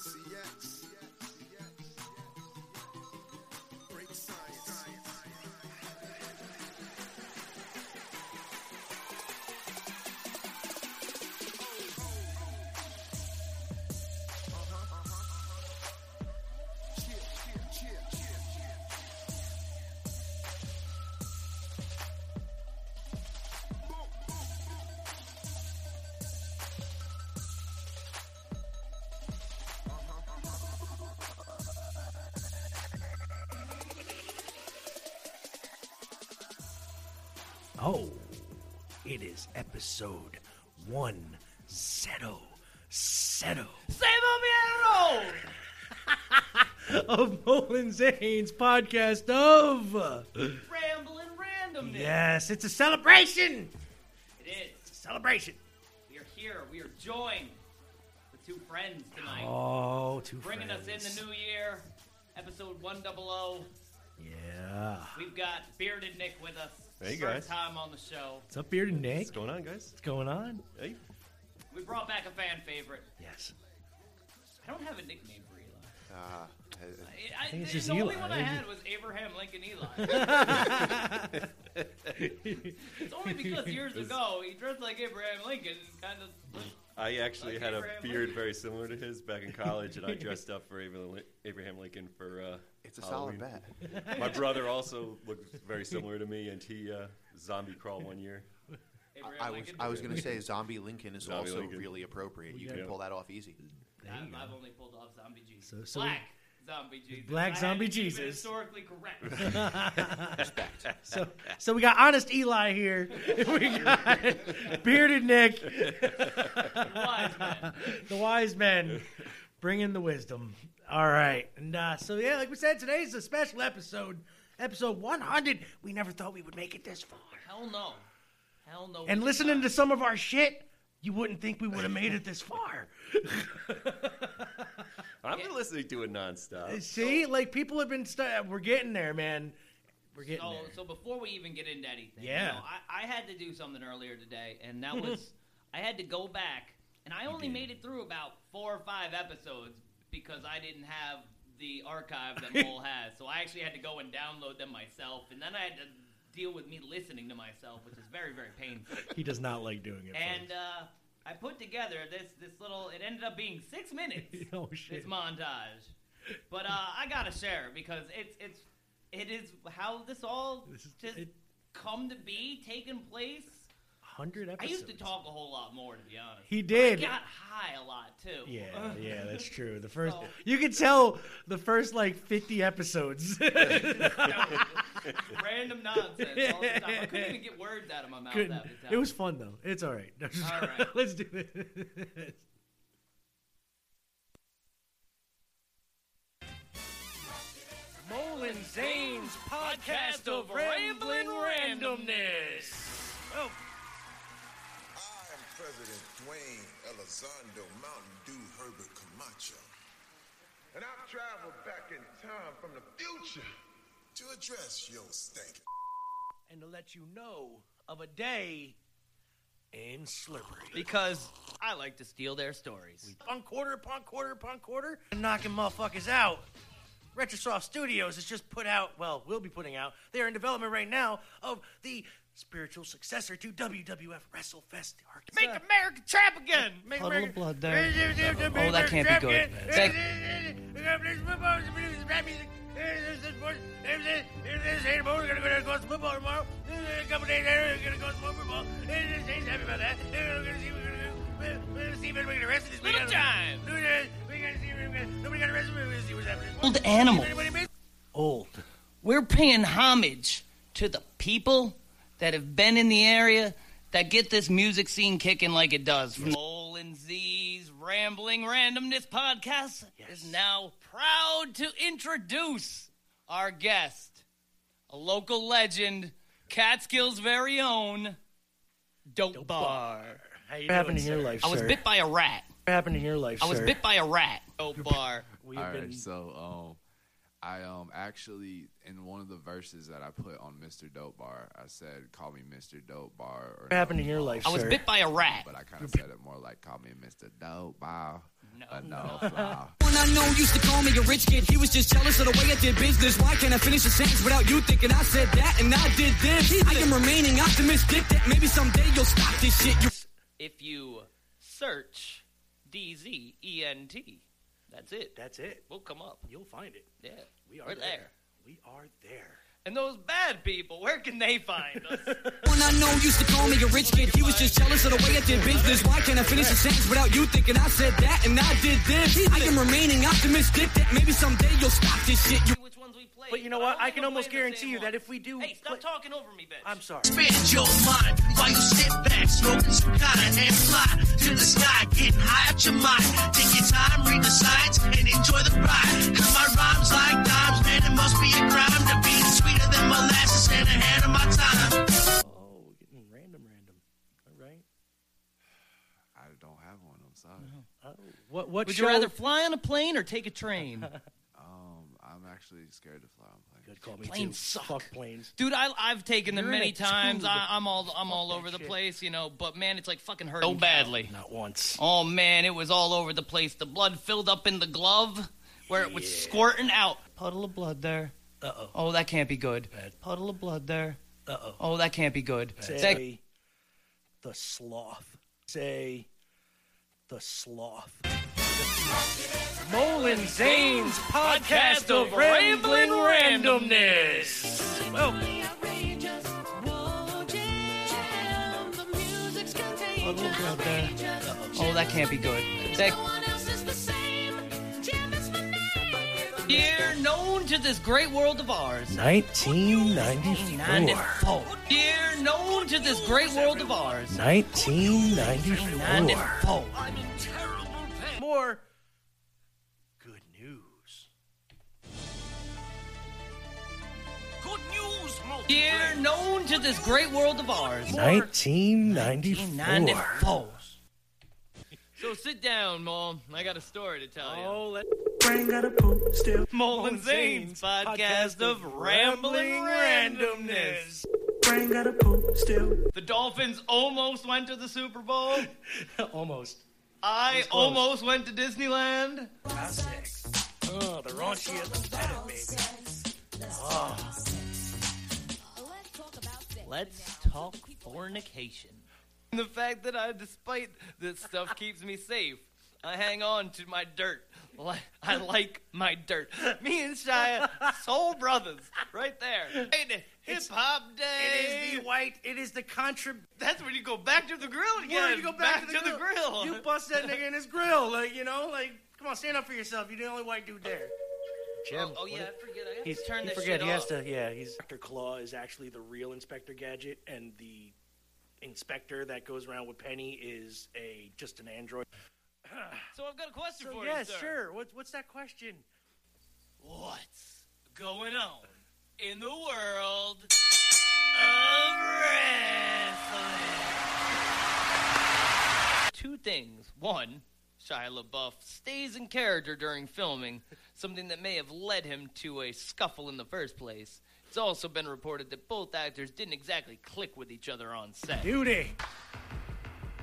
yes. Break science. Cheer, cheer, cheer, cheer, cheer. Boom, boom, boom. Oh, it is episode one zero zero of Molin Zane's podcast of Rambling randomness. yes, it's a celebration. It It's is. a celebration. We are here. We are joined with two friends tonight, Oh, two bringing friends. us in the new year, episode 100. Yeah. We've got Bearded Nick with us. Hey, First guys. time on the show. What's up, bearded Nick? What's going on, guys? What's going on? Hey, We brought back a fan favorite. Yes. I don't have a nickname for Eli. uh, I, I, think it's the just only Eli. one I had was Abraham Lincoln Eli. it's only because years ago he dressed like Abraham Lincoln and kind of looked I actually Like had a Abraham beard Lincoln. very similar to his back in college, and I dressed up for Abraham Lin- Abraham Lincoln for. Uh, It's a Halloween. solid bet. My brother also looked very similar to me, and he uh, zombie crawled one year. Abraham I, I was Lincoln. I was gonna say zombie Lincoln is Zombie also Lincoln. really appropriate. You Yeah. can pull that off easy. There I've, you go. I've only pulled off zombie Jesus. So- so black zombie Jesus. Black I had zombie to keep it Jesus. Historically correct. So, so we got honest Eli here. We got bearded Nick, Wise man. the wise men, bringing the wisdom. All right, and uh, so yeah, like we said, today's a special episode, episode 100. We never thought we would make it this far. Hell no. Hell no. And listening to some of our shit, you wouldn't think we would have made it this far. I've been listening to it nonstop. See, like people have been, st- we're getting there, man. We're getting so, there. so before we even get into anything, you Yeah. know, I, I had to do something earlier today, and that was I had to go back, and I only made it through about four or five episodes because I didn't have the archive that Mole has. So I actually had to go and download them myself, and then I had to deal with me listening to myself, which is very very painful. he does not like doing it. and uh, I put together this this little. It ended up being six minutes. folks. oh shit. this montage, but uh, I gotta share because it's it's it is how this all This is- just it- come to be, taking place. Hundred I episodes. used to talk a whole lot more, to be honest. He did. I got high a lot too. Yeah, yeah, that's true. The first So- you can tell the first like 50 episodes. Random nonsense all the time. I couldn't even get words out of my mouth Couldn't- half the time. it was fun though. It's all right. No, just- All right. Let's do this. Molin Zane's podcast of rambling randomness. Oh, I am President Dwayne Elizondo Mountain Dew Herbert Camacho And I've traveled back in time from the future. to address your stank. and to let you know of a day in slippery. because I like to steal their stories. upon quarter upon quarter upon quarter and knocking motherfuckers out. Retrosoft Studios has just put out, well, will be putting out, they are in development right now of the spiritual successor to WWF WrestleFest Arkansas. Make America trap again. Make Puddle America of blood there. Oh, that can't be good. Thank- Little time. Old animals. Old. We're paying homage to the people that have been in the area that get this music scene kicking like it does. Mole and Z's Rambling Randomness Podcast is now proud to introduce our guest, a local legend, Catskill's very own Dope, Bar. What happened in your life, I was sir? bit by a rat. What happened in your life, I was sir? bit by a rat. Dope Bar. We've All right, been so um, I um actually in one of the verses that I put on Mr. Dope Bar, I said, "Call me Mr. Dope Bar." Or What happened in your no, life, I was sir? bit by a rat. But I kind of said it more like, "Call me Mr. Dope Bar." No, uh, no, flower. One unknown used to call me a rich kid. He was just jealous of the way I did business. Why can't I finish a sentence without you thinking I said that and I did this? I am remaining optimistic that maybe someday you'll stop this shit. You If you search D Z E N T, that's it. That's it. We'll come up. You'll find it. Yeah, We are We're there. there. We are there. And those bad people, where can they find us? one unknown used to call me a rich kid. He was just jealous of the way I did business. Why can't I finish a sentence without you thinking I said that and I did this? I am remaining optimistic that maybe someday you'll stop this shit. You Which ones we play? But you know don't what? I think can I'm almost playing the guarantee same you that one. if we do, Hey, stop play- talking over me, bitch. I'm sorry. expand your mind while you sit back, smoking cicada and fly to the sky, getting high out your mind. Take your time, read the signs, and enjoy the ride. Cause my rhymes like dimes, man, it must be a crime to be sweeter than molasses and ahead of my time. Oh, we're getting random, random. All right. I don't have one. I'm sorry. Oh, what what Would show? you rather fly on a plane or take a train? Um, I'm actually scared to fly on planes. Good, call me Planes too. suck. Fuck planes. Dude, I, I've taken them You're in many a times. tube. I, I'm all I'm all that over the shit. place, you know. But man, it's like fucking hurting so badly. Not once. Oh man, it was all over the place. The blood filled up in the glove where it was squirting out. Puddle of blood there. Uh oh. Oh, that can't be good. Bad. Puddle of blood there. Uh oh. Oh, that can't be good. That- Say the sloth. Say the sloth. Molin Zane's podcast of rambling randomness. Well, Oh, that can't be good. That year known to this great world of ours. 1994. 94. Year known to this great world of ours. 1994. 94. I'm in terrible pain. More good news. Good news, multi. Year known to this great world of ours. 1994. So sit down, Mom. I got a story to tell you. Oh, let Brain got a poop still. Molin Zane's podcast of rambling randomness. Brain got a poop still. The Dolphins almost went to the Super Bowl. Almost. I close. almost went to Disneyland. Oh, the raunchiest of it, baby. Ah. Let's talk fornication. And the fact that I, despite this stuff, keeps me safe. I hang on to my dirt. Li- I like my dirt. Me and Shia, soul brothers, right there. Hip hop day. It is the white. It is the contra. That's when you go back to the grill again. Where you go back, to, the, grill. You bust that nigga in his grill, like you know, like come on, stand up for yourself. You're the only white dude there. Jim. oh, oh, yeah, I forget. I have He's to turn he this forget shit he has off. to. Yeah, he's Doctor Claw is actually the real Inspector Gadget, and the inspector that goes around with Penny is a just an android. So I've got a question So for yes, you, sir. sure. What's what's that question? What's going on in the world of wrestling? Two things. One, Shia LaBeouf stays in character during filming, something that may have led him to a scuffle in the first place. It's also been reported that both actors didn't exactly click with each other on set. Duty.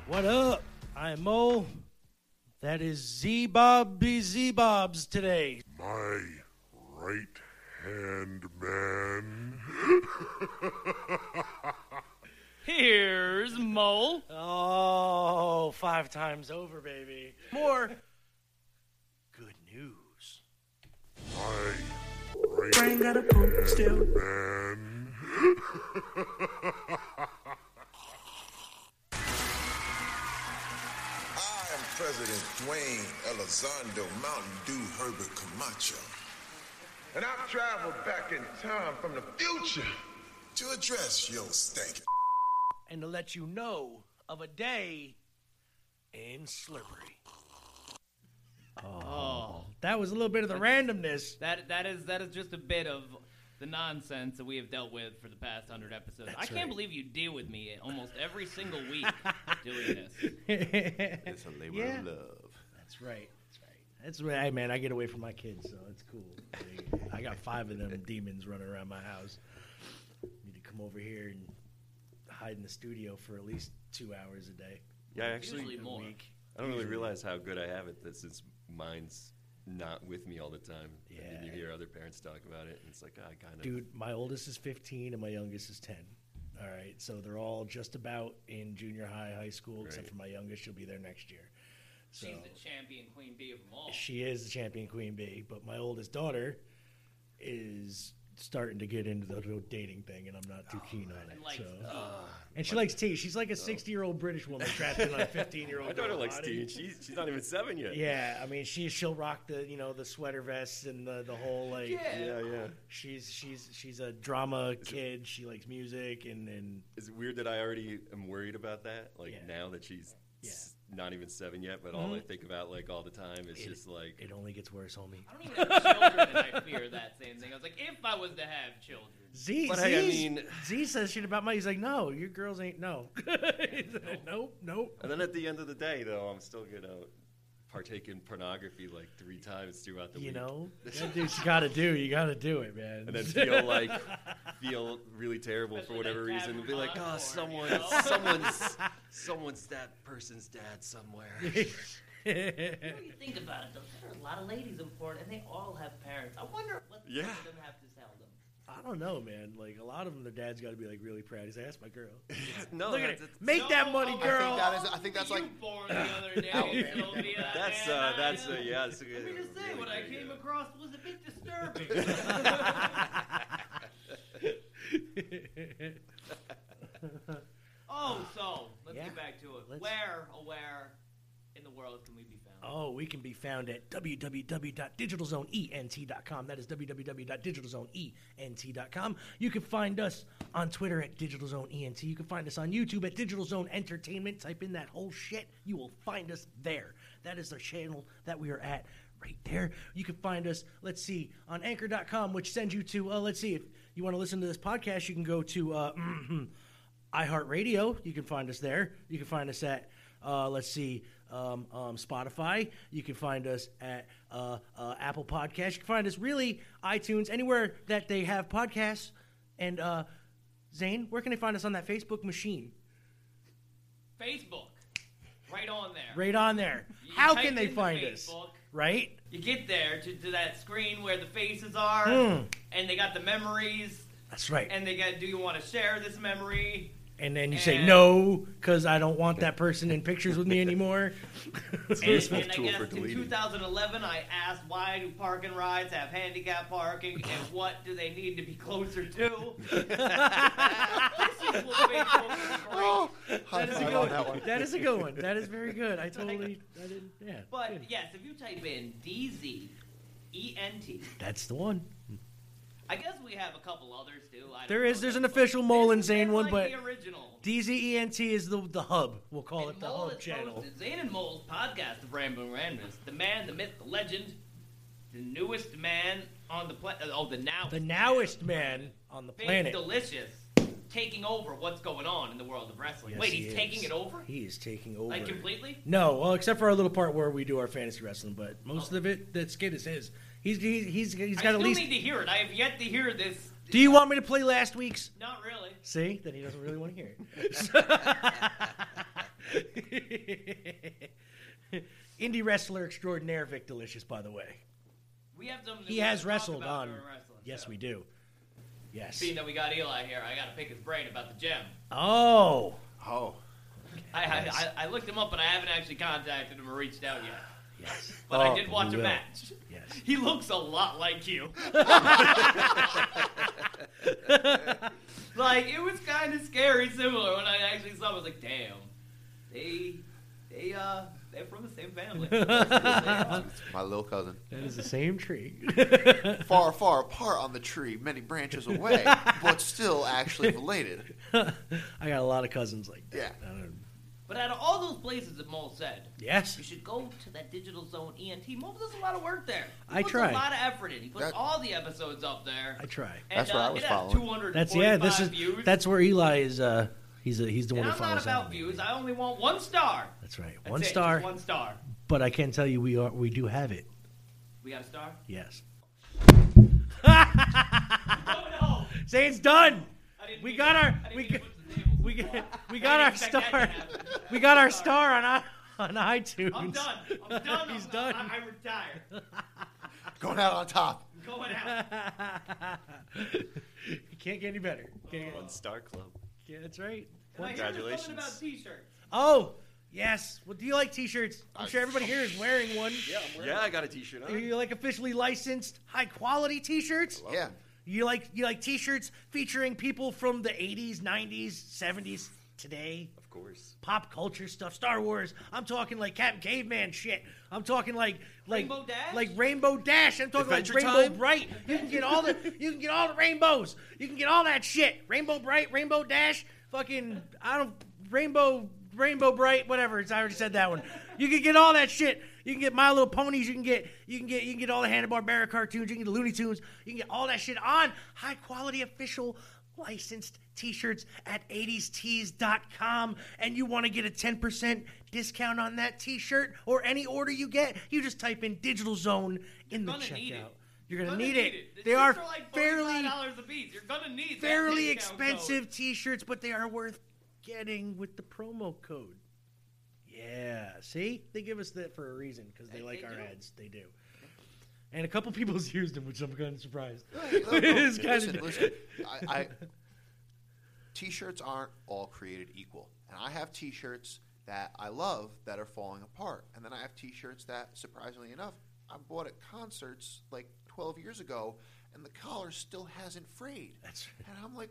What up? I'm Mo. That is Z Bobby Z Bobs today. My right hand man. Here's Mole. Oh, five times over, baby. More good news. My Brain got a poop still. man. I am President Dwayne Elizondo Mountain Dew Herbert Camacho. And I've traveled back in time from the future. To address your stank And to let you know of a day in Slurpery. Oh, that was a little bit of the randomness. That that is that is just a bit of the nonsense that we have dealt with for the past hundred episodes. I can't believe you deal with me almost every single week doing this. It's a labor Yeah. of love. That's right. That's right. That's what, hey man, I get away from my kids, so it's cool. Like, I got five of them demons running around my house. Need to come over here and hide in the studio for at least two hours a day. Yeah, I actually, A week. I don't really realize how good I have it that since mine's not with me all the time. And then you Yeah. hear other parents talk about it, and it's like, ah, I kind of. Dude, my oldest is 15 and my youngest is 10. All right, so they're all just about in junior high, high school, except Right. for my youngest. She'll be there next year. So She's the champion queen bee of them all. she is the champion queen bee, but my oldest daughter is starting to get into the whole dating thing, and I'm not Oh, too keen on it. likes so. tea. uh, Ah, and she likes tea. She's like a 60 year old British woman trapped in a 15 year old. My daughter likes tea. She's, she's not even seven yet. Yeah, I mean, she she'll rock the you know the sweater vests and the the whole like Yeah. Yeah, yeah. She's she's she's a drama kid. She likes music and and Is it weird that I already am worried about that? Like Yeah. now that she's Yeah. s- not even seven yet, but all I Mhm. think about like all the time is It- just like it only gets worse, homie. I don't even have children, and I fear that same thing. I was like, if I was to have children, Z But hey, I Z's- mean- Z says shit about money. He's like, no, your girls ain't no. He's like, nope, nope. And then at the end of the day, though, I'm still gonna partake in pornography like three times throughout the You week. know, Gotta do what you gotta do. You gotta do it, man. and then feel like feel really terrible for whatever reason. and Be like, oh, someone, someone's, someone's that person's dad somewhere. You know, you think about it, though. There are a lot of ladies in porn, and they all have parents. I wonder what Yeah. some of them have to tell them. I don't know, man. Like a lot of them, their dad's got to be like really proud. He's like, "That's my girl." no, look at that's- it. that's- Make that money, I Oh, think girl. that is- I think that's like- That's uh, that's uh, yeah, that's a Let good. me just say, really what I great, came uh, across was a bit disturbing. oh, so let's Yeah, get back to it. let's- Where, oh, where in the world can we be found? Oh, we can be found at www.digitalzoneent.com. That is www.digitalzoneent.com. You can find us on Twitter at digitalzoneent. You can find us on YouTube at Digital Zone Entertainment. Type in that whole shit. You will find us there. That is the channel that we are at right there. You can find us, let's see, on anchor.com, which sends you to, uh, let's see, if you want to listen to this podcast, you can go to uh, iHeartRadio. You can find us there. You can find us at, uh, let's see, um, um, Spotify. You can find us at uh, uh, Apple Podcasts. You can find us really iTunes, anywhere that they have podcasts. And uh, Zane, where can they find us on that Facebook machine? Facebook, right on there. Right on there. You How type can they into find us? Facebook. Right? You get there to, to that screen where the faces are, Mm. and they got the memories. That's right. And they got, do you want to share this memory? And then you say no because I don't want that person in pictures with me anymore. And, and I guess in 2011, I asked why do parking rides have handicap parking, and what do they need to be closer to? this is what Oh, Facebook is great. That is a good one. That is a good one. That is very good. I totally, I didn't, yeah. But yes, if you type in DZ, ENT, That's the one. I guess we have a couple others too. I don't There know is. There's them, an but official Mole and Zane one, like but the original. DZENT is the the hub. We'll call it the Mole hub is channel. posted. Zane and Mole's podcast of Rambling Randoms, the man, the myth, the legend, the newest man on the planet. Oh, the now The nowest man on the Big planet. Delicious taking over what's going on in the world of wrestling. Yes, Wait, he he's is. taking it over? He is taking over. Like completely? No, well, except for our little part where we do our fantasy wrestling, but most of it, that skit is his. He's he's he's, he's got I at still least. need to hear it. I have yet to hear this. Do you want me to play last week's? Not really. See, then he doesn't really want to hear it. Indie wrestler extraordinaire Vic Delicious, by the way. We have something. that He we has gotta talk wrestled about on. during wrestling. Yes, we do. Yes. Seeing that we got Eli here, I got to pick his brain about the gem. Oh. Oh. I, Yes. I, I, I looked him up, but I haven't actually contacted him or reached out yet. Yes. But Oh, I did watch a you will. match. Yes. He looks a lot like you. like it was kind of scary, similar when I actually saw. Him. I was like, damn, they, they, uh, they're from the same family. My little cousin. That is the same tree. far, far apart on the tree, many branches away, but still actually related. I got a lot of cousins like that. Yeah. But out of all those places that Mole said, Yes. you should go to that digital zone E ENT. Mole does a lot of work there. He I puts try. a lot of effort in. He puts That- all the episodes up there. I try. And, uh, it has 245 That's yeah. This is views. that's where Eli is. Uh, he's a, he's the one and I'm who not follows about out. views. I only want one star. That's right. That's one it, just star. One star. But I can tell you, we are we do have it. We got a star? Yes. Zane's done. We got our we got, we got we got our star. We got our star on i- on iTunes. I'm done. I'm done. He's I'm done. I, I retire. Going out on top. Going out. You can't get any better. Can't One get, star club. yeah, that's right. And I hear there's something about Congratulations. t-shirts. Oh yes. Well, do you like T-shirts? I'm sure everybody here is wearing one. Yeah, I got a T-shirt Do on. you like officially licensed, high quality T-shirts? Yeah. You like you like T-shirts featuring people from the '80s, '90s, '70s, today, Of course. pop culture stuff, Star Wars. I'm talking like Captain Caveman shit. I'm talking like like Rainbow Dash? like Rainbow Dash. I'm talking Adventure like Rainbow Time? Bright. You can get all the you can get all the rainbows. You can get all that shit. Rainbow Bright, Rainbow Dash, fucking I don't Rainbow Rainbow Bright, whatever. It's, I already said that one. You can get all that shit. You can get My Little Ponies. You can get you can get you can get all the Hanna Barbera cartoons. You can get the Looney Tunes. You can get all that shit on high quality official licensed t-shirts at 80stees.com and you want to get a 10% discount on that t-shirt or any order you get you just type in digital zone in the You're gonna checkout need it. you're gonna, Gonna need, it, The they shirts are like fairly $45 a piece. You're gonna need that fairly discount code. expensive t-shirts but they are worth getting with the promo code yeah see they give us that for a reason because they, They- like they our do. ads they do and a couple people's used them which i'm kind of surprised No, no, It's kinda- listen, listen. I, I, t-shirts aren't all created equal, and I have t-shirts that I love that are falling apart, and then I have t-shirts that, surprisingly enough, I bought at concerts like 12 years ago, and the collar still hasn't frayed. That's right. and I'm like.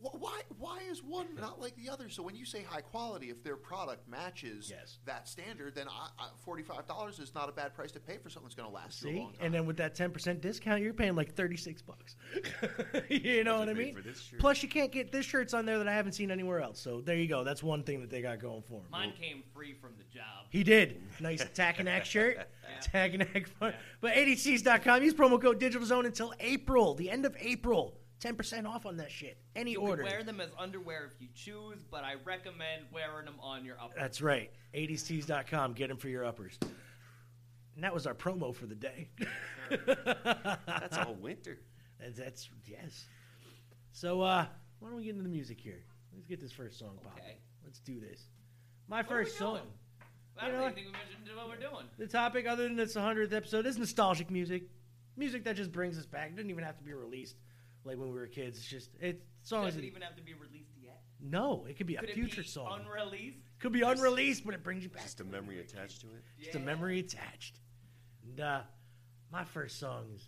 "Wh- Why? Why is one not like the other? So when you say high quality, if their product matches Yes. that standard, then I, I, forty-five dollars is not a bad price to pay for something that's going to last you a See, long time. and then with that ten percent discount, you're paying like thirty six bucks. you know what I paid mean? for this shirt. Plus, you can't get this shirts on there that I haven't seen anywhere else. So there you go. That's one thing that they got going for him. Mine came free from the job. He did. Nice tack and act shirt. Tack and act. fun. But ADCs.com. Use promo code Digital Zone until April, the end of April. Ten percent off on that shit. Any You order. can wear them as underwear if you choose, but I recommend wearing them on your upper. That's right. ADCs.com. Get them for your uppers. And that was our promo for the day. That's all winter. And That's yes. So uh, why don't we get into the music here? Let's get this first song popping. Okay. Let's do this. My are we first song. doing? I You don't know even think we mentioned what we're doing. The topic, other than this 100th episode, is nostalgic music. Music that just brings us back. It doesn't even have to be released like when we were kids. It's just it's songs. Doesn't That, even have to be released yet. no, Oh, it could be a Could it future be song. unreleased? could be unreleased, but it brings you back. Just a memory attached to it. just a memory attached. And uh, my first song is,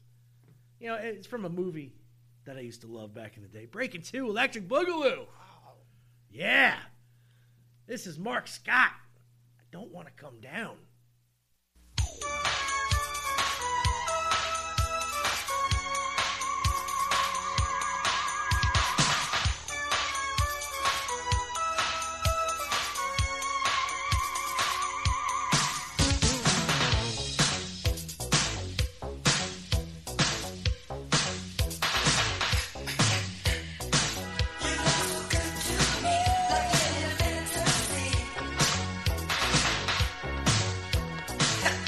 you know, it's from a movie that I used to love back in the day, Breaking Two, Electric Boogaloo. Yeah, this is Mark Scott. I don't want to come down. Thank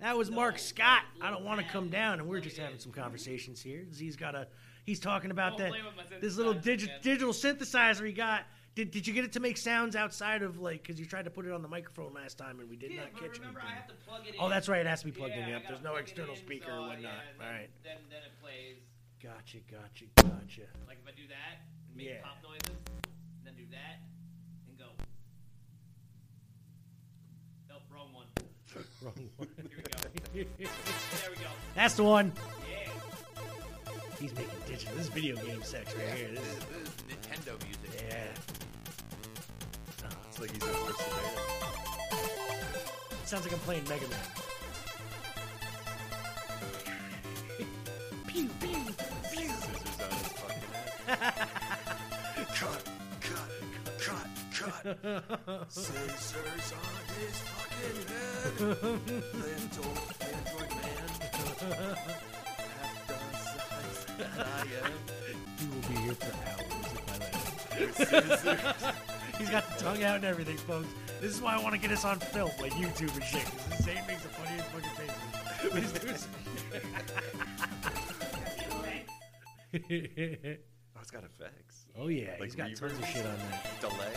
That was Mark Scott. I don't want to come down, and we're just having some conversations here. Z's got a. He's talking about Don't that play with my this little synthesizer digi- again. digital synthesizer he got. Did, did you get it to make sounds outside of like because you tried to put it on the microphone last time and we did Yeah, not but catch remember, I anything. have to plug it in. Oh, that's right. It has to be plugged Yeah, in. I Yep. gotta There's no plug it external in, speaker so, or whatnot. yeah, and All right. Then, then it plays. Gotcha. Gotcha. Gotcha. Like if I do that, make Yeah. pop noises, then do that, and go. Nope, wrong one. Wrong one. Here we go. there we go. That's the one. Yeah. He's making digital. This is video game sex right here. This is Nintendo music. yeah. It's like he's a horse today. Sounds like I'm playing Mega Man. Pew pew pew. Scissors on his fucking head. Cut, cut, cut, cut. Scissors on his fucking head. Little android man. Half the size that Ah, I am. He will be here for hours if I let him. There's scissors. He's got the tongue out and everything, folks. This is why I want to get us on film, like YouTube and shit. 'cause This Zane makes the funniest fucking faces. When he's doing some- Oh, it's got effects. oh yeah, Like he's got tons of reverb? shit on that. Delay.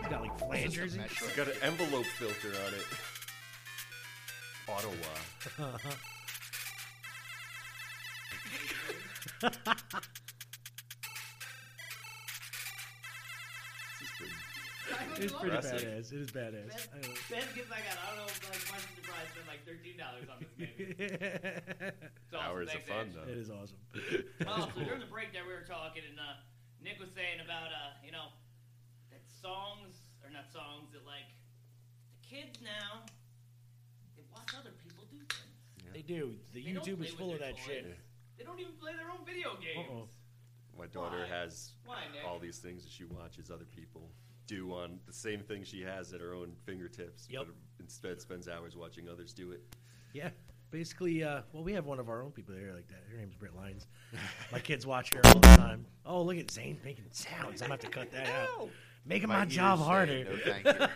He's got like flangers. And It's got an envelope filter on it. Ottawa. Uh-huh. This is pretty- it's pretty Classic. badass. It is Ben, badass. I don't know. Ben gives like I don't know, like a bunch of surprise spent like thirteen dollars on this game. So, Hours of thanks, fun, Ange. though. It is awesome. Oh, so during the break there we were talking, and uh, Nick was saying about uh, you know, that songs or not songs that like the kids now they watch other people do things. They do. The They don't YouTube play is with full of their that shit. toys. They don't even play their own video games. Uh-oh. My daughter Why? has Why, Nick? all these things that she watches other people do on the same thing she has at her own fingertips, Yep. but instead spends hours watching others do it. Yeah. Basically, uh, well, we have one of our own people here like that. Her name's Britt Lyons. My kids watch her all the time. Oh, look at Zane making sounds. I'm going to have to cut that out. Making my, My ears job say harder. No, thank you. I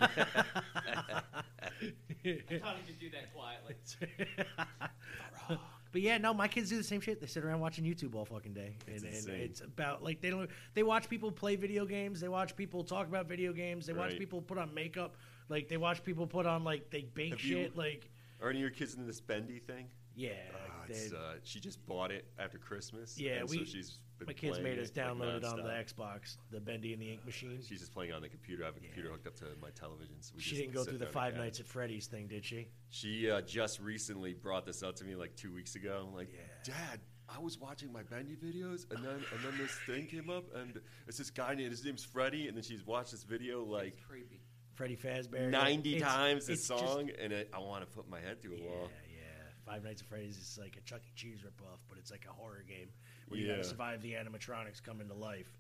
thought you could do that quietly. but yeah, no, my kids do the same shit. They sit around watching YouTube all fucking day, and, and insane. it's about like they don't. They watch people play video games. They watch people talk about video games. They watch Right. people put on makeup. Like they watch people put on like they bake Have you- shit. Like Are any of your kids into this bendy thing? yeah, Ah, they- it's, uh, she just bought it after Christmas. Yeah, and we- so she's been my kids playing made us it, like, download it on the nonstop. Xbox, the Bendy and the Ink machine. She's just playing on the computer. I have a computer hooked up to my television. So we She just didn't go sit through the down Five together. Nights at Freddy's thing, did she? She uh, just recently brought this up to me like two weeks ago. I'm like, Yeah. Dad, I was watching my Bendy videos, and then and then this thing came up, and it's this guy named his name's Freddie, and then she's watched this video like It's creepy. Freddy Fazbear. 90 It's- times this it's just- song, and I, I want to put my head through a Yeah, wall. yeah. Five Nights at Freddy's is like a Chuck E. Cheese ripoff, but it's like a horror game where you gotta Yeah. survive the animatronics coming to life.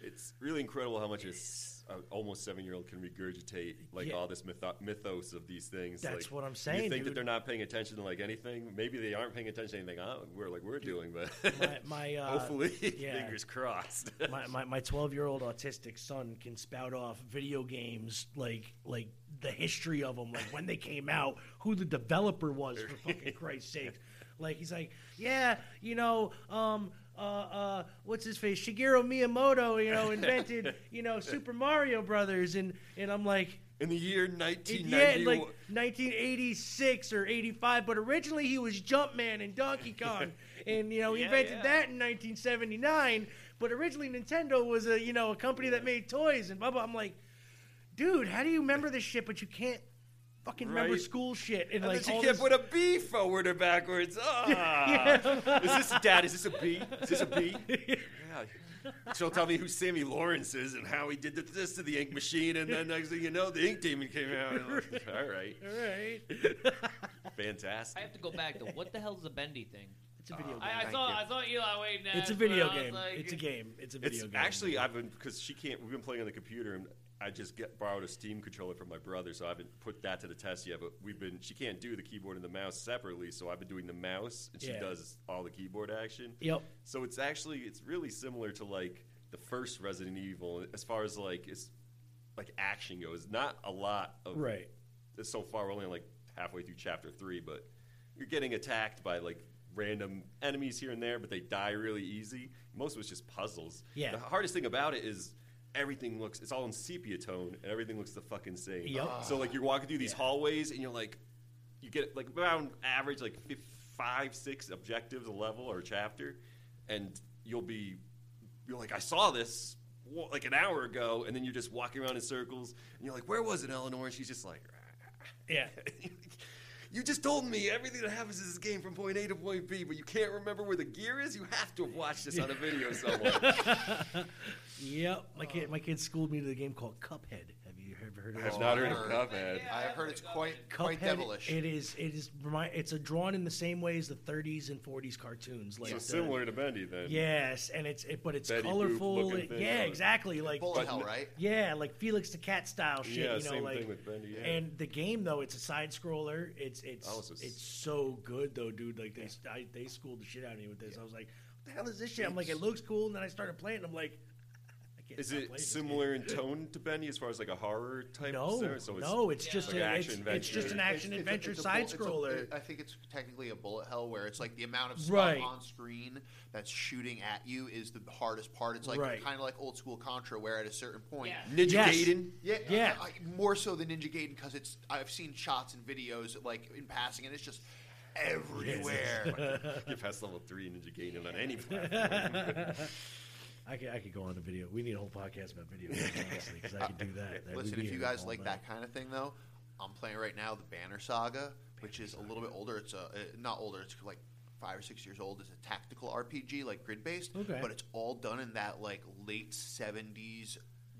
It's really incredible how much a s- a almost seven year old can regurgitate like Yeah. all this mytho- mythos of these things. That's like, what I'm you saying, think dude. that they're not paying attention to like anything? Maybe they aren't paying attention to anything. I, we're like we're doing, but My, my uh, hopefully, yeah. fingers crossed. my my my 12 year old autistic son can spout off video games like like the history of them, like when they came out, who the developer was for fucking Christ's sake. Like he's like, yeah, you know, um, uh, uh, what's his face, Shigeru Miyamoto, you know, invented you know Super Mario Brothers, and and I'm like. In the year It- Yeah, 1991. like 1986 or 85, but originally he was Jumpman and Donkey Kong, and you know he Yeah, invented yeah. that in 1979. But originally Nintendo was a you know a company that made toys and blah blah. I'm like, dude, how do you remember this shit? But you can't fucking remember Right. school shit and, And like then all she can't this- put a B forward or backwards. Ah. Is this dad? Is this a B? Is this a B? yeah. She'll tell me who Sammy Lawrence is and how he did th- this to the ink machine, and then next thing you know, the ink demon came out. And I'm like, All right, All right, fantastic. I have to go back to what the hell's the bendy thing? it's a video game. Uh, I, I Thank saw you. I saw Eli waiting. it's a video game. it's a game. It's a It's video game. actually I've been because she can't. We've been playing on the computer, and I just get borrowed a Steam controller from my brother, so I haven't put that to the test yet. But we've been she can't do the keyboard and the mouse separately, so I've been doing the mouse, and she Yeah. does all the keyboard action. Yep. So it's actually it's really similar to like the first Resident Evil as far as like it's like action goes. Not a lot of Right. this so far we're only like halfway through chapter three, but you're getting attacked by like random enemies here and there, but they die really easy. Most of it's just puzzles. Yeah. The hardest thing about it is everything looks it's all in sepia tone and everything looks the fucking same. Yup. So like you're walking through these hallways and you're like you get like around average like fif- five, six objectives a level or a chapter, and you'll be you're like, I saw this wa- like an hour ago, and then you're just walking around in circles, and you're like, Where was it, Eleanor? And she's just like, Yeah. You just told me everything that happens in this game from point A to point B, but you can't remember where the gear is. You have to have watched this on a video somewhere. Um, Yep. My kid, my kid schooled me to the game called Cuphead. Have you ever heard of I it? have not heard of Cuphead. I have heard it's quite Cuphead, quite devilish. It is. It is. Remind, it's a drawn in the same way as the 30s and 40s cartoons. Like so the- similar to Bendy then. Yes, and it's it, but it's Betty Boop colorful. looking it- thing, yeah, but- exactly. Like Bullet But- hell, right? Yeah, like Felix the Cat style shit. Yeah, you know, same like, thing with Bendy, yeah. And the game though, it's a side scroller. It's it's Oh, so s- it's so good though, dude. Like they I, they schooled the shit out of me with this. I was like, what the hell is this shit? I'm like, it looks cool, and then I started playing. and I'm like, I can't Is stop it playing this similar in game. tone to Bendy as far as like a horror type? No, scenario? so it's no, it's just like a- an it's- action it's just an adventure. action It's- it's a- adventure it's a side bull- it's a- scroller. I think it's technically a bullet hell where it's like the amount of stuff Right. on screen that's shooting at you is the hardest part. It's like Right. kind of like old school Contra, where at a certain point, Yeah. Ninja Yes. Gaiden? yeah, Yeah. I- more so than Ninja Gaiden because it's I've seen shots and videos like in passing, and it's just everywhere. Get past level three Ninja Gaiden on any platform. I could, I could go on a video. We need a whole podcast about video games, honestly, because I could do that. That Uh, Listen, would be if you here guys all like night. that kind of thing, though, I'm playing right now the Banner Saga, which is a little bit older. It's a uh, not older. It's like five or six years old. It's a tactical RPG, like grid based, Okay. but it's all done in that like late '70s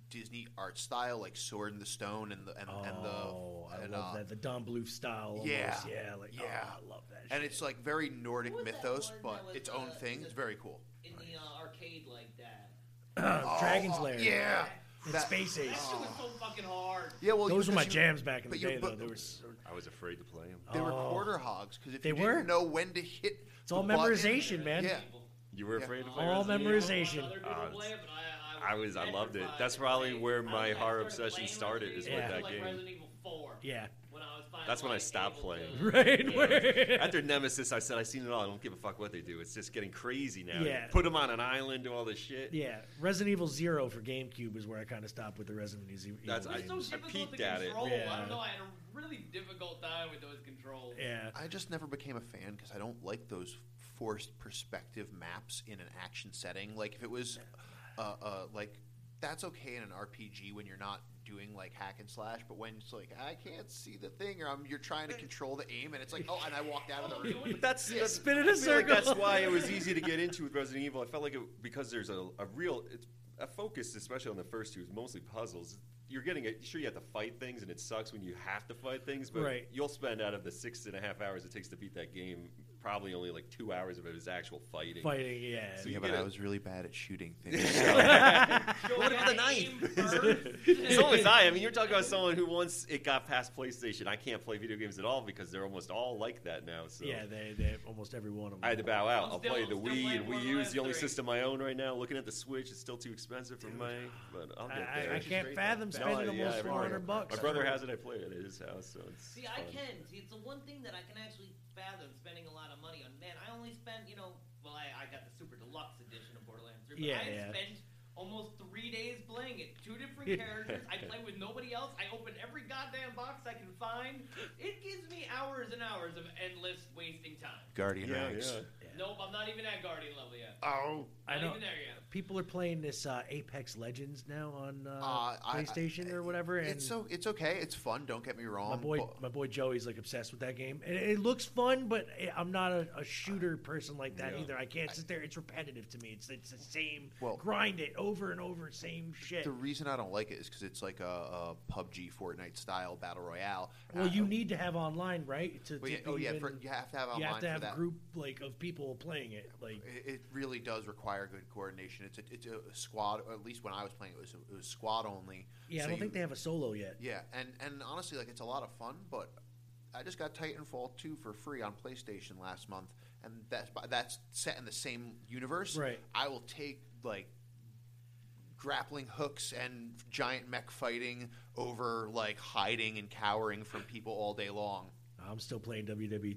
Disney art style, like Sword in the Stone and the and, and the Oh, I and, love uh, that. The Don Bluth style. Almost. Yeah. yeah, Yeah. Like, yeah, oh, I love that. And it's like very Nordic mythos, but its own thing. It's very cool. in the uh, arcade like that. Oh, Dragon's oh, Lair. Yeah, And That- Space Ace. That shit was so fucking hard. Yeah, well, Those were my because you- jams back in the but you- day, though. but- They were, s- I was afraid to play him. They were Oh. quarter hogs because if They you were? didn't know when to hit, It's all the button- memorization, man. Yeah, You were Yeah. afraid to play all Resident Evil? memorization. Uh, I was, I loved it. That's probably where my horror obsession started, is with Yeah. that like Resident game. Evil 4. oh, Yeah. When I was finally That's when I stopped playing. Right, Yeah. where- After Nemesis, I said, I've seen it all. I don't give a fuck what they do. It's just getting crazy now. Yeah. Put them on an island, do all this shit. yeah. Resident Evil Zero for GameCube is where I kind of stopped with the Resident Evil. That's- I- It's so games. difficult peeked to at it. control. I Yeah. don't know. I had a really difficult time with those controls. Yeah. I just never became a fan because I don't like those forced perspective maps in an action setting. Like if it was, uh, uh, like that's okay in an RPG when you're not doing like hack and slash, but when it's like I can't see the thing or I'm, you're trying to control the aim and it's like oh and I walked out of the room. But that's, Yeah. that's Spin in a I feel like that's circle. why it was easy to get into with Resident Evil. I felt like it because there's a, a real it's a focus, especially on the first two, is mostly puzzles. You're getting a, sure you have to fight things, and it sucks when you have to fight things, but Right. you'll spend out of the six and a half hours it takes to beat that game, probably only like two hours of it is actual fighting. Fighting, yeah. So you yeah, but get I a- was really bad at shooting things. What about the so was I. I mean, you're talking about someone who once it got past PlayStation, I can't play video games at all because they're almost all like that now. So Yeah, they, they, almost every one of them. I had to bow out. I'm I'll still- play the I'm still Wii playing and Wii Borderlands U is the only 3. system I own right now. Looking at the Switch, it's still too expensive for me. But I'll get I- I- there. I can't fathom No, spending yeah, almost every 400 morning. bucks. My brother has it. I play it at his house, so it's See, I fun. can. See, it's the one thing that I can actually fathom spending a lot of money on. Man, I only spent, you know, well, I, I got the super deluxe edition of Borderlands 3, but Yeah, I yeah. spent almost three days playing it. Two different characters. I play with nobody else. I open every goddamn box I can find. It gives me hours and hours of endless wasting time. Guardian Yeah, ranks. yeah. Nope, I'm not even at Guardian level yet. Oh, I Not know. even there yet. People are playing this uh, Apex Legends now on uh, Uh, I- PlayStation or whatever. And it's so it's okay. It's fun. Don't get me wrong. my boy, but- my boy Joey's like obsessed with that game. It, it looks fun, but i I'm not a, a shooter person like that Yeah. either. I can't sit there; it's repetitive to me. It's it's the same Well- grind it over and over, same shit. The reason I don't like it is because it's like a, a PUBG Fortnite style battle royale. And well, I- you need to have online, right? To, Well, to yeah, oh yeah, for, even- you have to have you online have to for have that. group like of people playing it. Like It, it really does require good coordination. It's a, it's a squad. Or at least when I was playing, it was it was squad only. yeah, I So don't you- think they have a solo yet. Yeah, and and honestly, like it's a lot of fun, but. I just got Titanfall 2 for free on PlayStation last month, and that's that's set in the same universe. Right. I will take like grappling hooks and giant mech fighting over like hiding and cowering from people all day long. I'm still playing E WWE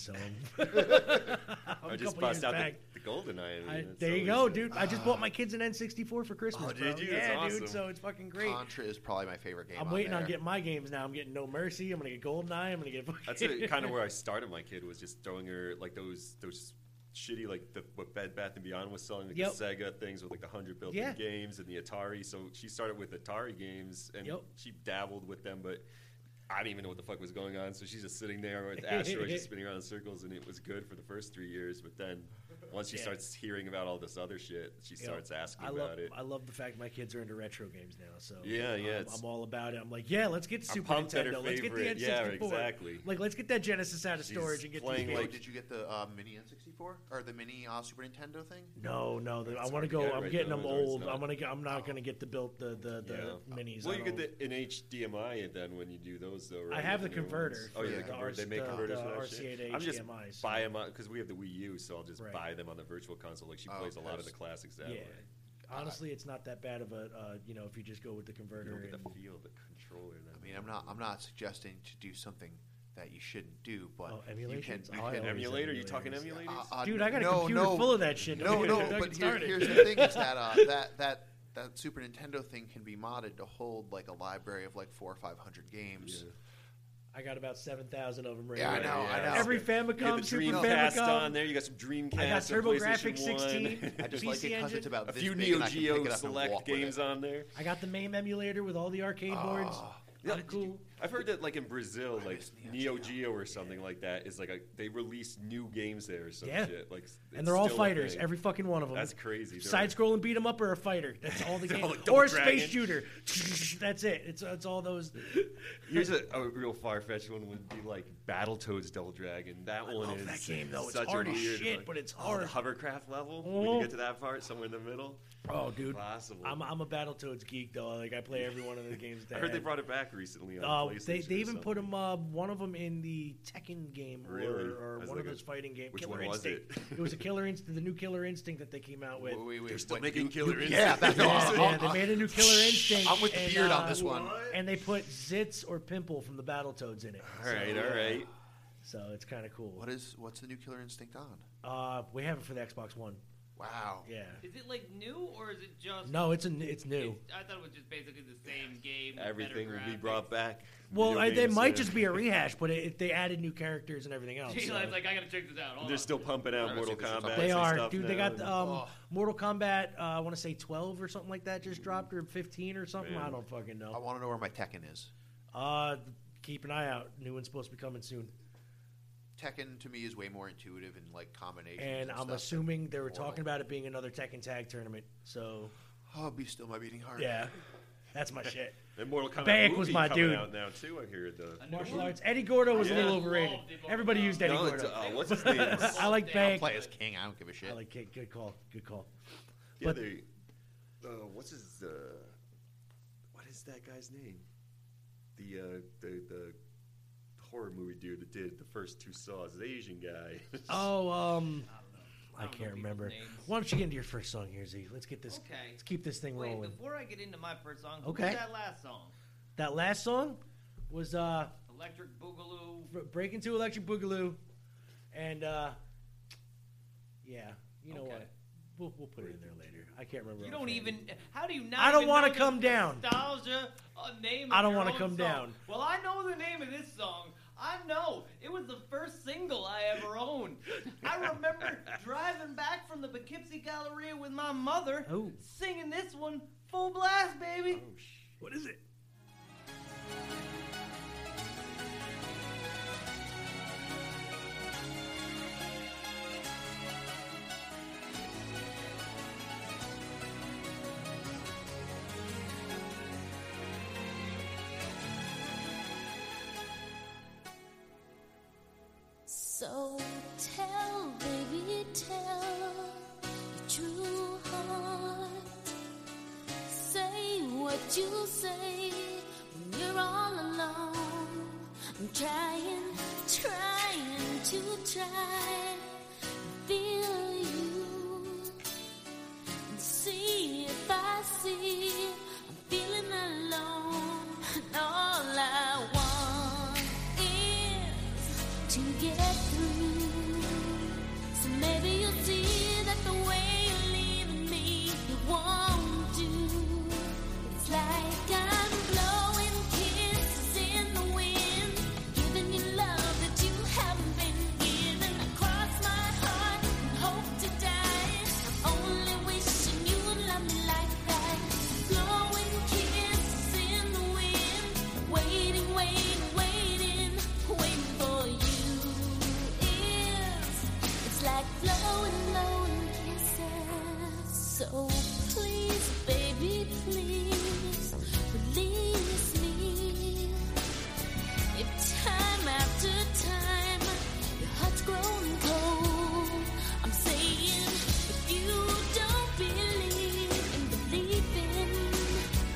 so I'm. I'm I a just couple bust years out the, back. the golden eye. I mean, I- it's there you go, always- dude. I just bought my kids an N64 for Christmas. Oh, did bro. you? That's Yeah, awesome. dude. So it's fucking great. Contra is probably my favorite game. I'm waiting on there. getting my games now. I'm getting No Mercy. I'm gonna get Goldeneye. I'm gonna get. Fucking... That's it, kind of where I started my kid was just throwing her like those those shitty like the, what Bed Bath and Beyond was selling like Yep. the Sega things with like the hundred built-in Yeah. games and the Atari. So she started with Atari games and Yep. she dabbled with them, but. I didn't even know what the fuck was going on, so she's just sitting there with asteroids just spinning around in circles, and it was good for the first three years. But then, once she Yeah. starts hearing about all this other shit, she Yep. starts asking I about love, it. I love the fact my kids are into retro games now. So Yeah, yeah, I'm, it's- I'm all about it. I'm like, yeah, let's get I'm Super pumped that her Nintendo. Let's get the favorite- N64. yeah, exactly. Like, let's get that Genesis out of She's storage and get Hey, these yo, games. did you get the uh, mini N64 or the mini uh, Super Nintendo thing? No, no, the, I It's want hard to to go. get I'm right getting now, them no, it's old. not. I'm gonna. Go, I'm not gonna get the built the the, the Oh. Yeah. minis. Well, I you get don't- the an HDMI then when you do those though. Right? I have the new ones. converter Oh for yeah, the the converter. they RC make the- converters the for that RCA shit. to I'm just HDMI, so- buy them because we have the Wii U, so I'll just Right. buy them on the virtual console. Like she Oh, plays a lot of that's- the classics that yeah. way. Honestly, it's not that bad of a. Uh, you know, if you just go with the converter. get the and- feel of the controller. Then. I mean, I'm not. I'm not suggesting to do something that you shouldn't do, but Oh, you can. emulations? You Oh, I can always Emulator? You talking emulators? Dude, I got a computer full of that shit. Don't No, get- no, don't get but here, started. here's the thing: is that uh, that that that Super Nintendo thing can be modded to hold like a library of like four or five hundred games. I got about seven thousand of them right Yeah, I now. know, I know. Every You had You Famicom, get the Super Dreamcast Famicom. on there. You got some Dreamcast. I got some PlayStation TurboGrafx 1. 16. PC Engine. a few Neo Geo select games on there. I got the MAME emulator with all the Ah. arcade Ah. boards. Yeah, I'm did cool. you- I've heard that like in Brazil, like Neo Geo or something like that is like a, they release new games there or some Yeah. shit. Like, s- it's and they're all still a fighters, thing. every fucking one of them. That's crazy. They're Side scrolling beat 'em up or a fighter. That's all the They're game. all like Double or a Dragon. space shooter. That's it. It's it's all those. Here's a, a real far fetched one would be like Battletoads Double Dragon. That one love is that game, though. It's such hard a as weird, shit, like, but it's oh, the hard. hovercraft level. When Oh. you get to that part, somewhere in the middle. Oh, dude. Possible. I'm I'm a Battletoads geek though. Like I play every one of the games. I That heard they have- brought it back recently on Uh, PlayStation. they they or even put something. them uh, one of them in the Tekken game Really? or, or I was one of like, those fighting games. which Killer one was Instinct. it? was a Killer Instinct, the new Killer Instinct that they came out with. wait, They're still making Killer Instinct. yeah, that's Yeah, awesome. yeah, they made a new Killer Instinct. I'm with the and, beard on uh, this one. And they put Zitz or Pimple from the Battletoads in it. All right, all right. So it's kind of cool. What is what's the new Killer Instinct on? Uh, we have it for the Xbox One. Wow. Yeah. Is it like new or is it just? No, it's a n- it's new. I thought it was just basically the same game. with Everything better would be graphics. brought back. Well, Video I, they games, might yeah. just be a rehash, but it, it- they added new characters and everything else. She's so- like, I gotta check this out. Hold They're on. still pumping out Mortal Kombat. They and are, stuff dude. They now. got um, Mortal Kombat. Uh, I want to say twelve or something like that just dropped, or fifteen or something. I Man. don't fucking know. Mm-hmm. I want to know where my Tekken is. Uh, keep an eye out. New one's supposed to be coming soon. Tekken to me is way more intuitive and like combinations. And I'm stuff. assuming they were Mortal. talking about it being another Tekken Tag tournament. So, oh, be still my beating heart. Yeah, that's my shit. And Mortal Kombat Bayek movie was my coming dude. out now too. I hear the Martial arts. Eddie Gordo was a little overrated. Everybody used um, Eddie No, it's, Gordo. uh, what's his name? I like I'll Bank. play as King. I don't give a shit. I like King. Good call. Good call. Yeah, But- they, uh, what's his? Uh, what is that guy's name? The uh, the the horror movie dude that did the first two Saws, the Asian guy. Oh, um, I, can't remember. Why don't you get into your first song here, Z? Let's get this. Okay. Let's keep this thing Wait, rolling. before I get into my first song, Okay. okay. was that last song? That last song was uh, Electric Boogaloo. Br- Break into Electric Boogaloo, and uh, yeah, you know Okay. what? We'll, we'll put it in there later. I can't remember. You offhand. don't even. How do you not? I don't even wanna know the come down. Nostalgia uh, name. I of don't your wanna own come song. down. Well, I know the name of this song. I know it was the first single I ever owned. I remember driving back from the Poughkeepsie Galleria with my mother, Oh. singing this one full blast, baby. What is it? So tell, baby, tell your true heart. Say what you say when you're all alone. Please, baby, please release me. If time after time your heart's grown cold, I'm saying if you don't believe in believing,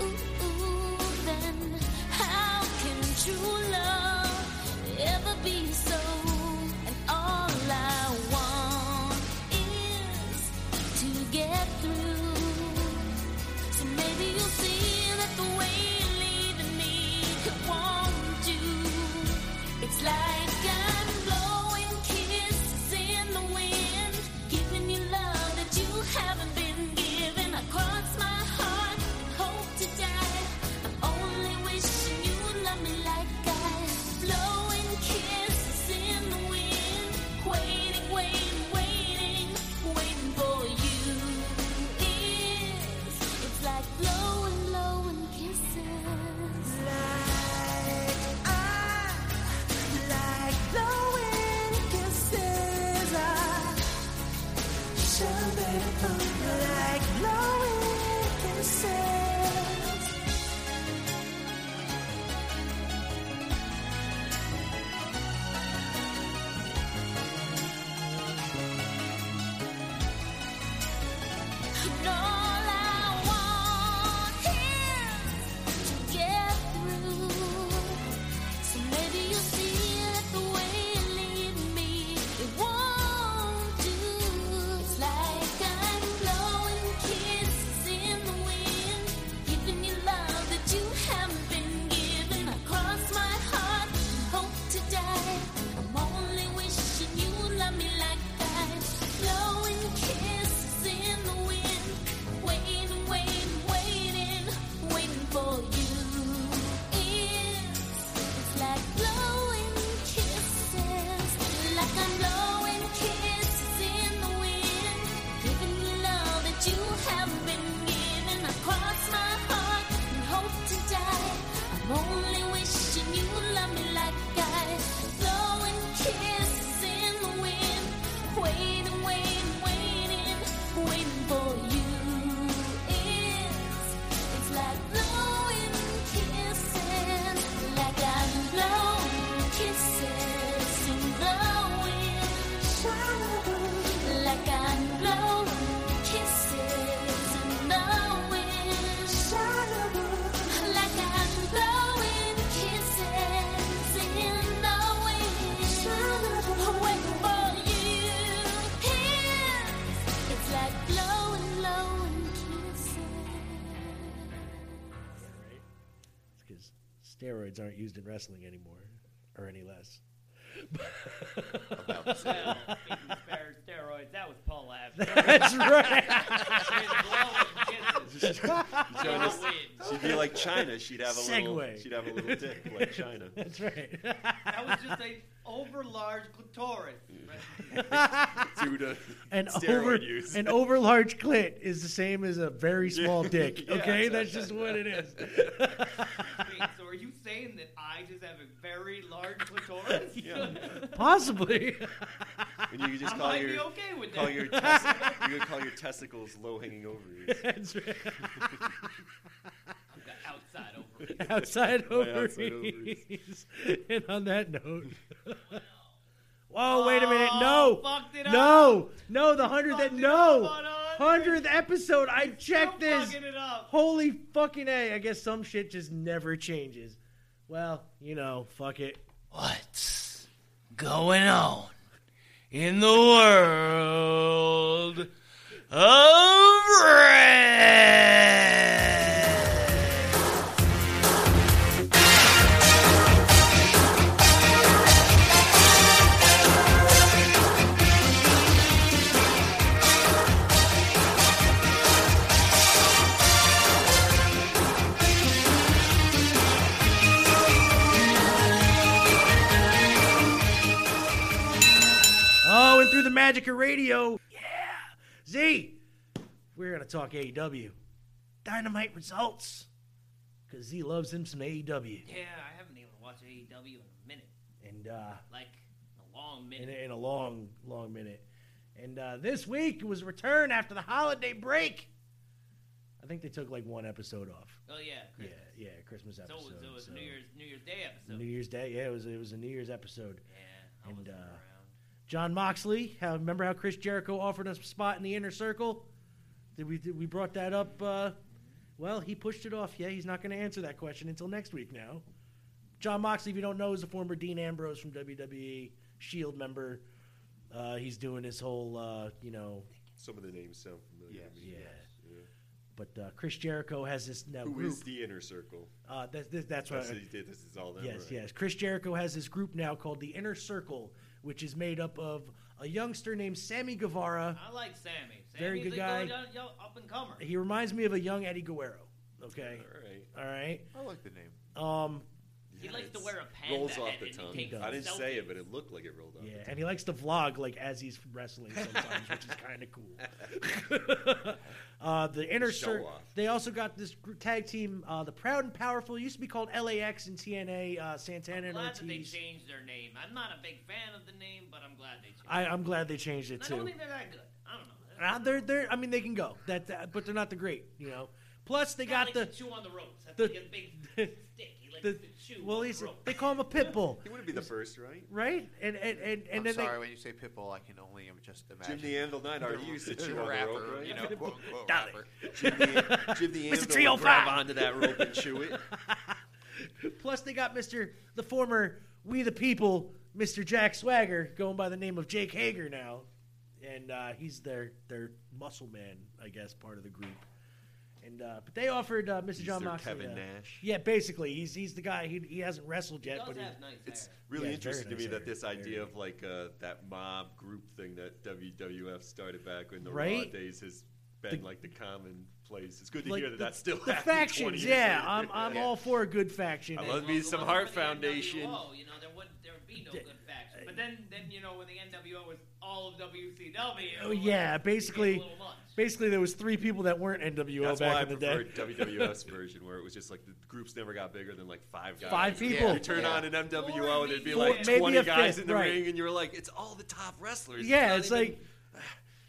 ooh, ooh, then how can true love ever be so? And all I want is to get through. So maybe you'll see that the way you're leaving me it won't do. It's like I'm blowing kisses in the wind, giving you love that you haven't been given. I cross my heart and hope to die. I'm only wishing you would love me like I. Blowing kisses in the wind, waiting, waiting, waiting, waiting for you. Is it's like blowing, blowing kisses. Like I like blowing kisses. I shall they like blowing kisses. And all I want is to get through. So maybe you'll see that the way you're leaving me, it won't do. It's like I'm blowing kisses in the wind, giving you love that you haven't been given. I cross my heart and hope to die. I'm only wishing you love me like that. Blowing kisses in the wind, waiting, waiting, waiting, waiting for you. Is it's like blowing kisses, like I'm blowing kisses in the wind, giving you love that you haven't been given. I cross my heart and hope to die. I'm only wishing you would love me like I. Blowing kisses in the wind, waiting, waiting, waiting, waiting for you. Is it's like blowing kisses, like I'm blowing kisses in the wind. Like I'm blowing kisses in the wind. Like I'm blowing kisses in the wind. Waiting for you. It's like blowing, blowing kisses. because steroids aren't used in wrestling anymore, or any less. Well, speaking of spare steroids, that was Paul Abdul. That's right. She's blowing kisses. Showing us- Blowing. she'd be like China. She'd have a little. Segway. She'd have a little dick like China. That's right. That was just a overlarge clitoris. Due to An steroid over use. an overlarge clit is the same as a very small dick. Yeah. Okay, that's just what it is. Wait, so are you saying that I just have a very large clitoris? Yeah. Possibly. And you could just I call might your be okay with call that. your tes- you could call your testicles low hanging ovaries. That's right. I've got outside ovaries. Outside My ovaries. outside and on that note. Whoa, wait a minute. No. Oh, fucked it no. No, the 100th that no. 100th episode. I checked this. fucking it up. Holy fucking A. I guess some shit just never changes. Well, you know, fuck it. What's going on in the world of red? Oh, and through the magic of radio. Yeah. Z, we're going to talk AEW. Dynamite results. Because Z loves him some E AEW. Yeah, I haven't even watched AEW in a minute. And, uh,. Like, a long in, minute. in a long, long minute. And uh, this week was a return after the holiday break. I think they took like one episode off. Oh yeah, Christmas. Yeah, yeah, Christmas So episode. it was, it was so- New Year's New Year's Day episode. New Year's Day. Yeah, it was it was a New Year's episode. Yeah, and uh, John Moxley. How remember how Chris Jericho offered us a spot in the inner circle? Did we did we brought that up? Uh, well, he pushed it off. Yeah, he's not going to answer that question until next week. Now, John Moxley, if you don't know, is a former Dean Ambrose from WWE Shield member. Uh, he's doing his whole, uh, you know, Some of the names sound familiar. to me. Yeah. but uh, Chris Jericho has this now Who group. is the inner circle? Uh, that's that's, that's what. That's what he did. This is all them, Yes, right? yes. Chris Jericho has this group now called the Inner Circle, which is made up of a youngster named Sammy Guevara. I like Sammy. Sammy's Very good a uh, guy. young- young up and comer. He reminds me of a young Eddie Guerrero. Okay. All right. All right. I like the name. Um. He likes to wear a panda Rolls off head the and he tongue. takes I didn't selfies. say it, but it looked like it rolled off. Yeah, and he likes to vlog like as he's wrestling sometimes, which is kind of cool. uh, the inner Show circle. off. They also got this gr- tag team, uh, the Proud and Powerful. Used to be called LAX and TNA. Uh, Santana and glad that they Ortiz. changed their name. I'm not a big fan of the name, but I'm glad they changed. I, I'm glad they changed it I too. don't think they're that good. I don't know. Uh, they're they're. I mean, they can go. That, that- but they're not the great. You know. Plus, they got He the. likes to chew on the ropes. That's the- like a big stick. He likes the- to chew. well, on the he's, rope. they call him a pit bull, He wouldn't be the first, right? right? And and and, and I'm then sorry, they, when you say Pitbull, I can only im- just imagine. the Anvil Knight, the- are you used to chew on the rapper, rope, right? you know, quote unquote Dolly. rapper. Jim the- Jim the Mr. Anvil would 305. grab onto that rope and chew it. Plus, they got Mr. the former We the People, Mr. Jack Swagger, going by the name of Jake Hager now, and uh, he's their their muscle man, I guess, part of the group. And uh, but they offered uh, Mr. He's John their Moxley. Kevin uh, Nash. Yeah, basically, he's he's the guy. He, he hasn't wrestled yet, but he, It's really Yeah, it's very interesting to nice me hair. that this idea of like uh, that mob group thing that WWF started back in the Right? Raw days has been like the common place. It's good to Like, hear that that's still the happening 20 years factions. Yeah, later. I'm I'm all for a good faction. I love me some Heart Foundation. Oh, you know there would there would be no good faction. But then then you know when the NWO was all of WCW. Oh yeah, it became a basically, little much. basically there was three people that weren't NWO That's back why I in the day. preferred WWF's version, where it was just like the groups never got bigger than like five guys. Five people. You turn Yeah. on an MWO and it'd be Four, like maybe twenty a guys fifth, in the right. ring, and you're like, it's all the top wrestlers. Yeah, not it's even- like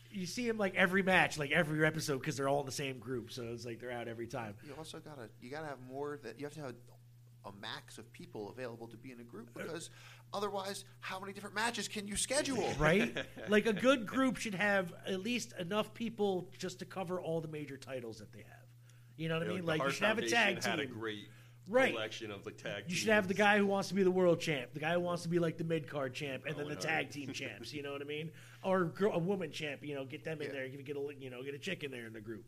you see him like every match, like every episode, because they're all in the same group, so it's like they're out every time. You also gotta you gotta have more that you have to have a max of people available to be in a group Uh, because otherwise, how many different matches can you schedule? Right? like a good group should have at least enough people just to cover all the major titles that they have. You know what I mean? the Like you Hart should have a Foundation tag Had a team. great Right. collection of like tag. you should have the teams. guy who wants to be the world champ, the guy who wants to be like the mid card champ, and then the Owen tag Hart. team champs. You know what I mean? Or a girl, a woman champ. You know, get them in there. Get a you know get a chick in there in the group.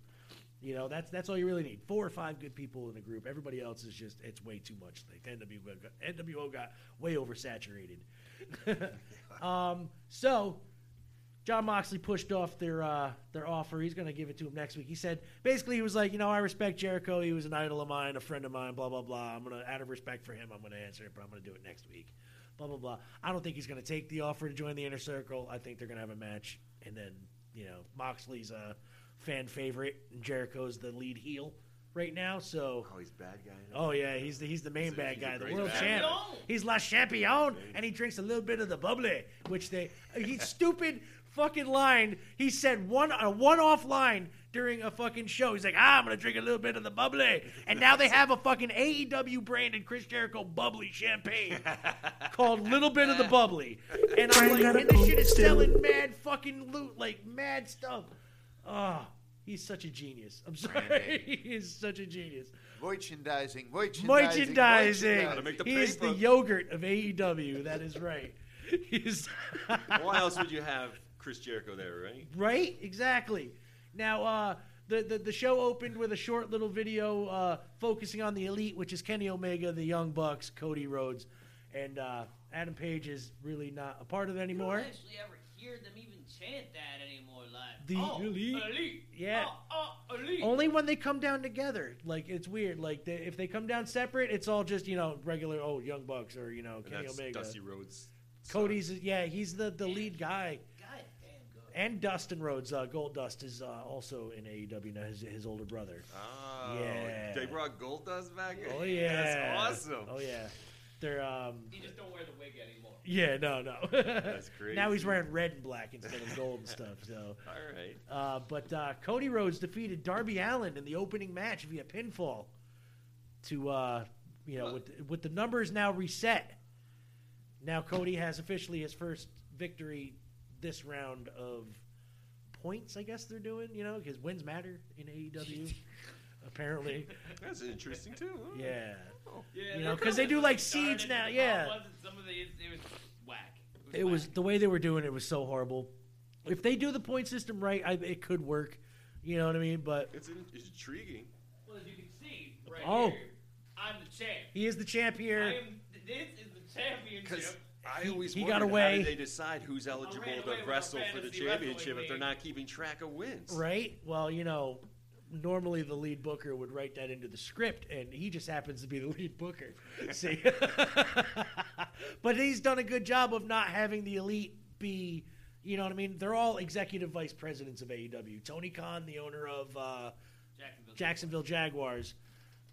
You know that's that's all you really need. Four or five good people in a group. Everybody else is just it's way too much. Like the NWO got, NWO got way oversaturated. um, so John Moxley pushed off their uh, their offer. He's going to give it to him next week. He said basically he was like, you know, I respect Jericho. He was an idol of mine, a friend of mine. Blah blah blah. I'm gonna out of respect for him, I'm gonna answer it, but I'm gonna do it next week. Blah blah blah. I don't think he's going to take the offer to join the inner circle. I think they're going to have a match, and then you know Moxley's a fan favorite, and Jericho's the lead heel right now. So oh, he's bad guy. Oh yeah, he's the he's the main bad guy, the great world bad champ. guy. He's La Champion, and he drinks a little bit of the bubbly, which they he stupid fucking line. He said one a one off line during a fucking show. He's like, ah, I'm gonna drink a little bit of the bubbly, and now they have a fucking AEW branded Chris Jericho bubbly champagne called Little Bit of the Bubbly, and I'm like, and this shit is selling mad fucking loot, like mad stuff. Ah, he's such a genius. I'm sorry, he is such a genius. Merchandising, merchandising, Merchandising. merchandising. he is the yogurt of AEW. That is right. He's Why else would you have Chris Jericho there, right? right, exactly. Now, uh, the, the the show opened with a short little video uh, focusing on the elite, which is Kenny Omega, the Young Bucks, Cody Rhodes, and uh, Adam Page is really not a part of it You don't anymore. actually ever hear them even chant that anymore live. The oh, elite. elite. Yeah. Oh, oh, elite. Only when they come down together, like it's weird. Like they, if they come down separate, it's all just you know regular oh Young Bucks or you know And Kenny that's Omega. Dusty Rhodes. Cody's yeah, he's the, the lead guy. God damn good. And Dustin Rhodes, uh, Gold Dust is uh, also in AEW now. His, his older brother. Oh, yeah. they brought Goldust back. Oh yeah, that's awesome. Oh yeah. They're um, You just don't wear the wig anymore. yeah, no, no. That's now he's crazy. wearing red and black instead of gold and stuff. So all right. Uh, but uh, Cody Rhodes defeated Darby Allen in the opening match via pinfall. To uh, you know, with with the numbers now reset, now Cody has officially his first victory this round of points. I guess they're doing you know because wins matter in AEW. Apparently, That's interesting too. Oh. huh? yeah. Yeah, you that know, because was they do when like it seeds started, now. the Yeah, problem was that Some of the it was whack. it was the way they were doing it was so horrible. If they do the point system right, I, it could work. You know what I mean? But It's, in, it's intriguing. Well, as you can see right Oh. here, I'm the champ. he is the champ here. I am, this is the championship. I always he wondered got How away. do they decide who's eligible ran away to with my wrestle for the fantasy wrestling championship if they're league. not keeping track of wins? Right? Well, you know, normally the lead booker would write that into the script, and he just happens to be the lead booker. See? but he's done a good job of not having the elite be, you know what I mean? They're all executive vice presidents of AEW. Tony Khan, the owner of uh, Jacksonville, Jaguars,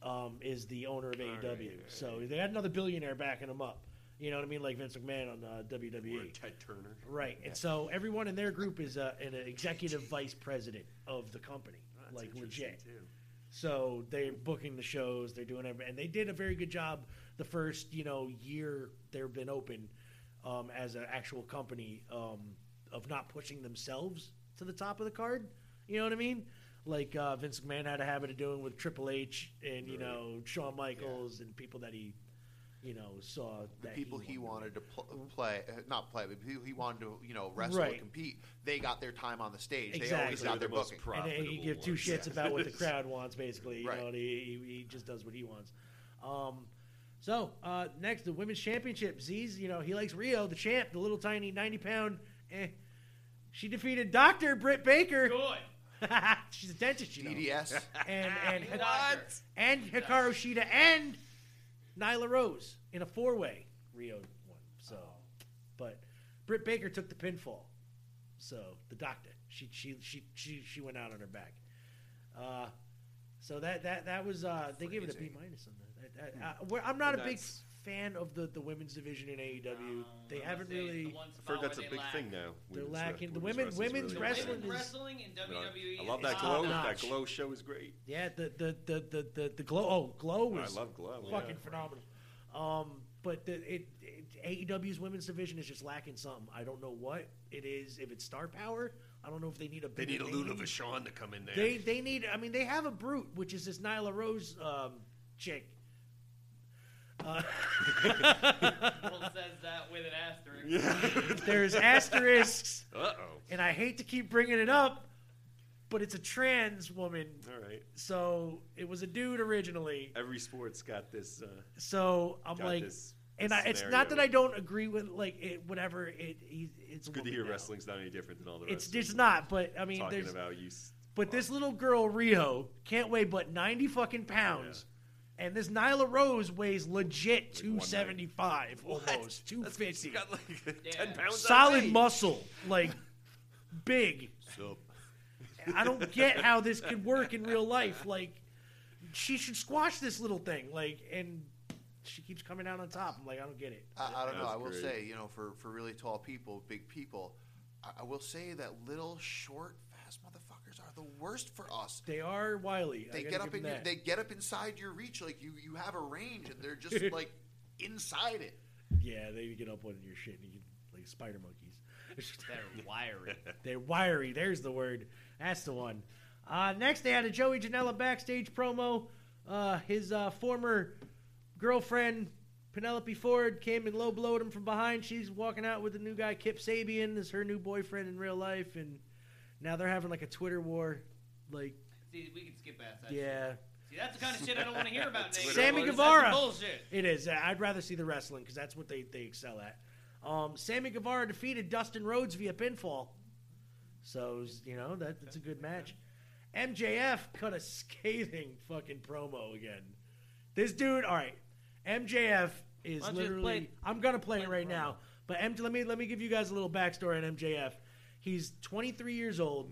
um, is the owner of AEW. So they had another billionaire backing them up. You know what I mean? Like Vince McMahon on uh, WWE. Ted Turner. Right, and so everyone in their group is uh, an executive vice president of the company, like legit. So they're booking the shows, they're doing everything, and they did a very good job the first you know year they've been open um, as an actual company um, of not pushing themselves to the top of the card. You know what I mean? Like uh, Vince McMahon had a habit of doing with Triple H and you know Shawn Michaels and people that he you know saw the that people he wanted to pl- play, uh, not play, but people he wanted to, you know, wrestle Right. and compete. They got their time on the stage. They Exactly. always got their booking. And then he give two shits about what the crowd wants, basically. You know, and he, he, he just does what he wants. Um, so uh, next, the women's championship. Z's, you know, he likes Rio, the champ, the little tiny ninety pound. Eh. She defeated Doctor Britt Baker. Good. She's a dentist, you know. DDS. and and What? Hikaru- and Hikaru Shida and Nyla Rose in a four way Rio one. So, but Britt Baker took the pinfall. So the doctor, she she she she she went out on her back. Uh, so that that that was uh, they gave it a B minus on that. that, that uh, we're- I'm not a And big that's- fan of the, the women's division in AEW. they haven't say it's really. the one I've heard that's a big thing now. They're Women's lacking- the wrestling. women- wrestling's women's really wrestling good. Wrestling in No, WWE. I love that is glow. That top-notch. glow show is great. Yeah, the the the the the, the glow. Oh, glow I was love Glow, Fucking yeah. phenomenal. Um, but the, it, it AEW's women's division is just lacking something. I don't know what it is. If it's star power, I don't know if they need a. They bigger need a name. Luna Vachon to come in there. They they need. I mean, they have a brute, which is this Nyla Rose um, chick. Uh, Well, it says that with an asterisk. there's asterisks. Uh-oh. And I hate to keep bringing it up, but it's a trans woman. All right. So it was a dude originally. Every sport's got this. Uh, So I'm got like, this and I, it's not that I don't agree with like it, whatever it. He, it's It's good to hear wrestling's not any different than all the It's rest. it's not, but I mean, talking there's about you. s- but this little girl Rio can't weigh but ninety fucking pounds, and this Nyla Rose weighs legit two seventy five almost two fifty. Ten pounds. Solid muscle, like big. So I don't get how this could work in real life. Like, she should squash this little thing. Like, and she keeps coming out on top. I'm like, I don't get it. I, I don't know. That's I will great. say, you know, for, for really tall people, big people, I, I will say that little, short, fast motherfuckers are the worst for us. They are wily. I They gotta get up give in them your, that. they get up inside your reach. Like you, you have a range, and they're just like inside it. Yeah, they get up on your shit and you like spider monkeys. They're wiry. They're wiry. There's the word. That's the one. Uh, next, they had a Joey Janela backstage promo. Uh, his uh, former girlfriend, Penelope Ford, came and low blowed him from behind. She's walking out with the new guy, Kip Sabian, is her new boyfriend in real life. And now they're having like a Twitter war. Like, See, we can skip past that. yeah. Shit. See, that's the kind of shit I don't want to hear about. Nate. Sammy That's Guevara. Bullshit. It is. Uh, I'd rather see the wrestling because that's what they, they excel at. Um, Sammy Guevara defeated Dustin Rhodes via pinfall. So, it was, you know, that, that's a good match. MJF cut a scathing fucking promo again. This dude, all right. MJF is Why don't you literally. play it? I'm gonna play it right now. But M- let me let me give you guys a little backstory on MJF. He's 23 years old.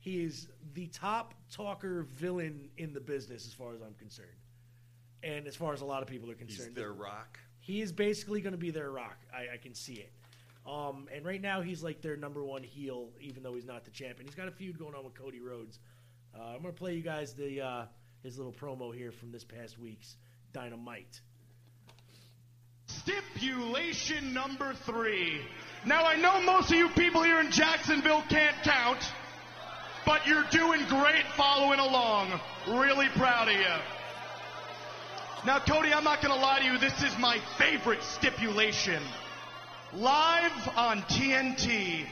He is the top talker villain in the business, as far as I'm concerned, and as far as a lot of people are he's concerned. their rock. He is basically going to be their rock. I, I can see it. Um, and right now he's like their number one heel, even though he's not the champion. He's got a feud going on with Cody Rhodes. Uh, I'm going to play you guys the uh, his little promo here from this past week's Dynamite. Stipulation number three. Now, I know most of you people here in Jacksonville can't count, but you're doing great following along. Really proud of you. Now, Cody, I'm not going to lie to you, this is my favorite stipulation. Live on TNT,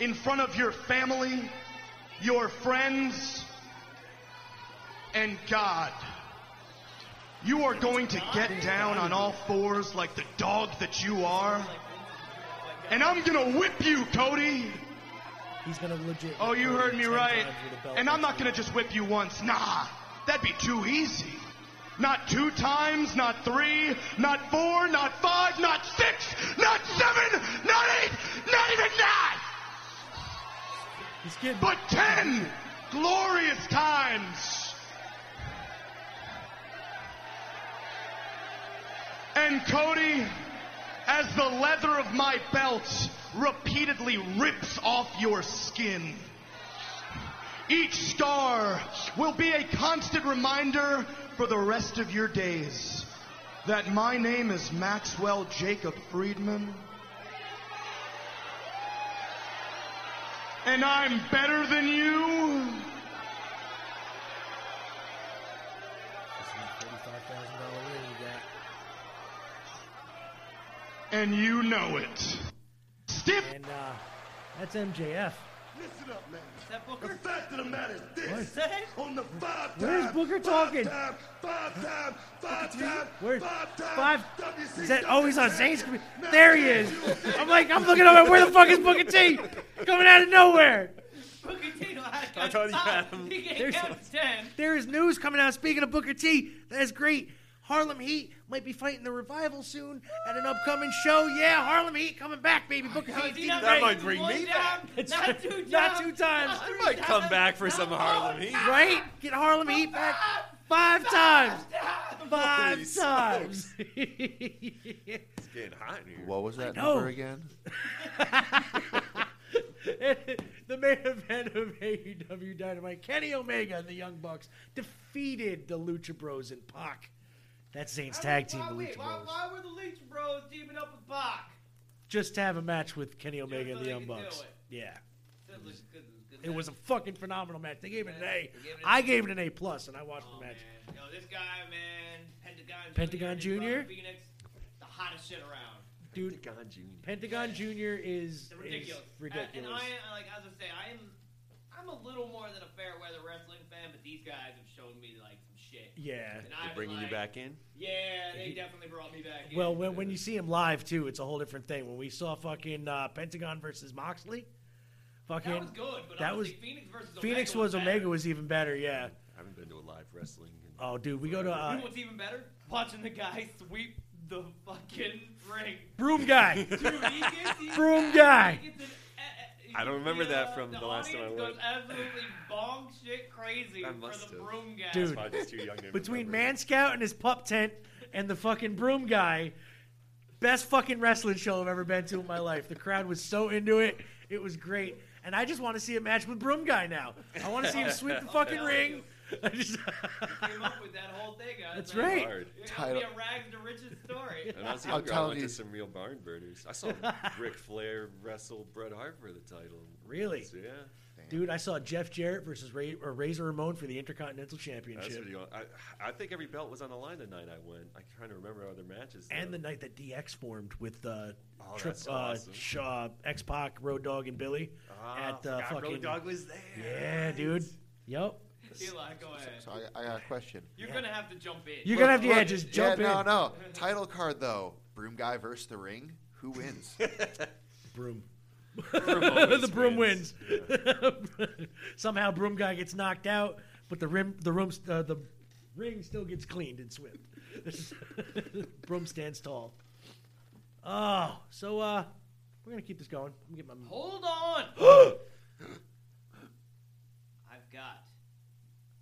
in front of your family, your friends, and God. You are going to get down on all fours like the dog that you are. And I'm going to whip you, Cody. He's going to legit. Oh, you heard me Ten right. times with a belt And I'm not going to just whip you once. Nah, that'd be too easy. Not two times, not three, not four, not five, not six, not seven, not eight, not even nine. But ten glorious times. And Cody, as the leather of my belt repeatedly rips off your skin, each scar will be a constant reminder for the rest of your days that my name is Maxwell Jacob Friedman. And I'm better than you. And you know it. Stiff. And uh, that's MJF. Listen up, man. The fact of the matter is this. On the five Where's time, Booker five talking? Time, five time, five time, Where's five time. five? WCW Is that? Oh, he's on Zane's. champion. computer. There he is. I'm like, I'm looking over. Where the fuck is Booker T? Coming out of nowhere. I told you had him. There's, there is news coming out. Speaking of Booker T, that's great. Harlem Heat might be fighting the revival soon at an upcoming show. Yeah, Harlem Heat coming back, Oh, baby. Booker T. He not That might bring me back. That's Not right. two Not jobs, two times. I might come back for some Harlem Heat. Right? Get Harlem Heat back five times. Five Holy times. It's getting hot in here. What was that know. number again? the main event of AEW Dynamite, Kenny Omega and the Young Bucks defeated the Lucha Bros and Pac. That's Zane's tag team, the Lucha Wait, why, Bros. why were the Leech Bros teaming up with Bach? Just to have a match with Kenny Omega and so the they Young could do Bucks. it. Yeah. That looks good. that looks good. It was a fucking phenomenal match. They gave it an A. They gave it an I A. Oh, gave it an A plus, and I watched the match. Yo, this guy, man, Pentagon. Pentagon Jr. Jr.? and Bobby Phoenix, the hottest shit around. Dude, Pentagon Junior is It's ridiculous. ridiculous. Is And ridiculous. I, I- like as I say, I am, I'm a little more than a fair weather wrestling fan, but these guys have shown me like some shit. Yeah. And They're I've been bringing you like, back in? Yeah, they definitely brought me back. Well, in. when, when you see him live too, it's a whole different thing. When we saw fucking uh, Pentagon versus Moxley, fucking that was good, but that was honestly, Phoenix versus Phoenix Omega was Omega was even better. Yeah. I haven't been to a live wrestling. in- Oh, dude, we go to you uh, know what's even better? Watching the guy sweep the fucking ring. Broom guy. Dude, he gets, he, Broom guy. He gets an, I don't remember that from the, last time I audience goes went. absolutely bong shit crazy I for must the have. broom guy. dude between Man Scout and his pup tent and the fucking broom guy. Best fucking wrestling show I've ever been to in my life. The crowd was so into it. It was great. And I just want to see a match with Broom Guy now. I want to see him sweep the Oh, fucking yeah. ring. I just came up with that whole thing. I was That's like, right. Hard. It's gonna be Title- a rags to riches story. And I was I'm younger, I telling went you. to some real barn burners. I saw Ric Flair wrestle Bret Hart for the title. Really? So, yeah. Dude, I saw Jeff Jarrett versus Ray, or Razor Ramon for the Intercontinental That's Championship. what you want. I, I think every belt was on the line the night I went. I'm trying to remember other matches. And the though. night that DX formed with uh, Oh, Trip, that's uh, awesome. Shaw, X Pac, Road Dog, and Billy Ah, at uh, forgot Road fucking Dogg was there. Yeah, dude. Yep. Eli, go ahead. So I, I got a question. You're gonna have to jump in. You're gonna have to- yeah, Look, just yeah, jump No, in. no. Title card though. Broom guy versus the ring. Who wins? Broom. always the broom wins. wins. Somehow, broom guy gets knocked out, but the rim, the room, uh, the ring still gets cleaned and swept. broom stands tall. Oh, so uh, we're gonna keep this going. I'm gonna get my Hold on. I've got,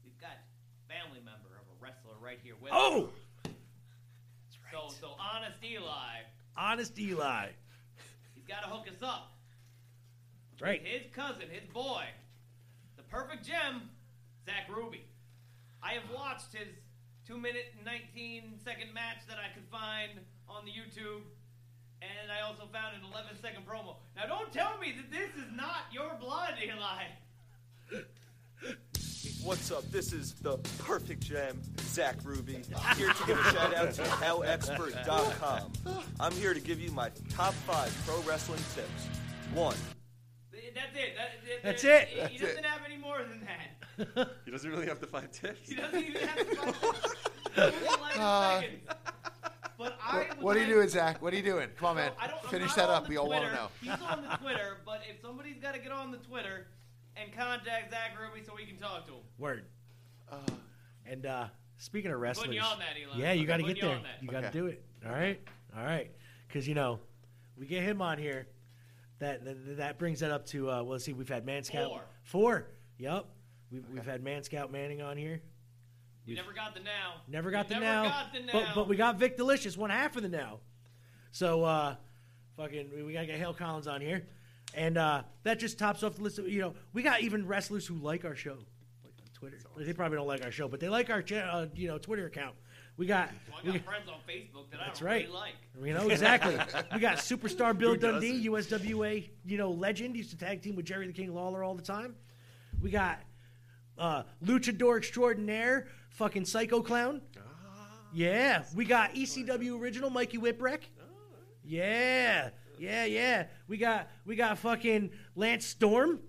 we've got a family member of a wrestler right here with us. Oh! That's So, so honest Eli, Honest Eli. he's got to hook us up. Right. His cousin, his boy, the perfect gem, Zach Ruby. I have watched his two minute and 19 second match that I could find on the YouTube, and I also found an 11 second promo. Now, don't tell me that this is not your blood, Eli. What's up? This is the perfect gem, Zach Ruby, here to give a shout out to LExpert.com. I'm here to give you my top five pro wrestling tips. One, Th- That's it. That- that- That's that- it. He, That's doesn't it. have any more than that. He doesn't really have the five tips. He doesn't even have to fight. Uh, But I What, would what are you like- doing, Zach? What are you doing? Come on, man. I don't, I'm Finish not that on up. the We all want to Twitter. know. He's on the Twitter, but if somebody's got to get on the Twitter and contact Zach Ruby so we can talk to him. Word. and uh, speaking of wrestlers, you on that, Eli. yeah, you Okay, got to putting get you there. on that. You got to Okay. do it. All right, all right, because you know we get him on here. That that, that brings that up to uh, well, let's see, we've had Man Scout Four. four. Yep, we've, we've had Man Scout Manning on here. We never got the now. Never got we the never now, Got the now. But, but we got Vic Delicious, one half of the now. So uh, fucking, we, we gotta get Hale Collins on here, and uh, that just tops off the list. Of, you know, we got even wrestlers who like our show, like on Twitter. They probably don't like our show, but they like our cha- uh, you know Twitter account. We got, Well, I we got got friends on Facebook that that's I don't right. really like. You know exactly. we got superstar Bill Who doesn't? Dundee, USWA, you know legend. He used to tag team with Jerry the King Lawler all the time. We got uh, luchador extraordinaire, fucking psycho clown. Ah. Yeah, we got ECW original Mikey Whipwreck. Ah. Yeah, yeah, yeah. We got we got fucking Lance Storm.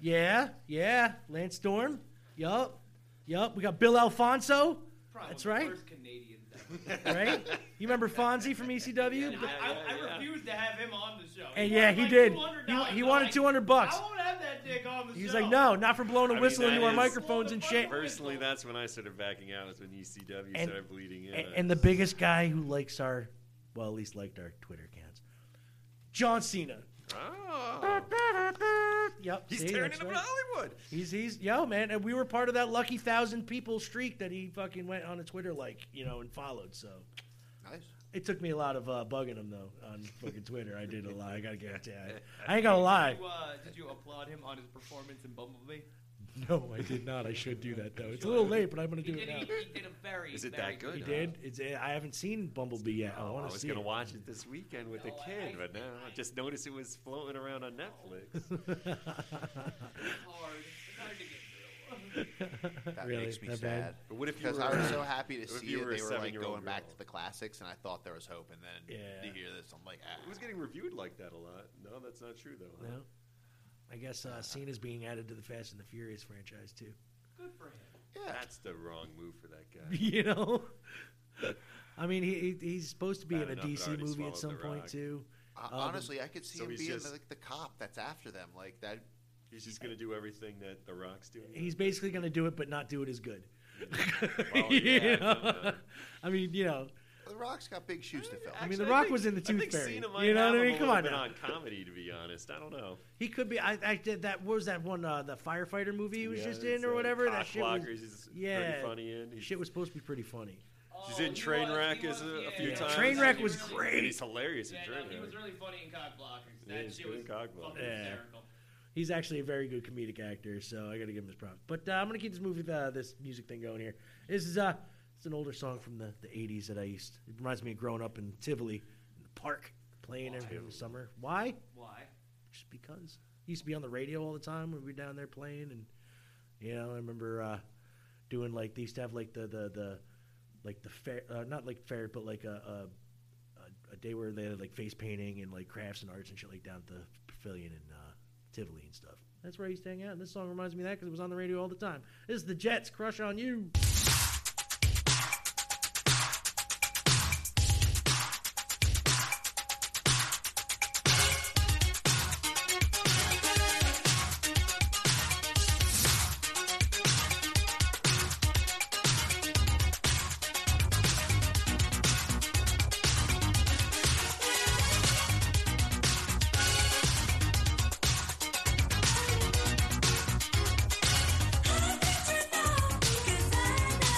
Yeah, yeah, Lance Storm. Yup, yup. We got Bill Alfonso. Probably That's the right, First Canadian. right. You remember Fonzie from E ECW? I, I, I refuse to have him on the show. wanted And yeah, he like did. $200. He, he wanted 200 bucks. I won't have that dick on the He's show. like, no, not for blowing a whistle that into our is- microphones and shit. Personally, that's when I started backing out. Is when ECW And- started bleeding in. And, and the biggest guy who likes our, well, at least liked our Twitter accounts, John Cena. Oh. Yep. He's see, tearing that's it up right. in Hollywood. He's he's yo man, and we were part of that lucky thousand people streak that he fucking went on a Twitter like you know and followed. So nice. It took me a lot of uh, bugging him though on fucking Twitter. I did a lot. I gotta get that. I ain't gonna lie. Did you, uh, did you applaud him on his performance in Bumblebee? No, I did not. I should do that though. It's a little late, but I'm gonna He do it did, now. He, he did a very. Is it very that good? He did. It's, I haven't seen Bumblebee yet. I I want to was see. gonna it. watch it this weekend with the kid, but now I just noticed it was floating around on Netflix. hard. It's hard to get That Really? makes me That bad? sad. But what if you because were- I was so happy what to if see you it. were a They were like seven-year-old going back to the classics, and I thought there was hope. And then Yeah. to hear this, I'm like, ah. It was getting reviewed like that a lot. No, that's not true though. huh? No. I guess uh, Cena's being added to the Fast and the Furious franchise too. Good for him. That's the wrong move for that guy. you know, I mean, he, he he's supposed to be Bad in a enough it DC already movie swallowed at the some point rock. too. Uh, Um, honestly, I could see so him he's being just- the, like the cop that's after them. Like that. He's just gonna do everything that The Rock's doing. he's basically going to do it, but not do it as good. Well, You yeah, know? sometimes. I mean, you know, The Rock's got big shoes to fill. I mean, The Rock was in the I Tooth think Fairy. Cena You might know have what him I a mean? Come little on bit now. on comedy, to be honest. I don't know. He could be. I, I did that. What was that one? Uh, the firefighter movie he was Yeah, just it's, in, or uh, whatever. that Cock shit was. Blockers, he's pretty yeah, funny in. He's- shit was supposed to be pretty funny. He's in Trainwreck as a, a few Yeah. times. Trainwreck was And great. He's hilarious in Yeah, no, he was Trainwreck. really funny in cock blockers. Yeah, That he's shit good was in cock fucking blockers. Yeah. hysterical. He's actually a very good comedic actor, so I got to give him his props. But uh, I'm gonna keep this movie, uh, this music thing going here. This is uh, it's an older song from the, the '80s that I used. It reminds me of growing up in Tivoli, in the park, playing every summer. Why? Why? Just because. It used to be on the radio all the time when we were down there playing, and you know, I remember uh, doing like they used to have like the the the like the fair, uh, not like fair, but like a. a a- a day where they had like face painting and like crafts and arts and shit like down at the pavilion in uh, Tivoli and stuff. That's where I used to hang out. And this song reminds me of that because it was on the radio all the time. This is the Jets' "Crush on You." Cause I know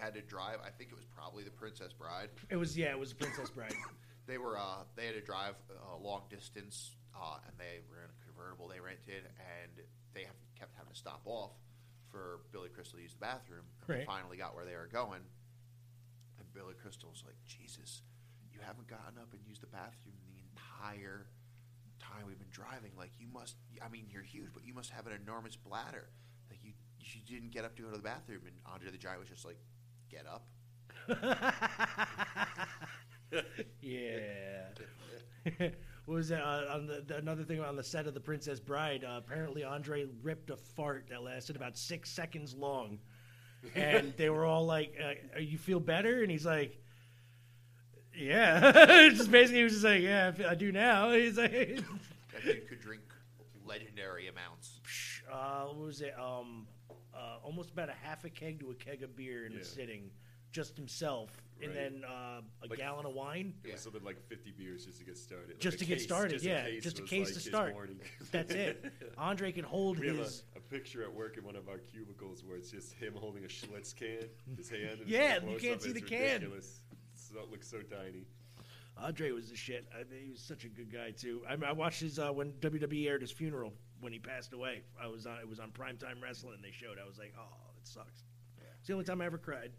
had to drive. I think it was probably the Princess Bride. It was yeah, it was Princess Bride. They were uh, they had to drive a long distance, uh, and they were in a convertible they rented, and they have, kept having to stop off for Billy Crystal to use the bathroom. And They Right. finally got where they were going, and Billy Crystal was like, "Jesus, you haven't gotten up and used the bathroom the entire time we've been driving. Like you must. I mean, you're huge, but you must have an enormous bladder. Like you, you didn't get up to go to the bathroom." And Andre the Giant was just like, "Get up." yeah. what was that uh, on the, the- another thing on the set of the Princess Bride? Uh, apparently, Andre ripped a fart that lasted about six seconds long, and they were all like, uh, "You feel better?" And he's like, "Yeah." just basically, he was just like, "Yeah, I, feel, I do now." He's like, That dude could drink legendary amounts. uh, "What was it? Um, uh, almost about a half a keg to a keg of beer in Yeah. a sitting, just himself, and Right. then uh, a Like- gallon of wine." It was something like 50 beers just to get started. Like just a to get case- started, just yeah, A case just a was case like to his start. morning. That's it. Andre can hold we have his- A, a picture at work in one of our cubicles where it's just him holding a Schlitz can, his hand. and Yeah, it's a you close-up. can't see It's the can. ridiculous. It's- It looks so tiny. Andre was the shit. I mean, he was such a good guy too. I, mean, I watched his uh, when WWE aired his funeral when he passed away. I was on it was on Primetime Wrestling. They showed. I was like, oh, it sucks. It's the only time I ever cried.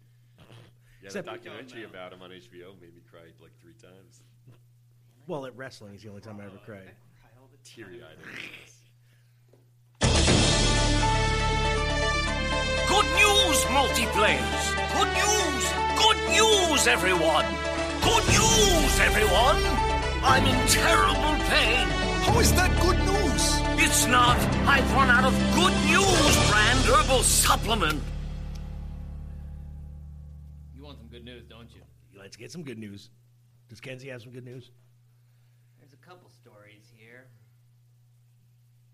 Yeah, Except- the documentary about him on HBO made me cry like three times. Well, at wrestling is the only time I ever cried. Teary eyed. Good news, multiplayers! Good news! Good news, everyone! Good news, everyone! I'm in terrible pain. How is that good news? It's not. I've run out of good news brand herbal supplement. You want some good news, don't you? Let's get some good news. Does Kenzie have some good news? There's a couple stories here.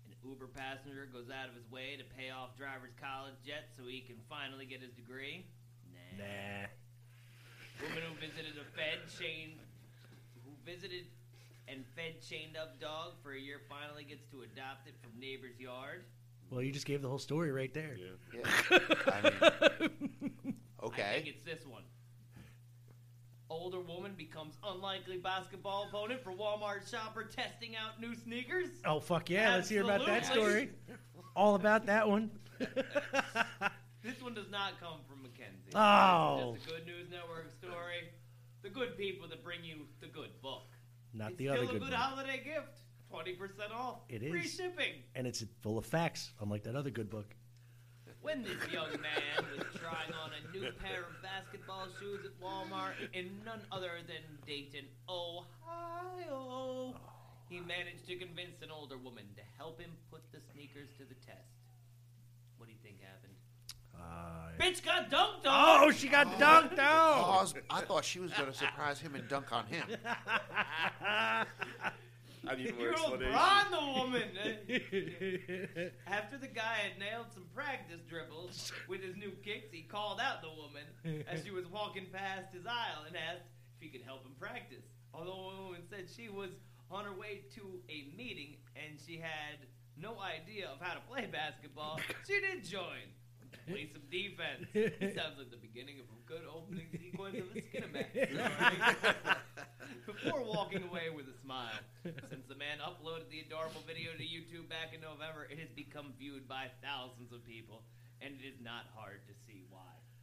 An Uber passenger goes out of his way to pay off driver's college debt so he can finally get his degree. Nah. Woman who visited a fed chain, who visited and fed chained up dog for a year finally gets to adopt it from neighbor's yard. Well, you just gave the whole story right there. I think it's this one. Older woman becomes unlikely basketball opponent for Walmart shopper testing out new sneakers. oh fuck yeah! Let's hear about that story. Absolutely. All about that one. This one does not come from Mackenzie. Oh. It's just a Good News Network story. The good people that bring you the good book. Not it's the still other a good good, one. holiday gift. Twenty percent off. It Free is. shipping. And it's full of facts, unlike that other good book. When this young man was trying on a new pair of basketball shoes at Walmart in none other than Dayton, Ohio, he managed to convince an older woman to help him put the sneakers to the test. What do you think happened? Bitch got dunked on! Oh, she got dunked on! Oh, I, was- I thought she was going to surprise him and dunk on him. I need You're LeBron the woman. After the guy had nailed some practice dribbles with his new kicks, he called out the woman as she was walking past his aisle and asked if he could help him practice. Although the woman said she was on her way to a meeting and she had no idea of how to play basketball, she did join. Play some defense. This sounds like the beginning of a good opening sequence of a Skinamax. Before walking away with a smile, since the man uploaded the adorable video to YouTube back in November, it has become viewed by thousands of people, and it is not hard to see why.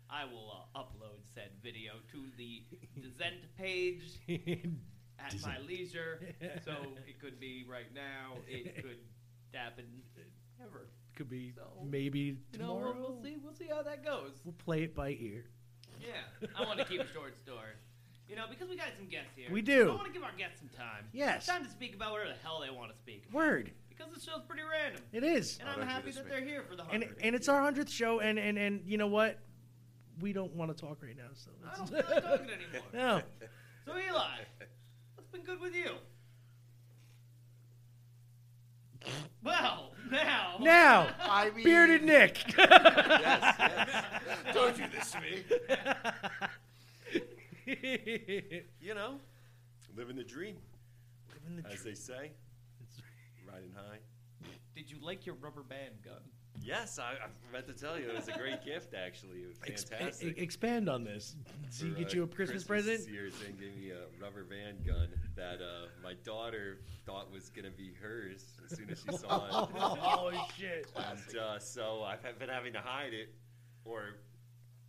I will uh, upload said video to the Dissent page at my Dissent. leisure, so it could be right now, it could happen uh, ever. Could be So, maybe You know, we'll, tomorrow. we'll see. We'll see how that goes. We'll play it by ear. Yeah, I want to keep it short story. You know, because we got some guests here. We do. I want to give our guests some time. Yes. Time to speak about whatever the hell they want to speak. Word. Because the show's pretty random. It is. And I'm happy that they're here for the And, hundred. and it's our hundredth show, and, and and you know what? We don't want to talk right now, so I don't feel like talking anymore. No. So Eli, what's been good with you? Well, now. Now, bearded Nick. Don't do this to me. you know, living the dream. Living the as they say. Riding high. Did you like your rubber band gun? Yes, I, I meant to tell you it was a great gift. Actually, it was Ex- fantastic. e- expand on this. Does he for, get uh, you a Christmas, present? Years and gave me a rubber band gun that uh, my daughter thought was gonna be hers as soon as she saw it. Oh, shit. And uh, so I've been having to hide it, or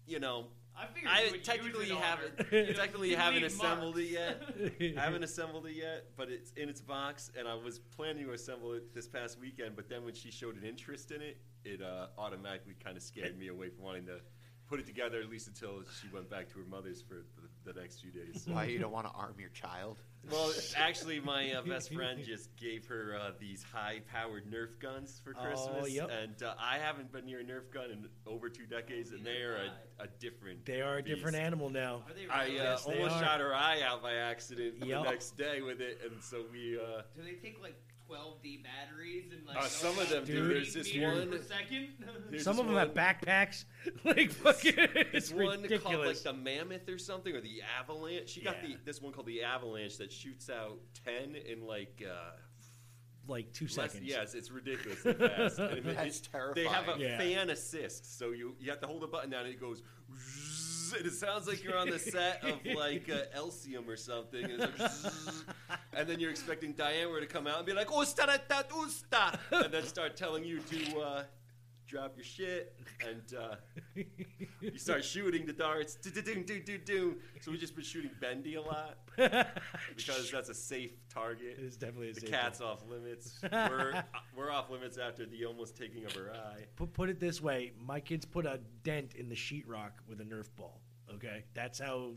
you know, I figured you would I use technically it on haven't her. You know, technically you haven't leave assembled marks. it yet. I haven't assembled it yet, but it's in its box, and I was planning to assemble it this past weekend. But then when she showed an interest in it, it uh, automatically kind of scared me away from wanting to. Put it together at least until she went back to her mother's for the, the next few days. Why you don't want to arm your child? Well, actually, my uh, best friend just gave her uh, these high-powered Nerf guns for Oh, Christmas, yep. and uh, I haven't been near a Nerf gun in over two decades, and they are a, a different. They are a different beast. animal now. I uh, Yes, they almost are. shot her eye out by accident Yep. the next day with it, and so we. Uh, Do they take like 12D batteries and like Uh, some of them do. Dude, There's this one- per second? There's Some this of them have backpacks. like fucking, it's this one called like ridiculous. the mammoth or something, or the avalanche. She got the this one called the avalanche that shoots out ten in like. Uh, Like two Less- seconds. yes, it's ridiculously fast. And it- That's it- They have a terrifying. Yeah. fan assist, so you you have to hold the button down and it goes. zzz, And it sounds like you're on the set of like uh, Elsium or something, and, it's like, zzz, and then you're expecting Diane Ware to come out and be like "Usta da da usta," and then start telling you to uh, drop your shit, and uh, you start shooting the darts. Do-do-do, do-do-do. So we've just been shooting Bendy a lot because that's a safe target. It is definitely a the safe cat's off limits. We're we're off limits after the almost taking of her eye. Put, put it this way, my kids put a dent in the sheetrock with a Nerf ball. Okay, that's how.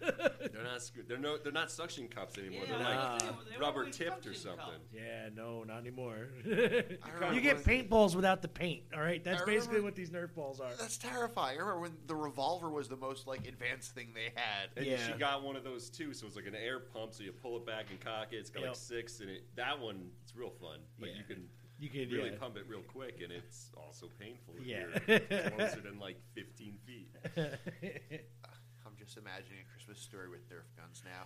They're not screw- they're no they're not suction cups anymore. they're Yeah, like they rubber tipped or something. Yeah, no, not anymore. remember you get when- paintballs without the paint. All right, that's I basically remember- what these Nerf balls are. That's terrifying. I remember when the revolver was the most like advanced thing they had. And she got one of those too, so it's like an air pump. So you pull it back and cock it. It's got Yep. like six in it. That one, it's real fun, but you can You can, really yeah. pump it real quick, and it's also painful. If Yeah. you're closer than like 15 feet. I'm just imagining a Christmas story with Nerf guns now.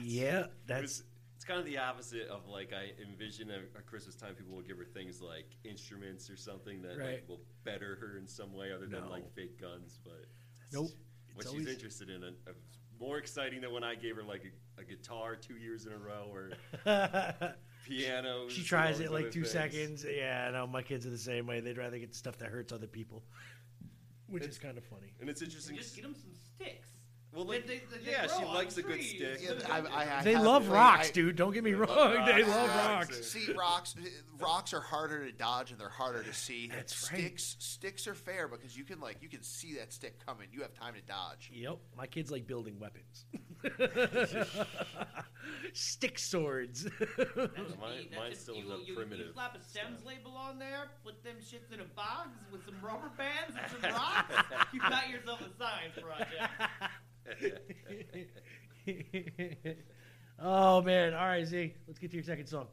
Yeah, It was- it's kind of the opposite of like I envision at at Christmas time people will give her things like instruments or something that Right. like, will better her in some way other than No. like fake guns. But Nope. what It's she's always- interested in it- it's more exciting than when I gave her like a, a guitar two years in a row or piano. She tries it like two seconds. Yeah, no, my kids are the same way. They'd rather get the stuff that hurts other people, which is kind of funny. And it's interesting. Just get them some sticks. Well, like, yeah, she likes a good stick. they love rocks, dude. Don't get me wrong. they love Rocks. rocks. See, rocks, rocks are harder to dodge and they're harder to see. sticks, sticks are fair because you can like you can see that stick coming. You have time to dodge. Yep, my kids like building weapons. Stick swords. Mine, mine still is a You, you primitive. slap a stems label on there, put them shits in a box with some rubber bands and some rocks. you got yourself a science project. oh man! All right, Z, let's get to your second song.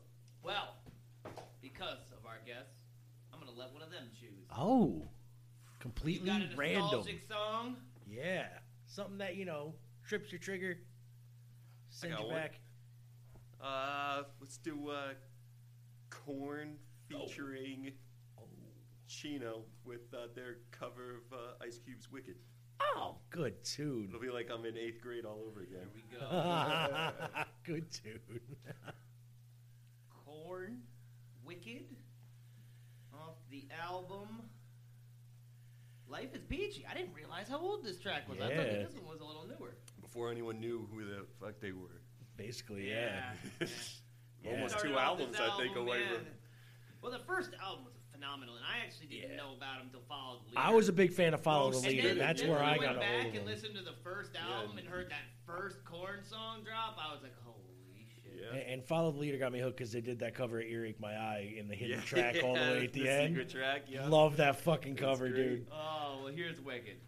well, because of our guests, I'm gonna let one of them choose. Oh, You got a completely nostalgic random. song. Yeah, something that you know trips your trigger, sends got you one. back. Uh, let's do uh, Corn Oh. featuring Chino with uh, their cover of uh, Ice Cube's "Wicked." Oh, good tune. It'll be like I'm in eighth grade all over again. Here we good tune. Corn, Wicked, off the album Life is Peachy. I didn't realize how old this track was. I thought Yeah. that this one was a little newer. Before anyone knew who the fuck they were. Basically, yeah. Yeah. Almost Started two off this albums, I think, album, away yeah. from. Well, the first album was phenomenal, and I actually didn't know about him until Follow the Leader. I was a big fan of Follow And the Leader. then- That's then where when I went got a back hold of and them. listened to the first album and heard that first Corn song drop. I was like, holy shit! A- And Follow the Leader got me hooked because they did that cover of Earache My Eye in the hidden Yeah, track all the way at the, the end. secret track, yeah. Love that fucking It's cover, dude. Oh, well, here's Wicked.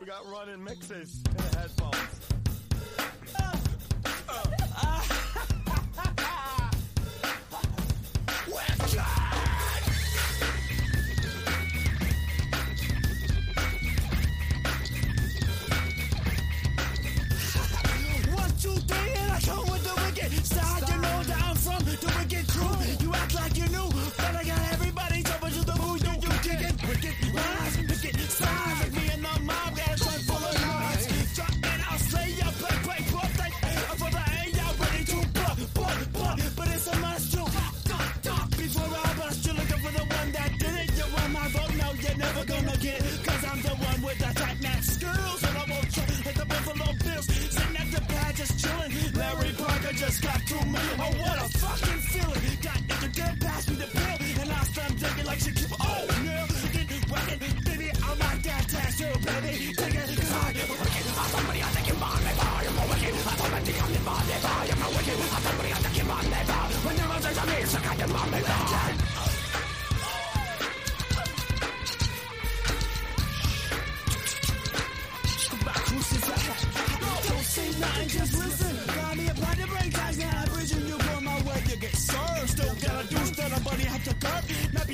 We got running mixes in the headphones. One, two, three, and I come with the wicked side. You know that I'm from the wicked crew. You act like you knew, but I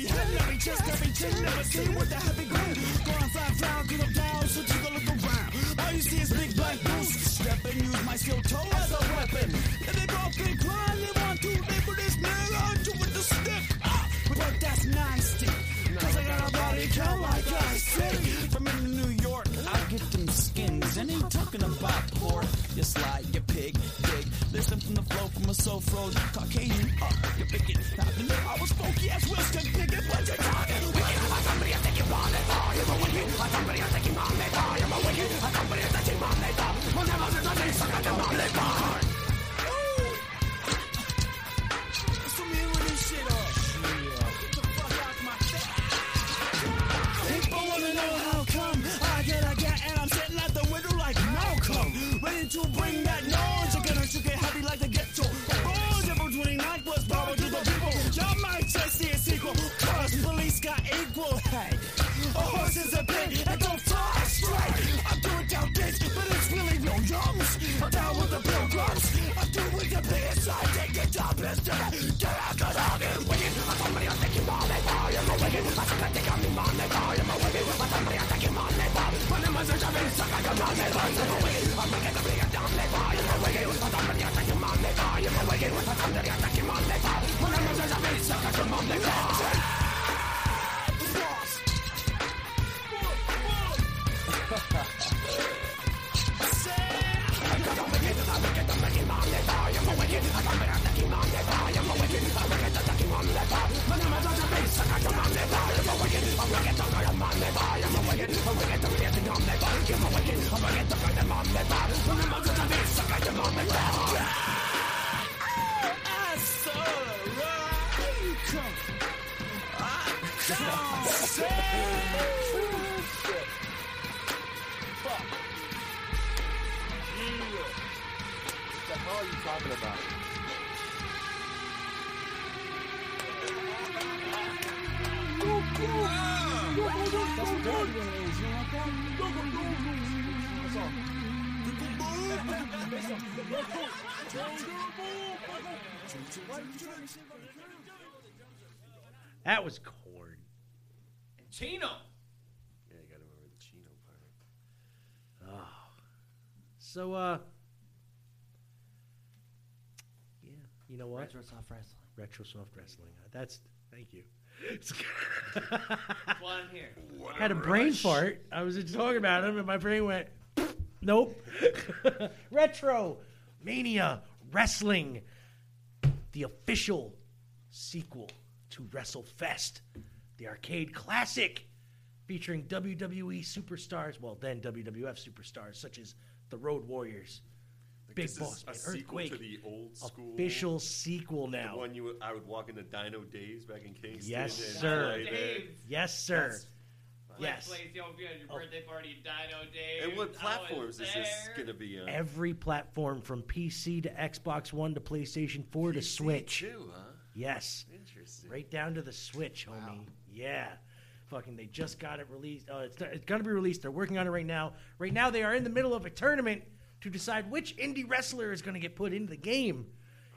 shit never seen what the heavy ground. Going fly, fly, get up down, so take a look around. All you see is big black boots. Step and use my steel toe as a weapon. If they both been crying, they want to label this nigga onto with the stick. Ah, but that's nasty. Cause I got a body count like I said. From in New York, I get them skins. And ain't talking about pork. You slide, you pig, dig. Listen from the flow from a soul froze. Caucasian up, you bigot. Now, you know I was funky as Wilson Pickett, but you're talking wicked. Like somebody I think you on it, oh, you're a wicked. Like somebody I think you on it, oh, you're a wicked. Like somebody I think you on it, oh, well, never did I think suck at your on it, oh. So me with this shit up. Get the fuck out my face. People wanna know how come I get, I get, and I'm sitting at the window like Malcolm. Ready to bring that noise again, I should get happy like the ghetto. Balls, April 29th was power to the people. Y'all might just see a sequel, cause police got equal pay. A horse is a pig, and don't fly straight. I do it down this, but it's really no drums. I'm down with the pilgrims. I do it the biggest, I take the job, it's different. Get out, cause I'll get wicked. I'm somebody, I think you want it, oh, you're a wicked. I think I think I'm in my neck, oh, you're a wicked. I'm somebody, I think you want it, oh, my name is Benjamin, suck at your mom, it, oh, you're a wicked. I'm making the bigger down, it, oh, you're a wicked. I'm somebody, I think you want it, oh, you're a wicked. I'm somebody, I think you want it, oh, my name is Benjamin, suck at your mom, it, oh. the hell are you talking about? That was corn. Chino. Yeah, you gotta remember the Chino part. Oh. So, uh, yeah, you know what? Retrosoft Wrestling. Retrosoft Wrestling. Uh, That's thank you. That's why I'm here. Had a brain fart. I was just talking about him, and my brain went, nope. Retro Mania Wrestling, the official sequel to WrestleFest, the arcade classic featuring WWE superstars, well, then WWF superstars such as the Road Warriors, Big this Boss, is a Man, sequel Earthquake. to the old school official sequel the now. one you would- I would walk into Dino Days back in Kingston. Yes, and sir. play there. Yes, sir. Yes. Yes. Oh. Place, yo, if you had your birthday party, Dino Day. And what platforms is this gonna be on? Every platform from PC to Xbox One to PlayStation 4 to Switch. too, huh? Yes. Interesting. Right down to the Switch, homie. Yeah. Fucking, they just got it released. Uh, it's, it's going to be released. They're working on it right now. Right now, they are in the middle of a tournament to decide which indie wrestler is going to get put into the game.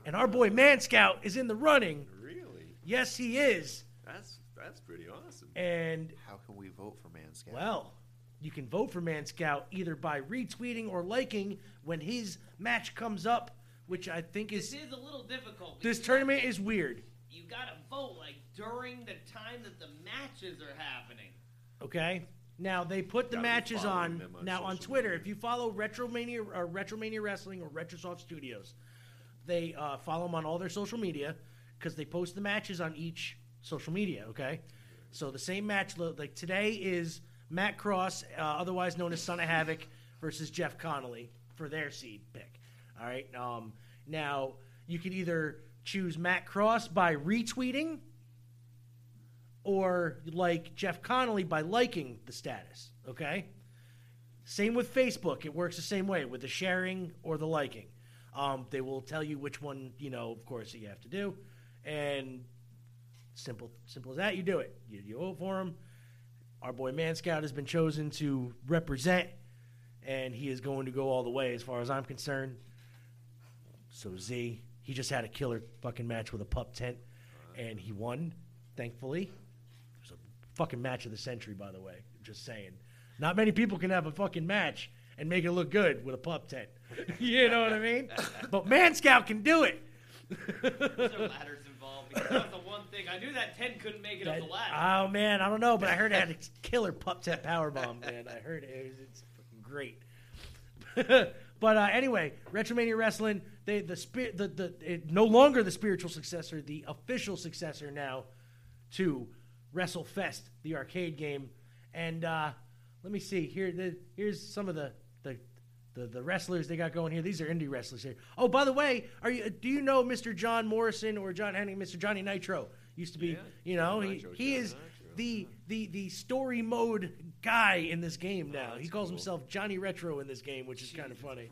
And our boy Man Scout is in the running. Really? Yes, he is. That's that's pretty awesome. And how can we vote for Manscaped? Well, you can vote for Man Scout either by retweeting or liking when his match comes up, which I think This is is a little difficult. this because tournament is weird. You gotta vote like during the time that the matches are happening. Okay. Now they put Gotta the be matches following on, them on now on social Twitter. If you follow Retromania or Retromania Wrestling or Retrosoft Studios, they uh, follow them on all their social media because they post the matches on each social media. Okay, so the same match lo- like today is Matt Cross, uh, otherwise known as Son of Havoc, versus Jeff Connolly for their seed pick. All right. Um, now you could either choose Matt Cross by retweeting or like Jeff Connolly by liking the status. Okay. Same with Facebook. It works the same way with the sharing or the liking. Um, they will tell you which one, you know, of course, that you have to do. And simple, simple as that, you do it. You, you vote for him. Our boy Man Scout has been chosen to represent, and he is going to go all the way as far as I'm concerned. So Z, he just had a killer fucking match with a pup tent, and he won, thankfully. It was a fucking match of the century, by the way. Just saying. Not many people can have a fucking match and make it look good with a pup tent. you know what I mean? But Man Scout can do it. There's no ladders involved. Because that was the one thing. I knew that 10 couldn't make it up the ladder. Oh man, I don't know, but I heard it had a killer pup tent power bomb. Man, I heard it. It was- it's fucking great. but uh, anyway, Retromania Wrestling, they the spi- the the it, no longer the spiritual successor, the official successor now to WrestleFest, the arcade game. And uh, let me see here. The, here's some of the, the the the wrestlers they got going here. These are indie wrestlers here. Oh, by the way, are you do you know Mr. John Morrison or John Henning, Mr. Johnny Nitro? Used to be, you know, he, Nitro, he Johnny is the the the story mode guy in this game Oh, now. he calls himself Johnny Retro in this game, which is kind of funny.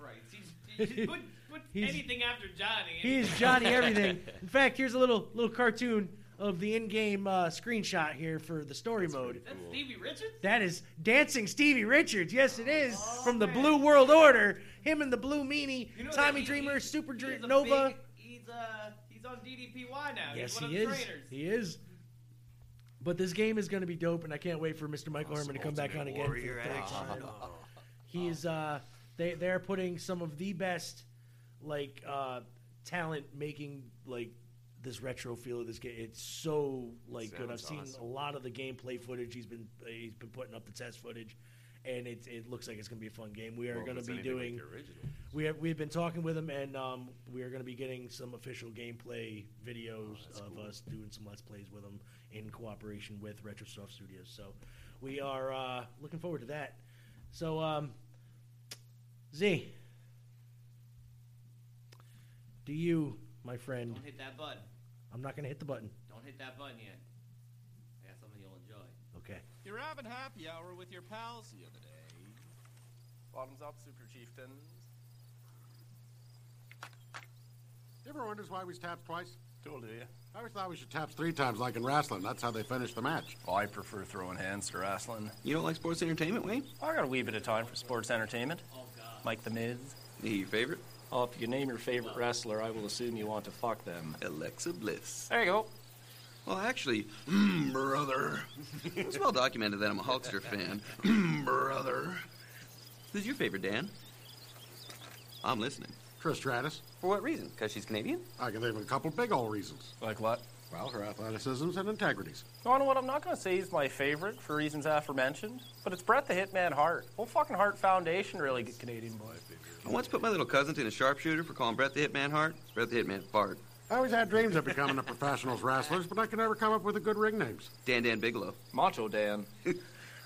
He's- he's- Put, put He's- anything after Johnny. He is Johnny everything. In fact, here's a little little cartoon of the in-game uh, screenshot here for the story mode. That's Stevie Richards? That is dancing Stevie Richards. Yes, it is from the Blue World Order. Him and the Blue Meanie, You know that Tommy he- Dreamer, Super Dr- he's a Nova. big- he's, uh, he's on DDPY now. Yes, he's one he of the is. trainers. He is. But this game is going to be dope, and I can't wait for Mr. Michael Herman to come back on again. For the Warrior third action. time. He is. Uh, they they're putting some of the best, like, uh, talent making like this retro feel of this game. It's so like good. I've Sounds seen a lot of the gameplay footage. He's been he's been putting up the test footage, and it it looks like it's going to be a fun game. We are Well, if going it's to be anything like doing. the original. We have, we've been talking with him, and um, we are going to be getting some official gameplay Oh, videos of us doing some let's plays with him in cooperation with RetroSoft Studios. So we are uh, looking forward to that. So um, Z, do you, my friend? Don't hit that button. I'm not going to hit the button. Don't hit that button yet. I got something you'll enjoy. Okay. You were having happy hour with your pals the other day. Bottoms up, Super Chieftains. You ever wonders why we was tapped twice? Told you. I always thought we should tap three times like in wrestling. That's how they finish the match. Well, Oh, I prefer throwing hands to wrestling. You don't like sports entertainment, Wayne? I got a wee bit of time for sports entertainment. Oh, Like the Miz. Your favorite? Oh, if you name your favorite wrestler, I will assume you want to fuck them. Alexa Bliss. There you go. Well, actually, mm, brother. It's well documented that I'm a Hulkster fan. Mm, brother. Who's your favorite, Dan? I'm listening. Trish Stratus. For what reason? Because she's Canadian? I can think of a couple big old reasons. Like what? Well, her athleticisms and integrities. You wanna know what? I'm not going to say he's my favorite for reasons aforementioned, but it's Bret the Hitman Hart. Whole fucking Hart Foundation really good Canadian boy. I once put my little cousins in a sharpshooter for calling Brett the Hitman Hart, Brett the Hitman Fart. I always had dreams of becoming a professional wrestlers, but I could never come up with a good ring names. Dan Dan Bigelow. Macho Dan.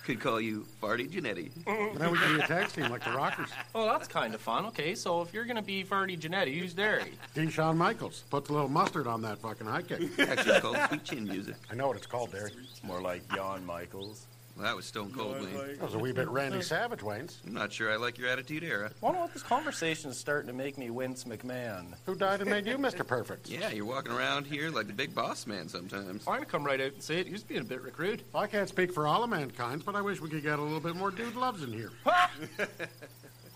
Could call you Farty Janetti. But then we could be a tag team like the Rockers. Oh, that's kind of fun. Okay, so if you're going to be Vardy Janetti, who's Derry? Dean Shawn Michaels puts a little mustard on that fucking high kick. Actually, it's called sweet chin music. I know what it's called, Derry. More like Jan Michaels. Well, that was Stone Cold Wayne. That was a wee bit Randy Savage, Wayne's. I'm not sure I like your attitude era. I don't know if this conversation is starting to make me Wince McMahon. Who died and made you Mr. Perfect? Yeah, you're walking around here like the big boss man sometimes. I'm gonna come right out and say it. You're just being a bit recrude. I can't speak for all of mankind, but I wish we could get a little bit more dude loves in here.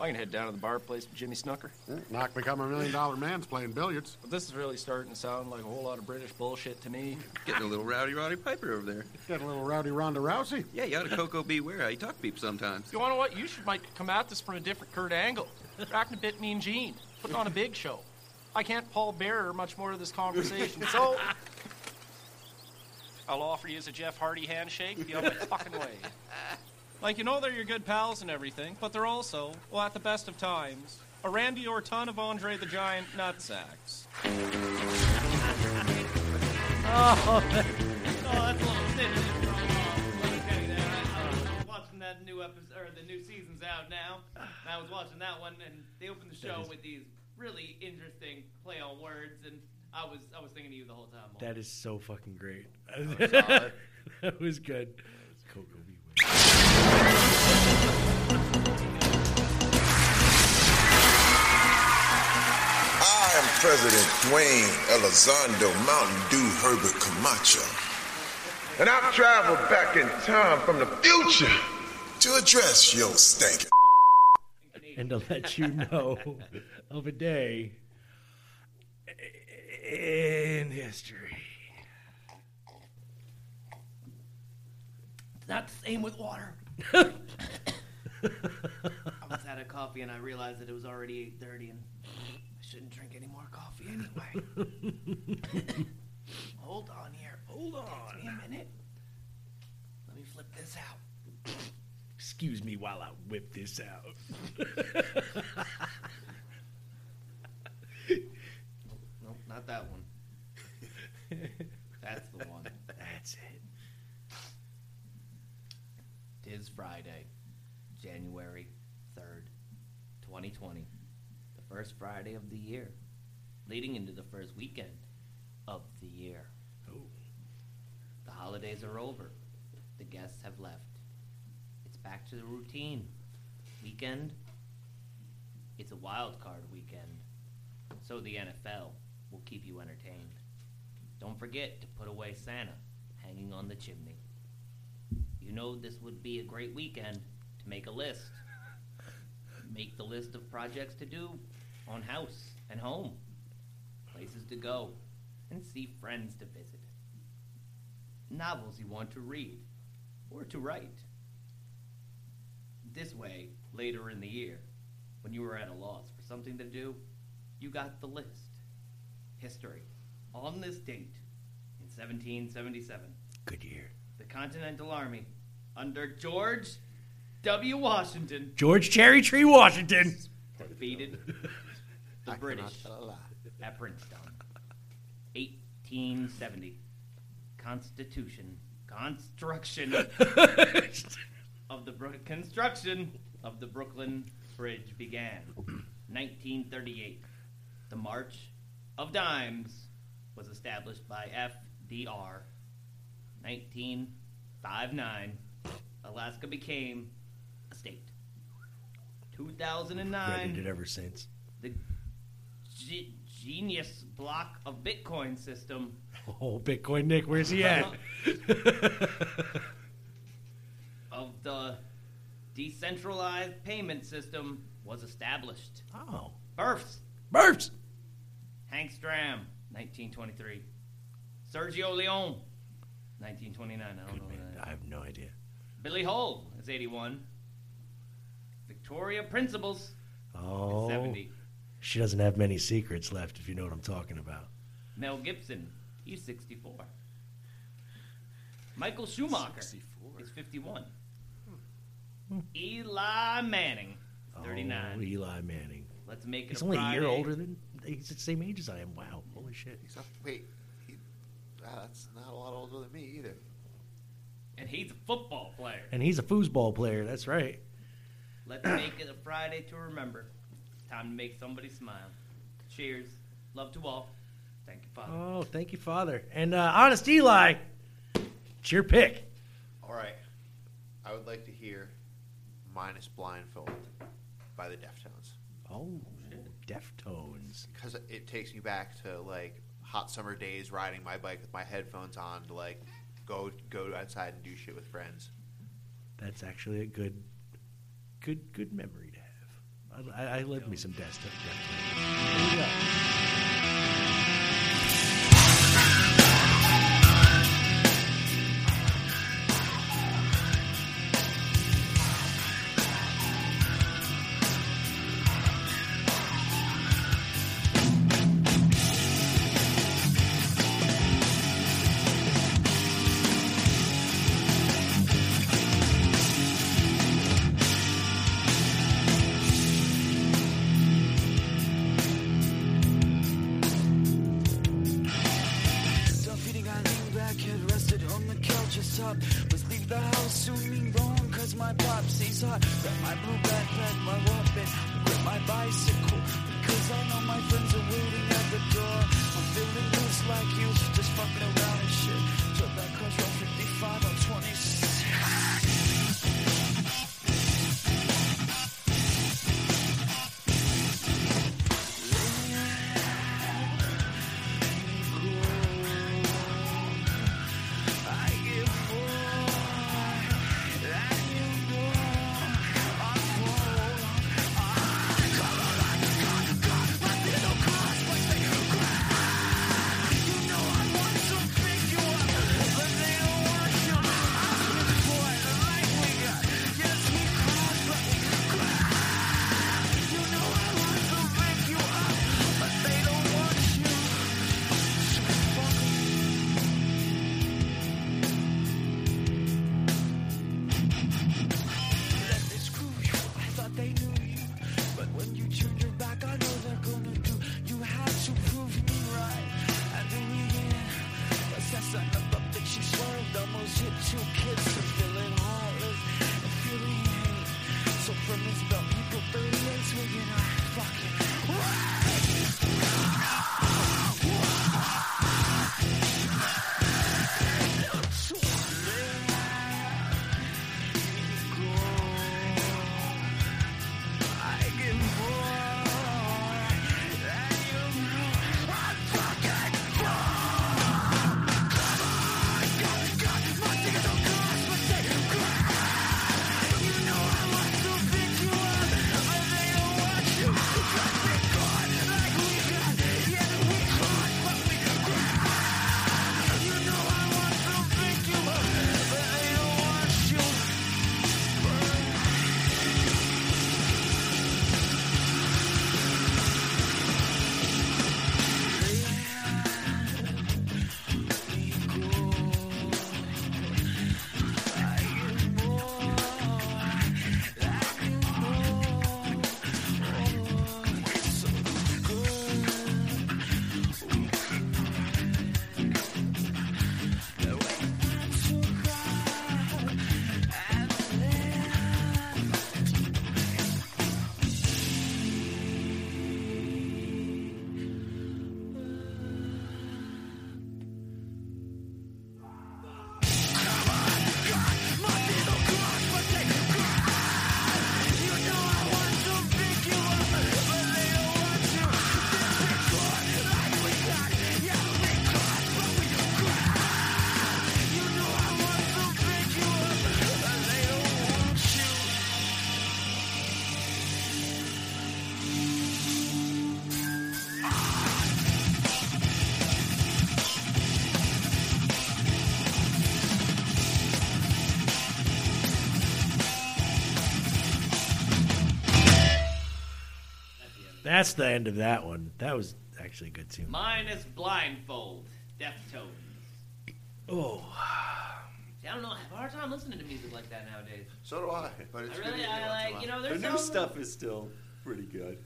I can head down to the bar place with Jimmy Snooker. Not become a million dollar man's playing billiards. But this is really starting to sound like a whole lot of British bullshit to me. Getting a little rowdy Roddy Piper over there. Getting a little rowdy Ronda Rousey. Yeah, you ought to Coco Beware. I talk beep sometimes. You wanna know what? You should might come at this from a different Kurt angle. Acting a bit mean Gene, putting on a big show. I can't Paul Bearer much more of this conversation, so I'll offer you as a Jeff Hardy handshake the other fucking way. Like you know they're your good pals and everything, but they're also, well at the best of times, a Randy Orton of Andre the Giant nutsacks. Oh, that's a little sensitive from uh, I'll tell you that. I, I was watching that new episode, or the new season's out now. And I was watching that one, and they opened the show is- with these really interesting play on words, and I was I was thinking of you the whole time. That is so fucking great. That That was was, solid. good. Coco Beware. I am President Dwayne Elizondo Mountain Dew Herbert Camacho. And I've traveled back in time from the future to address your stank. and to let you know of a day in history. not the same with water. I was out of coffee and I realized that it was already 8.30 and I shouldn't drink any more coffee anyway. Hold on here. Hold on. Takes me a minute. Let me flip this out. Excuse me while I whip this out. Nope, not that one. That's the one. That's it. Tis Friday, January 3rd, 2020. The first Friday of the year, leading into the first weekend of the year. Oh. The holidays are over. The guests have left. It's back to the routine. Weekend. It's a wild card weekend. So the NFL will keep you entertained. Don't forget to put away Santa hanging on the chimney. You know this would be a great weekend to make a list. Make the list of projects to do on house and home, places to go, and see friends to visit, novels you want to read or to write. This way, later in the year, when you are at a loss for something to do, you got the list. History. On this date, in 1777, Good year. the Continental Army, under George W. Washington, George Cherry Tree Washington. defeated the British at Princeton. 1870. Constitution. Construction of the Bro- construction of the Brooklyn Bridge began. 1938. The March of Dimes was established by FDR. 1959. Alaska became a state. 2009. Regretted it ever since. the ge- genius block of Bitcoin system. Oh, Bitcoin Nick, where's he at? of the decentralized payment system was established. Oh. Births. Burps. Hank Stram, 1923. Sergio Leone, 1929. I don't know that. I have no idea. Billy Hole is 81. Victoria Principles, Oh. 70. She doesn't have many secrets left, if you know what I'm talking about. Mel Gibson, he's 64. Michael Schumacher is 51. Eli Manning, Oh, 39. Eli Manning. Let's make it He's a only a year Friday. older than. He's the same age as I am. Wow. Holy shit. Wait, he, ah, that's not a lot older than me either. And he's a football player. And he's a foosball player. That's right. Let's make it a Friday to remember. Time to make somebody smile. Cheers. Love to all. Thank you, Father. Oh, thank you, Father. And uh, honest Eli, it's your pick. All right. I would like to hear Minus Blindfold by the Deftones. Oh, Deftones. Because it takes me back to like hot summer days riding my bike with my headphones on to like go go outside and do shit with friends. That's actually a good, good, good memory to have. I, I, I love me some Dest- Deftones. Here we go. Thank That's the end of that one. That was actually good too. Mine is blindfold. Deftone. Oh, See, I don't know. I have a hard time listening to music like that nowadays. So do I. But it's I really, I like, you know, the there's new some, stuff is still pretty good.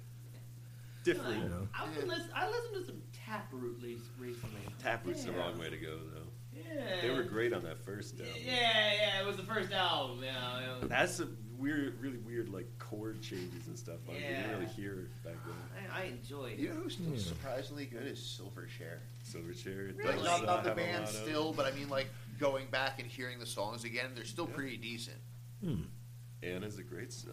Different. I, was listen, I listened to some Taproot leads recently. Taproot's the Yeah. wrong way to go, though. Yeah. They were great on that first album. Yeah, yeah, it was the first album. Yeah, yeah. That's a weird, really weird, like chord changes and stuff. Like, You didn't Yeah. really hear it back then. I, I enjoy it. You know who's still surprisingly good is Silverchair. Silverchair. Like does not, not the have a band lot of- still, but I mean like going back and hearing the songs again, they're still pretty decent. Hmm. Anna's a great song.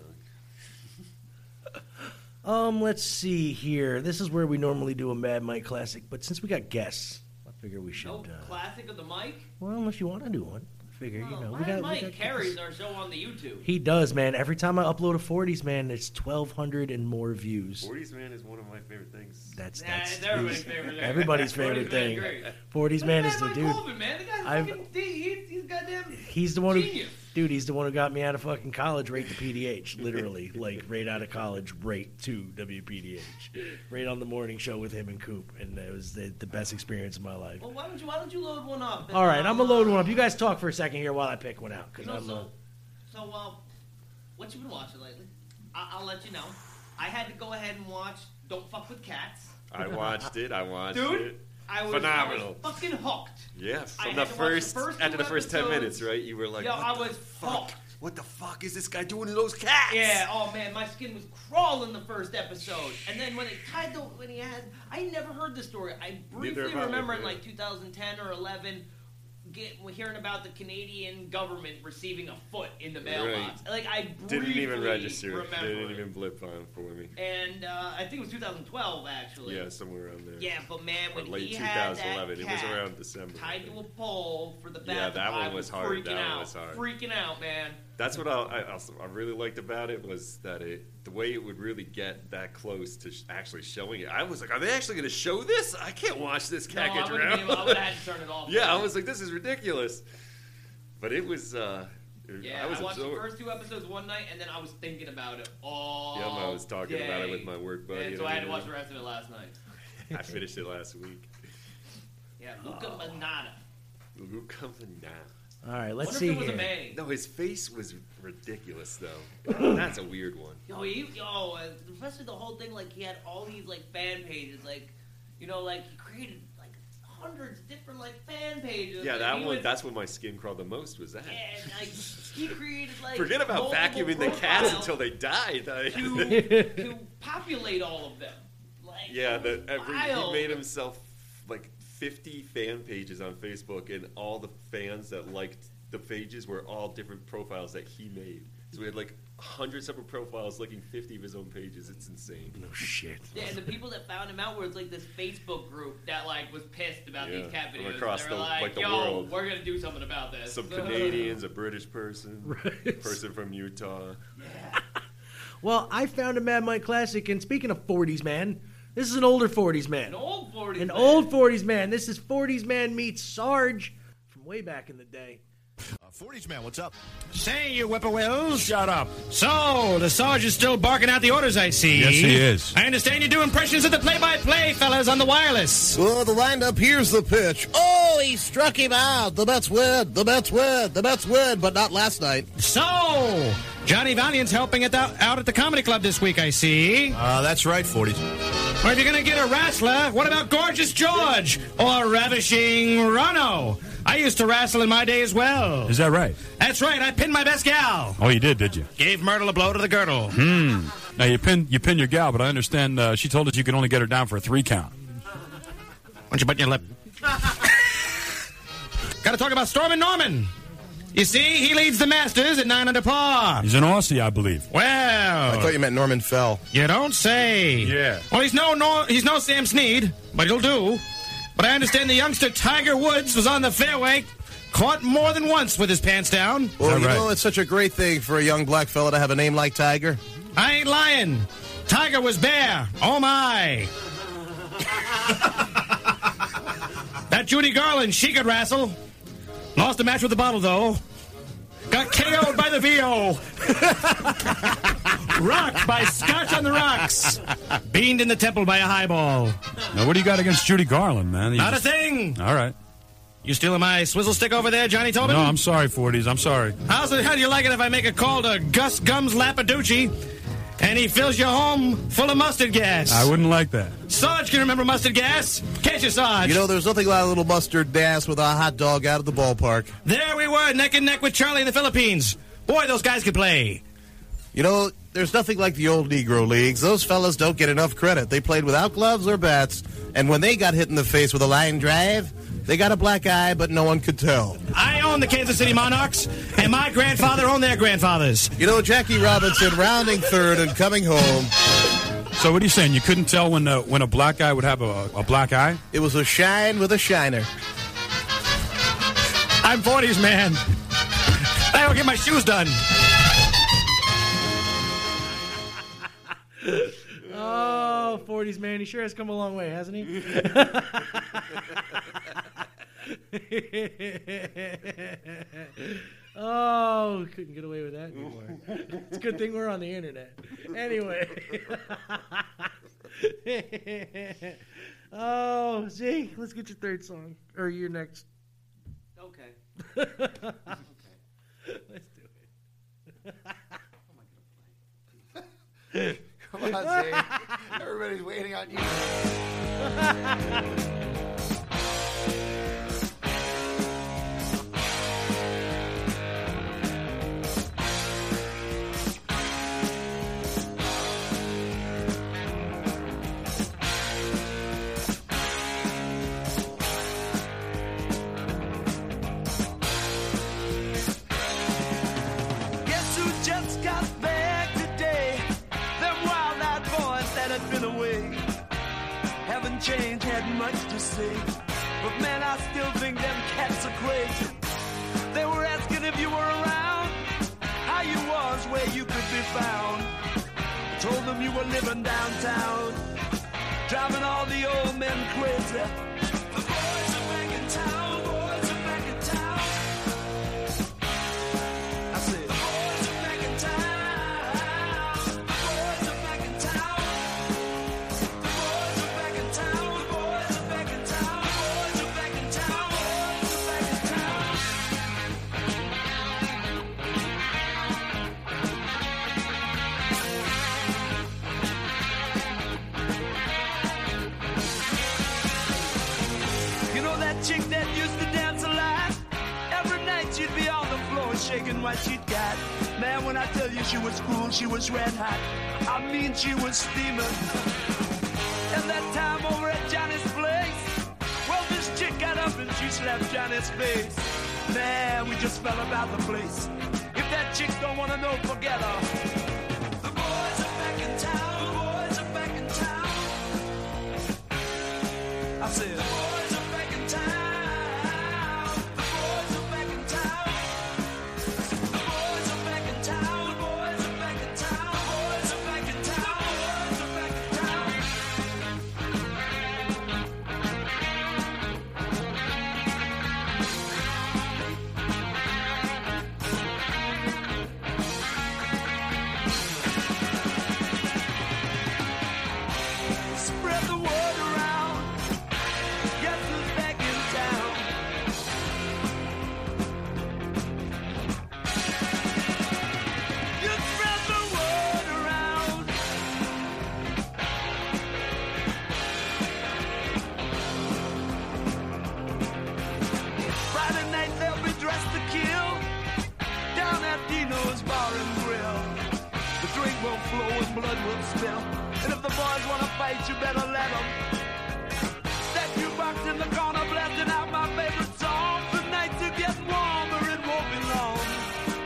um, let's see here. This is where we normally do a Mad Mike classic, but since we got guests, I figure we should. No Uh, Oh, classic of the mic. well, if you want to do one, I figure you know Oh, we Mad got, we Mike got carries guests. our show on the YouTube. He does, man. Every time I upload a 40s, man, it's 1,200 and more views. 40s Man is one of my favorite things. That's Nah, that's it's everybody's favorite. everybody's favorite 40s man, thing. great. Forties man is the dude. Colvin, man, the guy's I've- fucking. D- He, he's goddamn. He's the one Genius. who, dude. He's the one who got me out of fucking college, right to PDH, literally, like right out of college, right to WPDH, right on the morning show with him and Coop, and it was the, the best experience of my life. Well, why don't you why don't you load one up? All right, I'm gonna load one up. You guys talk for a second here while I pick one out, 'cause You know, I'm. uh, So, uh, what you been watching lately? I- I'll let you know. I had to go ahead and watch Don't Fuck with Cats. I watched it. I watched Dude, it. I was, phenomenal. I was fucking hooked. yeah, I had from the to watch the first, first after two the first ten episodes. minutes, right? You were like, Yo, what I the was fuck? hooked. What the fuck is this guy doing to those cats? Yeah. Oh man, my skin was crawling the first episode, and then when they tied the when he had, I never heard the story. I Neither briefly have I, remember in yeah. like 2010 or 11, get hearing about the Canadian government receiving a foot in the mailbox. Right. Like I briefly didn't even register. it. Remember They didn't it. even blip on for me. and uh, I think it was 2012 actually. Yeah, somewhere around there. Yeah, but man, Or when late he had 2011, that it was cat around December, I tied to a pole for the bathroom, Yeah, that one I was was hard. Freaking That one out, was hard. freaking out, man. That's what I, I, also- I really liked about it was that it the way it would really get that close to sh- actually showing it. I was like, are they actually going to show this? I can't watch this No, cat I get wouldn't be drowned. able- I would've had to turn it off. yeah, I was like, this is ridiculous. But it was. Uh, it- Yeah, I, I was watched the absorbed. first two episodes one night, and then I was thinking about it all. Yeah, I was talking about it day. with my work buddy. And and so I had to everything. watch the rest of it last night. I finished it last week. Yeah, Luca Manada. Luca Manata. All right, Wonder let's if see it was a here. man. No, his face was ridiculous though. That's a weird one. Yo, he, yo, uh, especially the whole thing, like, he had all these, like, fan pages, like, you know, like, he created, like, hundreds of different, like, fan pages. Yeah, Like, that he one. was- That's when my skin crawled the most. Was that? Yeah, and, like, he created, like, Forget about multiple vacuuming the cats profiles until they died. I- To, to populate all of them. Like, yeah, the, every, he wild. made himself like 50 fan pages on Facebook, and all the fans that liked the pages were all different profiles that he made. So we had like hundreds of profiles liking 50 of his own pages. It's insane. No shit. Yeah, and the people that found him out were like this Facebook group that like was pissed about Yeah, these cat from videos. across they were the- like, like the Yo, world. we're gonna do something about this. Some Canadians, a British person, person from Utah. Well, I found a Mad Mike classic, and speaking of 40s man, this is an older 40s man. An old 40s An man. old 40s man. This is 40s man meets Sarge from way back in the day. Uh, 40s man, what's up? Say you whippoorwills. Shut up. So, the sergeant's still barking out the orders, I see. Yes, he is. I understand you do impressions of the play by play, fellas, on the wireless. Well, the lineup, here's the pitch. Oh, he struck him out. The Mets win. The Mets win. The Mets win, but not last night. So, Johnny Valiant's helping at the, out at the comedy club this week, I see. Uh, that's right, 40s. Well, if you're going to get a wrestler, what about Gorgeous George or Ravishing Rano? I used to wrestle in my day as well. Is that right? That's right, I pinned my best gal. Oh, you did, did you? Gave Myrtle a blow to the girdle. Hmm. Now you pin you pin your gal, but I understand uh, she told us you could only get her down for a three count. Why don't you button your lip? Got to talk about Storm and Norman. You see, he leads the Masters at nine under par. He's an Aussie, I believe. Well, I thought you meant Norman fell. You don't say. Yeah. Well, he's no, no he's no Sam Snead, but he'll do. But I understand the youngster Tiger Woods was on the fairway, caught more than once with his pants down. Well, you know, it's such a great thing for a young black fella to have a name like Tiger. I ain't lying. Tiger was there. Oh my. that Judy Garland, she could wrestle. Lost a match with the bottle though. Got KO'd by the VO. Rocked by Scotch on the Rocks. Beamed in the temple by a highball. Now, what do you got against Judy Garland, man? You Not a just- thing. All right. You stealing my swizzle stick over there, Johnny Tobin? No, I'm sorry, 40s. I'm sorry. How's it, how do you like it if I make a call to Gus Gums Lapiducci and he fills your home full of mustard gas? I wouldn't like that. Sarge can remember mustard gas. Can't you, Sarge? You know, there's nothing like a little mustard dance with a hot dog out of the ballpark. there we were, neck and neck with Charlie in the Philippines. Boy, those guys could play. You know, there's nothing like the old Negro leagues. Those fellas don't get enough credit. They played without gloves or bats, and when they got hit in the face with a line drive, they got a black eye, but no one could tell. I own the Kansas City Monarchs, and my grandfather owned their grandfathers. You know, Jackie Robinson rounding third and coming home. So, what are you saying? You couldn't tell when a, when a black guy would have a, a black eye? It was a shine with a shiner. I'm 40s, man. I don't get my shoes done. Oh, 40s man, he sure has come a long way, hasn't he? oh, couldn't get away with that anymore. It's a good thing we're on the internet. Anyway. oh, Jake, let's get your third song. Or your next. Okay. Let's do it. Come on, Zane. Everybody's waiting on you. Guess who just got back today? Them wild-eyed boys that had been away haven't changed, had much to say. But man, I still think them cats are crazy. They were asking if you were around, how you was, where you could be found. I told them you were living downtown, driving all the old men crazy. The boys are back in town, boys are back in town. I said, the boys are back in town. The boys are back in town. The boys are back in town. The boys are back in town. The boys are back in town. Boys are back in town. You know that chick that used to dance a lot? Every night she'd be on the floor shaking what she'd got. Man, when I tell you she was cool, she was red hot. I mean, she was steaming. And that time over at Johnny's place, well, this chick got up and she slapped Johnny's face. Man, we just fell about the place. If that chick don't wanna know, forget her. The boys are back in town. The boys are back in town. I said, the boys are back in town. The boys are back in town. The boys are back in town. The boys are back in town. The boys are back in town. The boys are back in town. Spread the word around. Guess who's back in town? You spread the word around. Friday night they'll be dressed to kill down at Dino's Bar and Grill. The drink will flow and blood will spill. And if the boys wanna fight, you better let 'em. That jukebox in the corner blasting out my favorite song. The nights are getting warmer, it won't be long.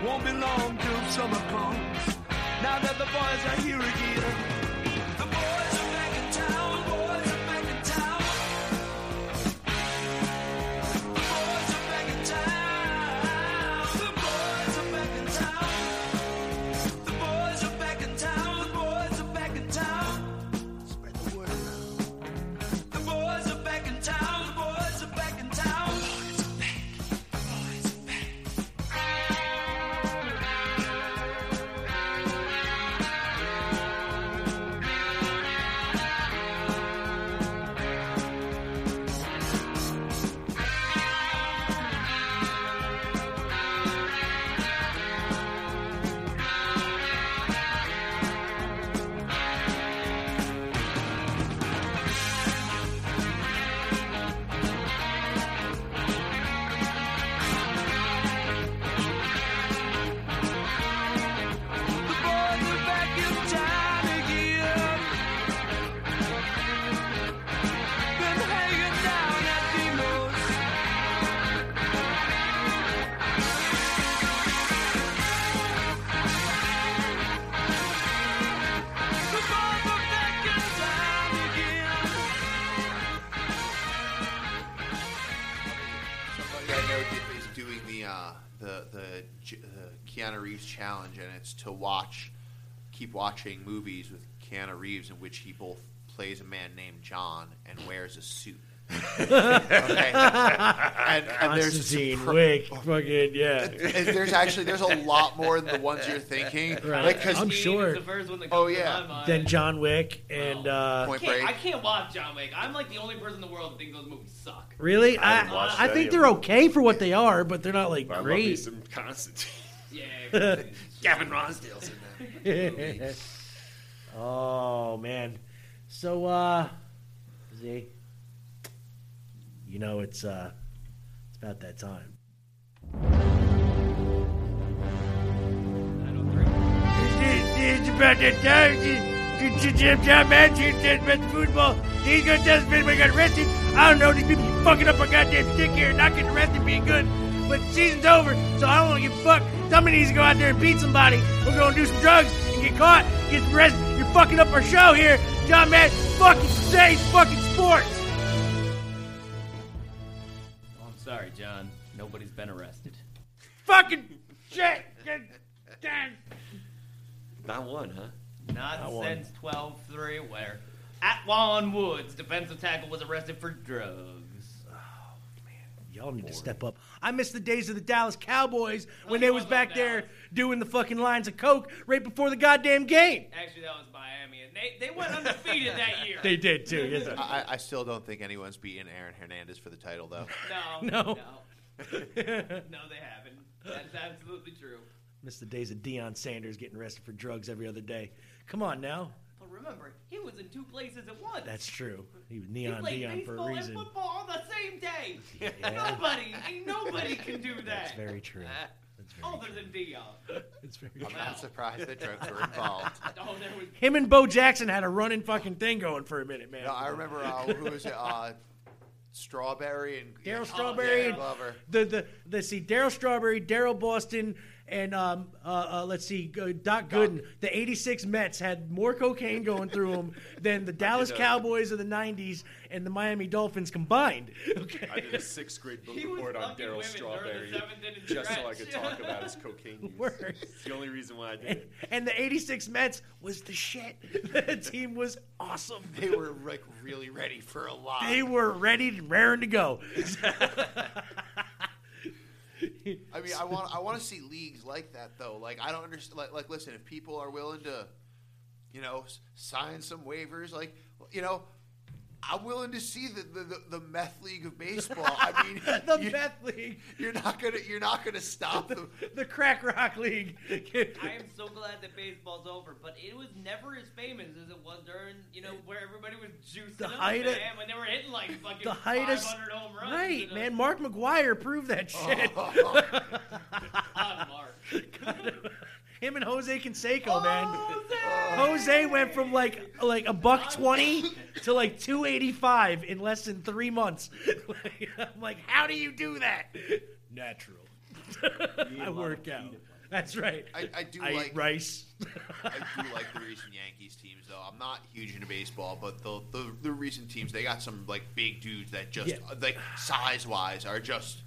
Won't be long till summer comes. Now that the boys are here again. The boys are back in town, boys are back in town. The boys are back in town. The boys are back in town. The boys are back in town. The boys are back in town. The boys are back in town. The boys are back in town. Boys are back. Boys are back. Oh, uh, Keanu Reeves challenge, and it's to watch, keep watching movies with Keanu Reeves in which he both plays a man named John and wears a suit. okay. And, and there's Constantine, surpri- Wick, fucking yeah. and there's actually there's a lot more than the ones you're thinking. Right. Like, 'cause- I'm sure. Oh yeah. Then John Wick and uh, I can't, I can't watch John Wick. I'm like the only person in the world that thinks those movies suck. Really, I I haven't watched I, any think of they're them. okay for what they are, but they're not like I love me great. some Constantine. Yeah. Gavin Rosdale's in that. oh man. So uh Z you know it's uh it's about that time. It's about the time to to Jim John Matthews did with football. These good dustmen we got arrested. I don't know, these people keep fucking up our goddamn stick here, not getting arrested being good. But season's over, so I don't wanna get fucked. Somebody needs to go out there and beat somebody. We're gonna do some drugs and get caught, get some rest. You're fucking up our show here. John Matt, fucking save fucking sports. I'm sorry, John. Nobody's been arrested. Fucking shit. Get damn Not one, huh? Not, Not one. since 12 3, where Atwan Woods, defensive tackle, was arrested for drugs. Y'all need to step up. I miss the days of the Dallas Cowboys when they was back there doing the fucking lines of coke right before the goddamn game. Actually, that was Miami, and they, they went undefeated that year. I, I still don't think anyone's beaten Aaron Hernandez for the title though. No. No. no, they haven't. That's absolutely true. Miss the days of Deion Sanders getting arrested for drugs every other day. Come on now. But remember, he was in two places at once. That's true. He was He neon played Dion for baseball a and reason. football on the same day. Yeah. Nobody, ain't nobody can do that. That's very true. Other than Dion. It's very I'm not surprised that drugs were involved. Oh, there was Him and Bo Jackson had a running fucking thing going for a minute, man. No, I remember uh, who was it? Uh, Strawberry and Daryl yeah, Strawberry Daryl and Glover. the the let's see Daryl Strawberry, Daryl Boston, and um uh, uh let's see uh, Doc Gooden. The '86 Mets had more cocaine going through them than the Dallas know. Cowboys of the '90s and the Miami Dolphins combined. I did a sixth grade book report on Daryl Strawberry just so I could talk about his cocaine use. Word. It's the only reason why I did it. And the '86 Mets was the shit. The team was awesome. They were like really ready for a lot. They were ready and raring to go. I mean, I want I want to see leagues like that though. Like I don't understand. Like, like listen, if people are willing to, you know, s- sign some waivers, like you know. I'm willing to see the, the, the, the meth league of baseball. I mean, the meth league. You're not gonna you're not gonna stop them. the crack rock league. I am so glad that baseball's over, but it was never as famous as it was during, you know, where everybody was juiced The up, height of- man, when they were hitting like fucking the height of 500 home runs. Oh. right, man. Mark McGuire proved that shit. God, Mark. Him and Jose Canseco, Oh, man. Jose went from like like a buck twenty to like two eighty five in less than three months. I'm like, how do you do that? Natural. I work out. That's right. I, I do eat like rice. I do like the recent Yankees teams though. I'm not huge into baseball, but the the, the recent teams they got some like big dudes that just Yeah. like size wise are just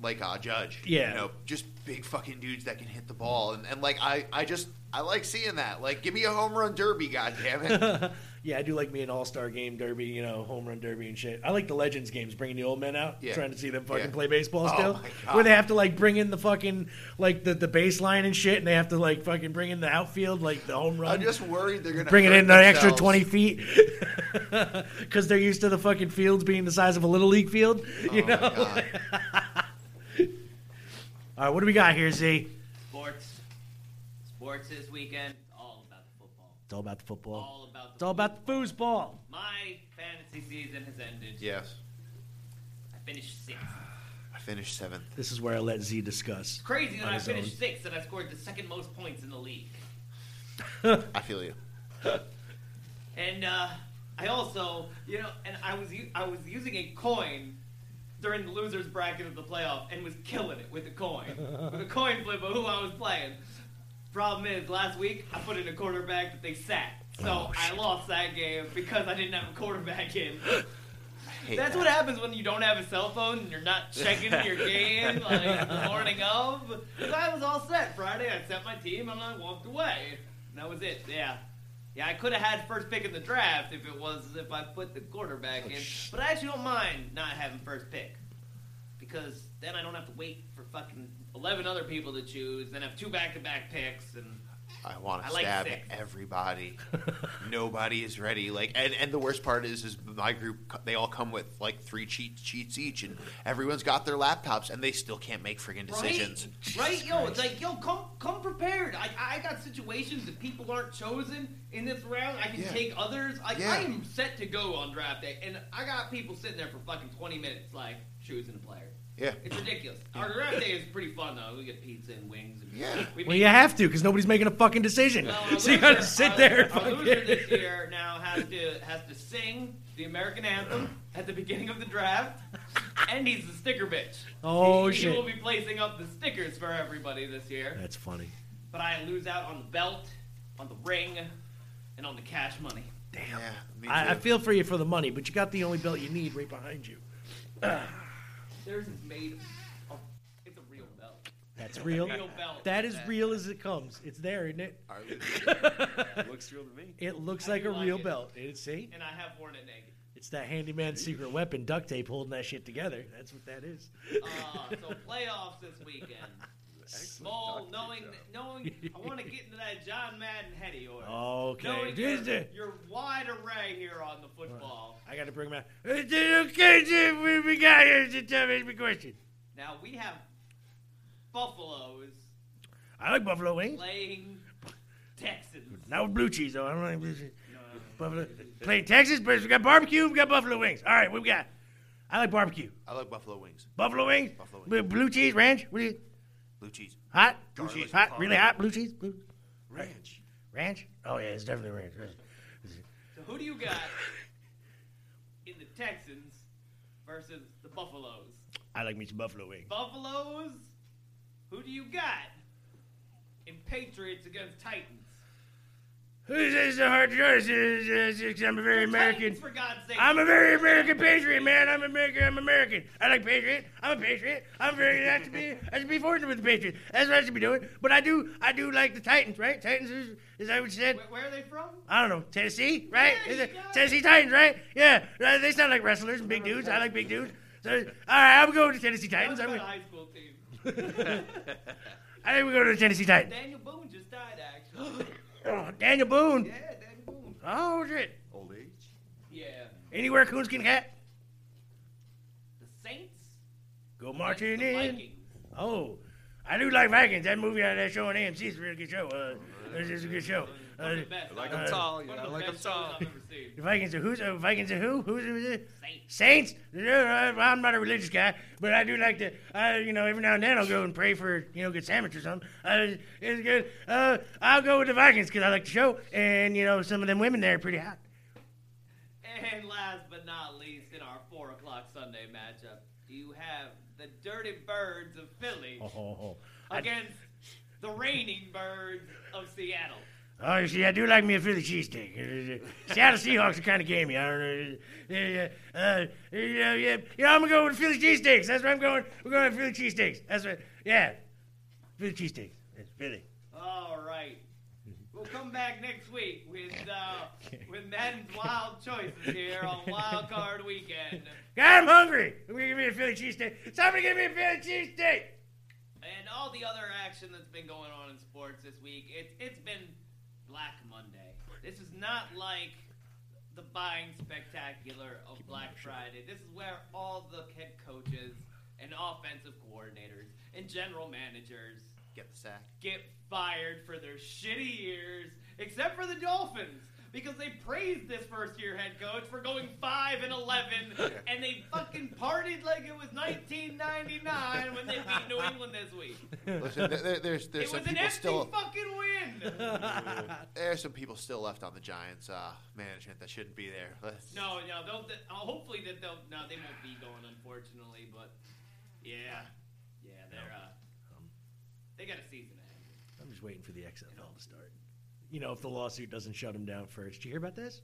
like a judge. Yeah. you know, just big fucking dudes that can hit the ball and, and like I I just I like seeing that. Like, give me a home run derby, goddammit. yeah, I do like me an All Star Game Derby, you know, home run derby and shit. I like the Legends games, bringing the old men out, Yeah. trying to see them fucking Yeah. play baseball Oh still, my God. where they have to like bring in the fucking like the the baseline and shit, and they have to like fucking bring in the outfield, like the home run. I'm just worried they're gonna bring it hurt in an extra themselves. 20 feet because they're used to the fucking fields being the size of a little league field you Oh, my know God. all right what do we got here z Sports. Sports this weekend, all about the football. it's all about the football all about the it's all about the foosball My fantasy season has ended. yes, I finished sixth. I finished seventh. this is where i let z discuss It's crazy that on I his finished sixth and I scored the second most points in the league. I feel you. And uh, I also, you know, and I was u- I was using a coin during the losers bracket of the playoff and was killing it with a coin, with a coin flip of who I was playing. Problem is, last week I put in a quarterback that they sat, so I lost that game because I didn't have a quarterback in. hate That's uh, that. what happens when you don't have a cell phone and you're not checking your game like the morning of. 'Cause I was all set Friday. I set my team and I walked away. And that was it. Yeah, yeah. I could have had first pick in the draft if it was if I put the quarterback in. But I actually don't mind not having first pick because then I don't have to wait for fucking eleven other people to choose. Then have two back to back picks and. I want I to like stab six. everybody. Nobody is ready. Like, and, and the worst part is, is my group. co- They all come with like three cheat sheets each, and everyone's got their laptops, and they still can't make friggin' decisions. Right, yo, it's like, yo, come, come prepared. I, I got situations that people aren't chosen in this round. I can Yeah. take others. Like, Yeah. I am set to go on draft day, and I got people sitting there for fucking twenty minutes, like choosing a player. Yeah. It's ridiculous. Our draft day is pretty fun though. We get pizza and wings. And yeah. We Well, you have to because nobody's making a fucking decision. so you gotta sit there. and Our fucking- loser this year now has to has to sing the American anthem at the beginning of the draft, and he's the sticker bitch. Oh, he, shit. He will be placing up the stickers for everybody this year. That's funny. But I lose out on the belt, on the ring, and on the cash money. Damn. I, I feel for you for the money, but you got the only belt you need right behind you. Theirs is made of. It's a real belt. That's It's a real. belt. That is real as it comes. It's there, isn't it? Looks real to me. It looks I like do a like real it. belt. It's see, And I have worn it naked. it's that handyman secret weapon duct tape holding that shit together. That's what that is. Uh, so playoffs this weekend. Small, knowing, knowing, I want to get into that John Madden head of yours. Oh, Okay. Knowing Is your, it- your wide array here on the football. I got to bring him out. Is it okay, Jim? We- We got here to tell me the question. Now we have Buffaloes I like buffalo wings. playing Texans. Not with blue cheese though. I don't like blue cheese. Buffalo. Playing Texas, but we got barbecue. We got buffalo wings. All right, what we got? I like barbecue. I like buffalo wings. Buffalo wings. Buffalo wings. Blue, blue cheese, ranch. What do you? Blue cheese. Hot. Blue cheese. Hot. Really Garlic. hot. Blue cheese. Blue. Ranch. Ranch. Oh yeah, it's definitely ranch. ranch. So who do you got in the Texans versus the Buffaloes? I like me some buffalo wings. Buffaloes. Who do you got in Patriots against Titans? This is a hard choice. It's- it's- it's- I'm a very American. Titans, for God's sake. I'm a very American patriot, man. I'm American. I'm American. I like patriot. I'm a patriot. I'm very. I should be. I should be fortunate with the patriots. That's what I should be doing. But I do. I do like the Titans, right? Titans is, is that what you said? Where are they from? I don't know. Tennessee, right? Is it Tennessee Titans, right? Yeah. Uh, They sound like wrestlers and big dudes. I like big dudes. So, all right, I'm going to Tennessee Titans. I'm What going. about high school team? I think we go to the Tennessee Titans. Daniel Boone just died, actually. Oh, Daniel Boone. Yeah, Daniel Boone. Oh shit. Old age. Yeah. Anywhere coons can cat. The Saints. Go marching The in. Vikings. Oh, I do like Vikings. That movie on that show on AMC is a really good show. Uh, it's just a good show. Uh, One of the best. uh, I've- uh, One of the best shows I've ever seen. The Vikings are who's uh, Vikings are who? Who's, who's it? Saints. Saints? Uh, I'm not a religious guy, but I do like to. I you know every now and then I'll go and pray for you know a good sandwich or something. Uh, it's good. Uh, I'll go with the Vikings because I like the show, and you know some of them women there are pretty hot. And last but not least, in our four o'clock Sunday matchup, you have the Dirty Birds of Philly Oh, oh, oh. I- against the Raining Birds of Seattle. Oh, you see, I do like me a Philly cheesesteak. uh, Seattle Seahawks are kind of gamey. I don't know. Yeah, yeah, uh, yeah, yeah. Yeah, I'm gonna go with Philly cheesesteaks. That's where I'm going. We're going with Philly cheesesteaks. That's what. Yeah, Philly cheesesteaks. It's Philly. All right. We'll come back next week with uh, with Madden's wild choices here on Wild Card Weekend. God, I'm hungry. We're gonna give me a Philly cheesesteak. Somebody give me a Philly cheesesteak. and all the other action that's been going on in sports this week. It's it's been Black Monday. This is not like the buying spectacular of Black Friday. This is where all the head coaches and offensive coordinators and general managers get the sack, get fired for their shitty years, except for the Dolphins. Because they praised this first-year head coach for going five and eleven, and they fucking partied like it was 1999 when they beat New England this week. Listen, there- there- there's there's it some was an people empty still. fucking win. There's some people still left on the Giants uh, management that shouldn't be there. Let's- no, no, they'll, th- uh, hopefully that they'll no, they won't be going unfortunately, but yeah, yeah, they're uh, they got a season ahead. I'm just waiting for the XFL to start. You know, if the lawsuit doesn't shut him down first. Did you hear about this?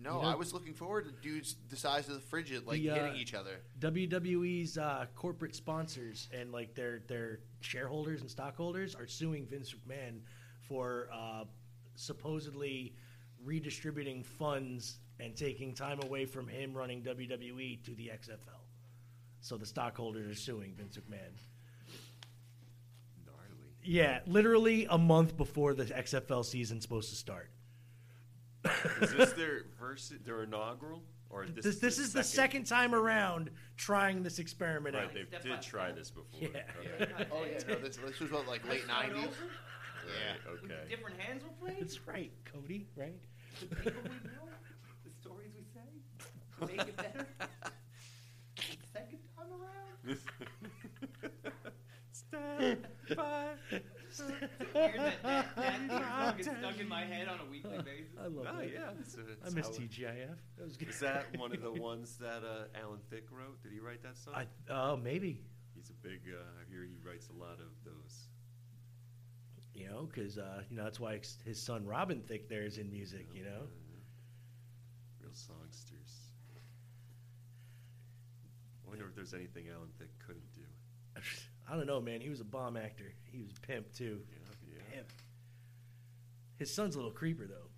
No, You know- I was looking forward to dudes the size of the frigid like The, uh, hitting each other. WWE's uh, corporate sponsors and like their their shareholders and stockholders are suing Vince McMahon for uh, supposedly redistributing funds and taking time away from him running WWE to the XFL. So the stockholders are suing Vince McMahon. Yeah, literally a month before the XFL season's supposed to start. Is this their verse, their inaugural, or this? This this, is the second time around trying this experiment Right, out. they did try this before. Yeah. Okay. Oh yeah, no, this, this was what like late Start nineties. over? Yeah. With different hands were played? That's right, Cody, right? The people we know, the stories we say, make it better. Second time around. Step by It's weird that that, that song gets stuck in my head on a weekly basis. I love Oh that. yeah, it's, a- I it's miss how it- TGIF. That was good. Is that one of the ones that uh, Alan Thicke wrote? Did he write that song? I uh, maybe He's a big. Uh, I hear he writes a lot of those. you know because uh, you know that's why ex- his son Robin Thicke there is in music. You know, Uh, Real songsters. I wonder if there's anything Alan Thicke couldn't do. I don't know, man. He was a bomb actor. He was a pimp too. Pimp. His son's a little creeper though.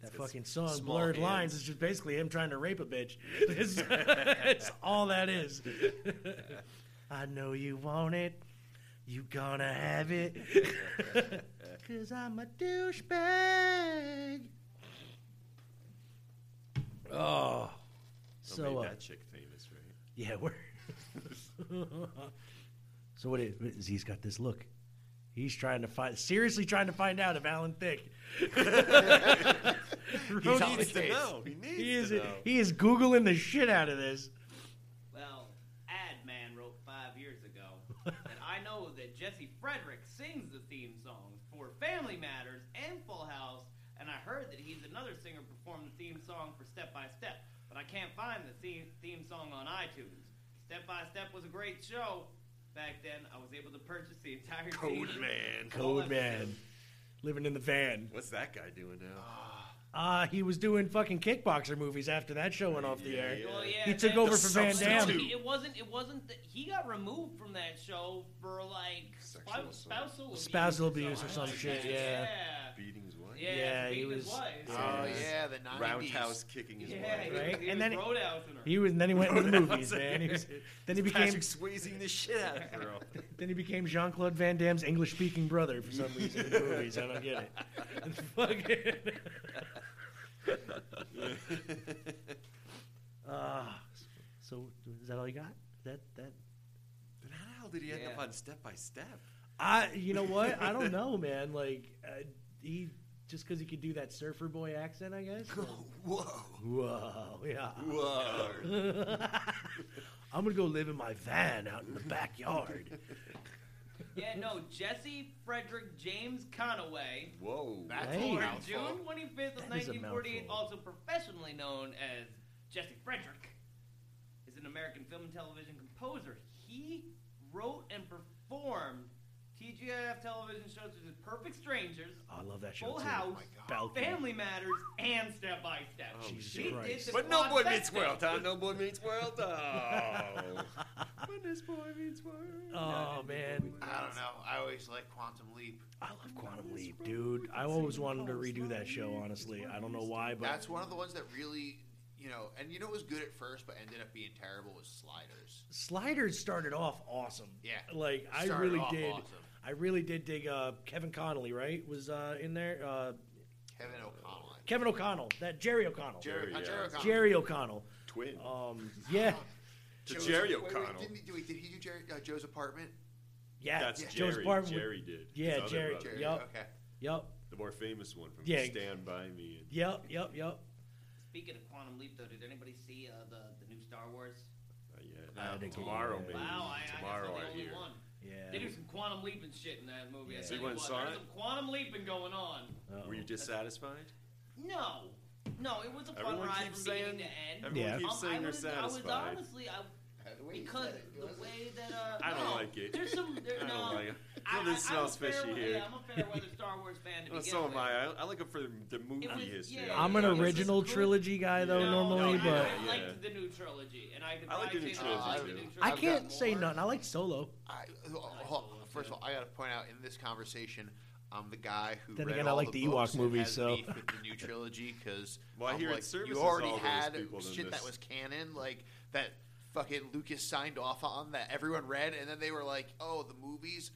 That fucking song, small Blurred hands. Lines, is just basically him trying to rape a bitch. It's, it's all that is. I know you want it. You gonna have it. Cause I'm a douchebag. Oh. So So, made uh, that chick famous, right? Yeah, we're. so what is, he's got this look. He's trying to find, seriously trying to find out if Alan Thicke. He needs to know. He needs he is, to know. He is googling the shit out of this. Well, Ad Man wrote five years ago, and I know that Jesse Frederick sings the theme songs for Family Matters and Full House, and I heard that he's another singer performed the theme song for Step by Step, but I can't find the theme, theme song on iTunes. Step by Step was a great show. Back then, I was able to purchase the entire Code season. Man. Code man, living in the van. What's that guy doing now? Ah, he was doing fucking kickboxer movies after that show went off the air. Well, yeah, he took that- over for Van Damme. It wasn't. It wasn't. that he got removed from that show for like spou- spousal abuse. Spousal abuse or something some like shit, that. yeah. Beating his wife. Yeah, Yeah, beating he his was. wife. Oh, yeah, the Roundhouse kicking his Yeah, wife. he was- Right? he and was then roadhousing her. he was, and then he went into the movies, Roadhousing. man. He was, then It's he became Patrick Swayzeing the shit out of her. Then he became Jean Claude Van Damme's English speaking brother for some reason in the movies. I don't get it. Fucking. uh, so is that all you got? That that. Then how the hell did he end up Yeah. on Step by Step? I you know what? I don't know, man. Like uh, he just because he could do that surfer boy accent, I guess. Whoa. Whoa. Yeah. Whoa. I'm gonna go live in my van out in the backyard. Yeah, no, Jesse Frederick James Conaway. Whoa. That's a born mouthful. June 25th of That is a 1948, also professionally known as Jesse Frederick, is an American film and television composer. He wrote and performed TGIF television shows such as Perfect Strangers, I love Oh, that show. Full too. House, Balcony. Oh, Family Matters, and Step by Step. Jesus He did Christ. the Oh, But no boy quadfecta. meets world, huh? No boy meets world. Oh. When this boy meets world. Oh man, I don't know. I always like Quantum Leap. I love Quantum Leap, dude. I always wanted to redo that show. Honestly, I don't know why, but That's one of the ones that really, you know, and you know, it was good at first, but ended up being terrible. Was Sliders. Sliders started off awesome. Yeah. like I Started really off did. awesome. I really did dig. Uh, Kevin Connolly, right, was uh, in there. Uh, Kevin O'Connell. Kevin O'Connell, that Jerry O'Connell. Jerry- uh, Jerry O'Connell. Jerry O'Connell. Twin. Um, yeah. To Joe's- Jerry wait, wait, O'Connell. didn't he, wait, did he do Jerry, uh, Joe's apartment? Yeah, That's yeah. Jerry. Joe's Barton would- Jerry did. yeah, His other Jerry, brother. yep, Okay. yep. The more famous one from Yeah. Stand By Me. And Yep, yep, yep. Speaking of Quantum Leap, though, did anybody see uh, the, the new Star Wars? Not yet. I Uh, think tomorrow, he- maybe. Wow, I, tomorrow, I I, guess I'm the hear. only one. Yeah. They do some quantum leaping shit in that movie. Yeah. I So tell you you went and what, saw there's it? some quantum leaping going on. Were Oh. you dissatisfied? No. No, it was a fun Everyone ride keeps from beginning saying- to end. everyone Yeah. keeps Um, I saying they're was- I was satisfied. honestly, I, Because the way that uh, I don't no, like it. There's some. There, I don't no, like it. I- Something I- I'm a smells fair- fishy here. Yeah, I'm a fair weather Star Wars fan to Well, begin so with. am I. I. I look up for the movie It was- history. yeah, I'm an yeah, this is original good. trilogy guy, though, No, normally, no, but I, I liked the new trilogy, and I could I like probably the new say I trilogy, too. liked the new trilogy. I can't say nothing. I like Solo. I, oh, hold on. first of all, I got to point out in this conversation, I'm the guy who. Then read again, I all like the Ewok books and movies, has so- beef with the new trilogy because Well, I I'm hear it like, you services already all those had people than shit that this. was canon, like that fucking Lucas signed off on that everyone read, and then they were like, "Oh, the movies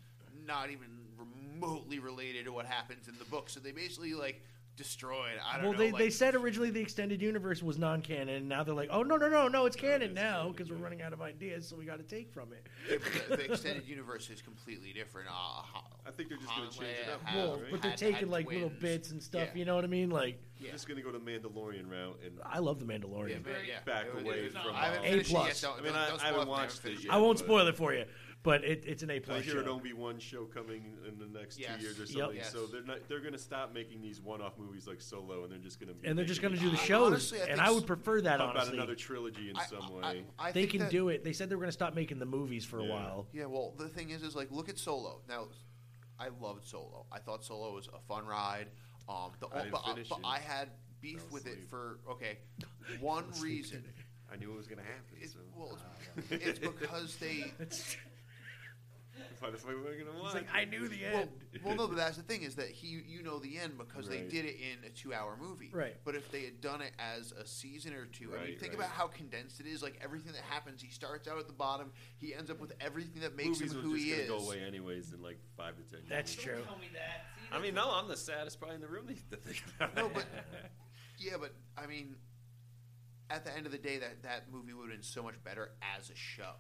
not even remotely related to what happens in the book," so they basically like destroyed. I don't Well, know. they, like, they said originally the extended universe was non canon, and now they're like, oh, no, no, no, no, it's canon now because "Oh, we're running out of ideas, so we got to take from it. Yeah, but the, the extended universe is completely different. Uh, I think they're just gonna change it up. Well, but they're taking like little twins. bits and stuff, Yeah. you know what I mean? Like, I'm just gonna go to Mandalorian route and I love The Mandalorian. Yeah, but yeah. back It was- away it was- from. I haven't uh, finished it yet, A-plus. don't- I mean, don't- I, don't I haven't spoil it, watched it yet. I won't but spoil it for you, but it, it's an A I plus hear an show. Obi Wan show coming in the next Yes. two years or Yep. something. Yes. So they're not. They're gonna stop making these one-off movies like Solo, and they're just gonna. Be And they're just going to do the show. shows, honestly, I and think I s- would prefer that, How about honestly. another trilogy in some way. I they think can that- do it. They said they were going to stop making the movies for a while. Yeah, well, the thing is, is like, look at Solo. Now, I loved Solo. I thought Solo was a fun ride. Um, the, I didn't but, finish but it. I had beef with it for okay, one reason. I knew it was gonna happen. so. uh, Well, it's, it's because they. By the way, we're gonna watch. Well- Well, no, but that's the thing is that he, you know, the end because they Right. did it in a two-hour movie. Right. But if they had done it as a season or two, I mean, Right, think right. about how condensed it is. Like everything that happens, he starts out at the bottom. He ends up with everything that makes movies him was who just he gonna is. go away anyways in like five to ten. years. That's true. Don't tell me that. I mean, no, I'm the saddest probably in the room to think about. No, that. but yeah, but I mean, at the end of the day, that that movie would have been so much better as a show.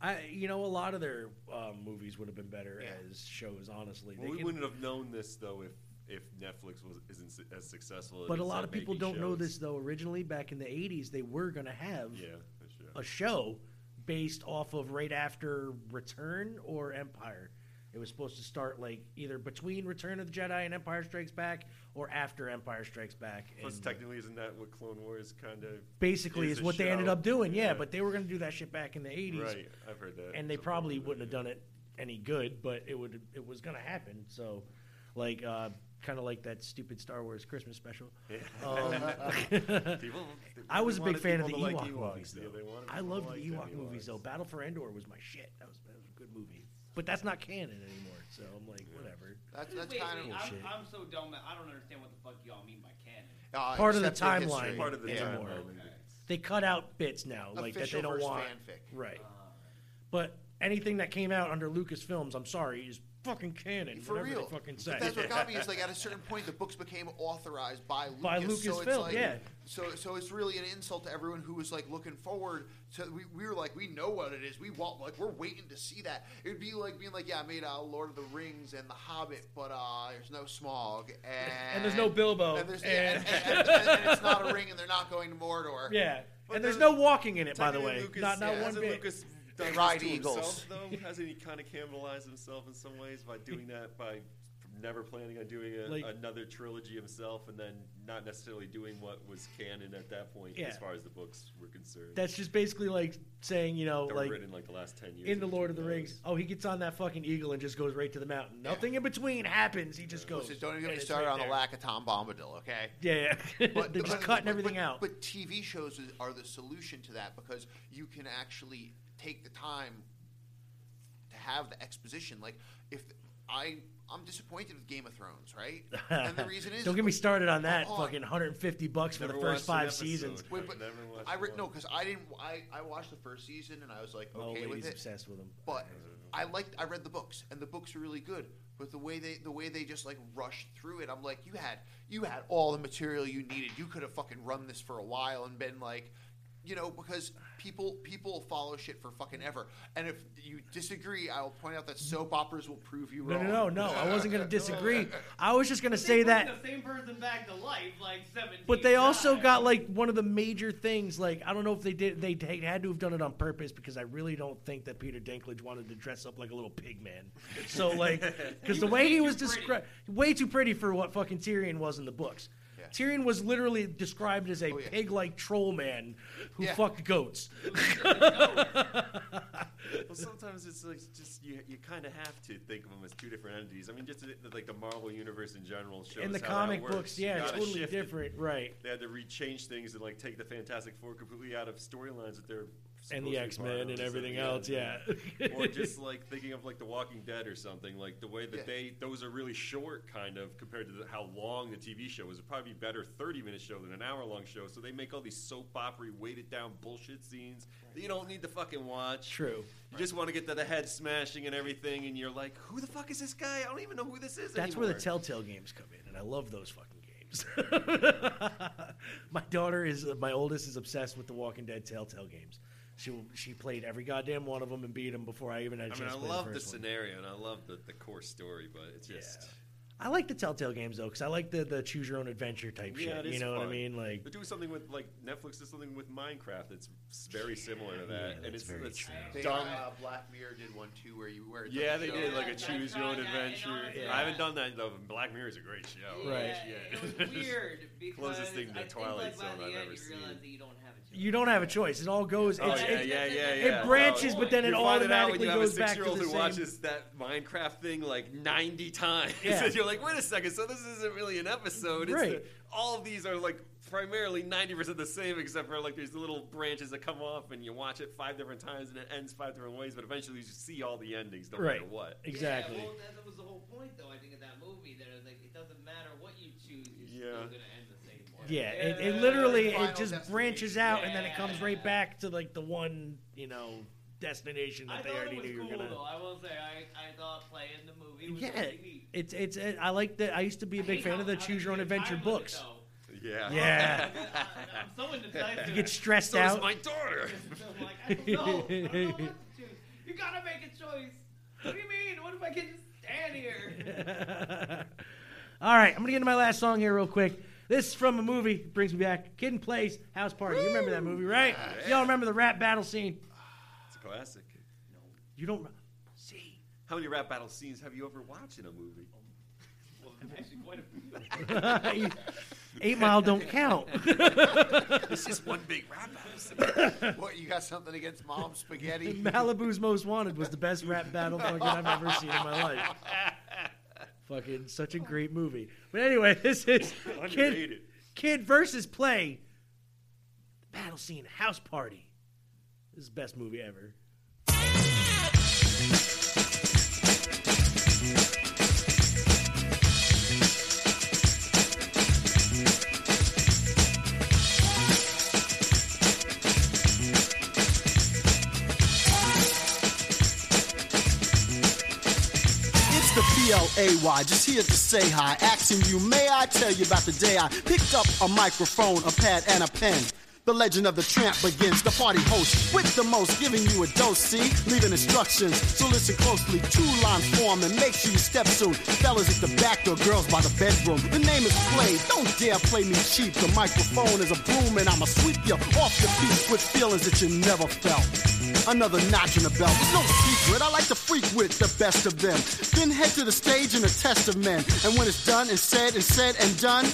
I, you know, a lot of their um, movies would have been better as shows, honestly. Well, They we can- wouldn't have known this though if if Netflix was isn't su- as successful. as But a it's lot at of people making don't know shows. this though. Originally, back in the '80s, they were going to have a show. a show based off of right after Return or Empire. It was supposed to start like either between Return of the Jedi and Empire Strikes Back, or after Empire Strikes Back. Plus, and technically, isn't that what Clone Wars kind of basically, is, a what they ended show? up doing. Yeah, but they were going to do that shit back in the '80s, Right, I've heard that. And they probably wouldn't have done it any good, but it would. It was going to happen. So, like, uh, kind of like that stupid Star Wars Christmas special. Um, People- I was a they big wanted fan of the people to Ewok like Ewoks, movies. yeah, though. they wanted I people to loved like the them Ewok movies, though. Battle for Endor was my shit. That was, that was a good movie, but that's not canon anymore. So I'm like, whatever. wait, wait, bullshit. I'm, I'm so dumb. I don't understand what the fuck y'all mean by canon. Uh, part of the except for timeline. history. Part of the anymore. timeline. They cut out bits now, like that they Official don't versus want. fanfic. Right. But anything that came out under Lucasfilms, I'm sorry, is fucking canon. For whatever real, They fucking say. But that's what got me is like eh. at a certain point the books became authorized by Lucas. By so it's Lucasfilm, like, yeah. So so it's really an insult to everyone who was like looking forward. to we, we were like we know what it is. We want like we're waiting to see that. It would be like being like yeah I made uh, Lord of the Rings and The Hobbit, but uh there's no smog and, And there's no Bilbo, and, there's, and- and, and- and- and it's not a ring and they're not going to Mordor. yeah. But and there's no walking in it, by the Technically, way. Lucas- not not yeah, one hasn't bit. Lucas done this Ride to Eagles. Himself, though hasn't he kind of cannibalized himself in some ways by doing that by never planning on doing a, Like- another trilogy himself, and then not necessarily doing what was canon at that point Yeah. as far as the books were concerned. That's just basically like saying, you know, They were like written, like, the last 10 years in the of Lord of the Rings. Oh, he gets on that fucking eagle and just goes right to the mountain. Nothing in between happens. He just goes. Listen, don't even and get me it's started right on the there. lack of Tom Bombadil, okay? Yeah, yeah. They're just cutting everything but, out. But TV shows is- are the solution to that because you can actually take the time to have the exposition. Like, if I I'm disappointed with Game of Thrones, right? And the reason is don't get me started on that. Hold on. Fucking 150 bucks for the first five seasons. Wait, but I re- no, because I didn't. I, I watched the first season and I was like, My old okay with lady's it. Oh, obsessed with 'em. But I liked. I read the books and the books are really good. But the way they the way they just like rushed through it, I'm like, you had you had all the material you needed. You could have fucking run this for a while and been like. You know, because people people follow shit for fucking ever, and if you disagree, I will point out that soap operas will prove you No, wrong. no, no, no. I wasn't going to disagree. I was just going to say that. The same person back to life, like seven. But they also got like one of the major things. Like I don't know if they did. They t- had to have done it on purpose because I really don't think that Peter Dinklage wanted to dress up like a little pig man. So like, He because the was way way he too was pretty. described, way too pretty for what fucking Tyrion was in the books. Yeah. Tyrion was literally described as a pig-like troll man who Oh, Yeah. fucked goats. well, sometimes it's like just you, you kind of have to think of them as two different entities. I mean, just the- like the Marvel universe in general shows. In the how that comic works. books, You yeah, it's gotta totally shift it. different, right? They had to rechange things and like take the Fantastic Four completely out of storylines that they're supposed And the to be part X-Men of, and so, everything else, uh, yeah. or just like thinking of like The Walking Dead or something, like the way that they those are really short, kind of compared to the, how long the TV show is. It'd probably be better thirty minute show than an hour long show. So they make all these soap opera weighted down bullshit scenes that you don't need to fucking watch. True. You just want to get to the head smashing and everything, and you're like, who the fuck is this guy? I don't even know who this is. That's anymore. where the Telltale games come in, and I love those fucking games. my daughter is uh, my oldest is obsessed with the Walking Dead Telltale games. She she played every goddamn one of them and beat them before I even had a I chance. mean, I to play love the, the, first one. scenario and I love the, the core story, but it's just I like the Telltale games though, because I like the the choose your own adventure type yeah, shit. it is You know what I fun. mean? Like they're doing something with like Netflix did something with Minecraft that's s- very similar to that, and it's, it's They, dumb. uh, Black Mirror did one too, where you were. yeah, they did like a choose your own adventure. honestly- I haven't done that though. But Black Mirror is a great show. Right. It was weird because Closest thing to I think, Twilight like, by Zone the I've end, ever you seen. realize that you don't have a you don't have a choice. It all goes. Oh, it's, yeah, it's- yeah, yeah, yeah. It branches, Oh, but then you it find it out when automatically you have goes a back to six-year-old the who same. watches that Minecraft thing like 90 times. Yeah. and you're like, wait a second, so this isn't really an episode. It's Right. the- all of these are like primarily 90% the same, except for like these little branches that come off and you watch it five different times and it ends five different ways, but eventually you see all the endings, no Right. matter what. Exactly. Yeah, well, that, that was the whole point, though. I think of that movie. That it was like it doesn't matter what you choose, you're still Yeah. gonna end the same way. Yeah, it, it literally it Final just destination. branches out and then it Yeah. comes right back to like the one you know destination that I they thought already it was knew you cool, were gonna. though. I will say, I, I thought playing the movie was Yeah, pretty neat. it's it's it, I like that. I used to be a big fan of the choose your own adventure books. Yeah. Yeah. I'm so indecisive. You get stressed So does out. my daughter. I'm like, I don't know. I don't know what to choose. You gotta make a choice. What do you mean? What if I can just stand here? All right, I'm gonna get into my last song here real quick. This is from a movie. Brings me back. Kid in Place, House Party. You remember that movie, right? Yeah. Y'all remember the rap battle scene? It's a classic. You don't. See? How many rap battle scenes have you ever watched in a movie? Oh, well, actually, quite a few. Eight Mile don't count. it's just one big rap battle. what you got something against mom spaghetti? Malibu's Most Wanted was the best rap battle fucking I've ever seen in my life. Fucking such a great movie. But anyway, this is Kid, Underrated. Kid versus Play. Battle scene, house party. This is the best movie ever. It's the PLAY, just here to say hi. Asking you, may I tell you about the day I picked up a microphone, a pad, and a pen? The legend of the tramp begins, the party host with the most, giving you a dose, see? Leaving instructions, so listen closely. Two lines form and make sure you step soon. Fellas at the back door, girls by the bedroom. The name is Play, don't dare play me cheap. The microphone is a broom and I'ma sweep you off your feet with feelings that you never felt. Another notch in the belt, it's no secret, I like to freak with the best of them. Then head to the stage and a test of men. And when it's done and said and said and done,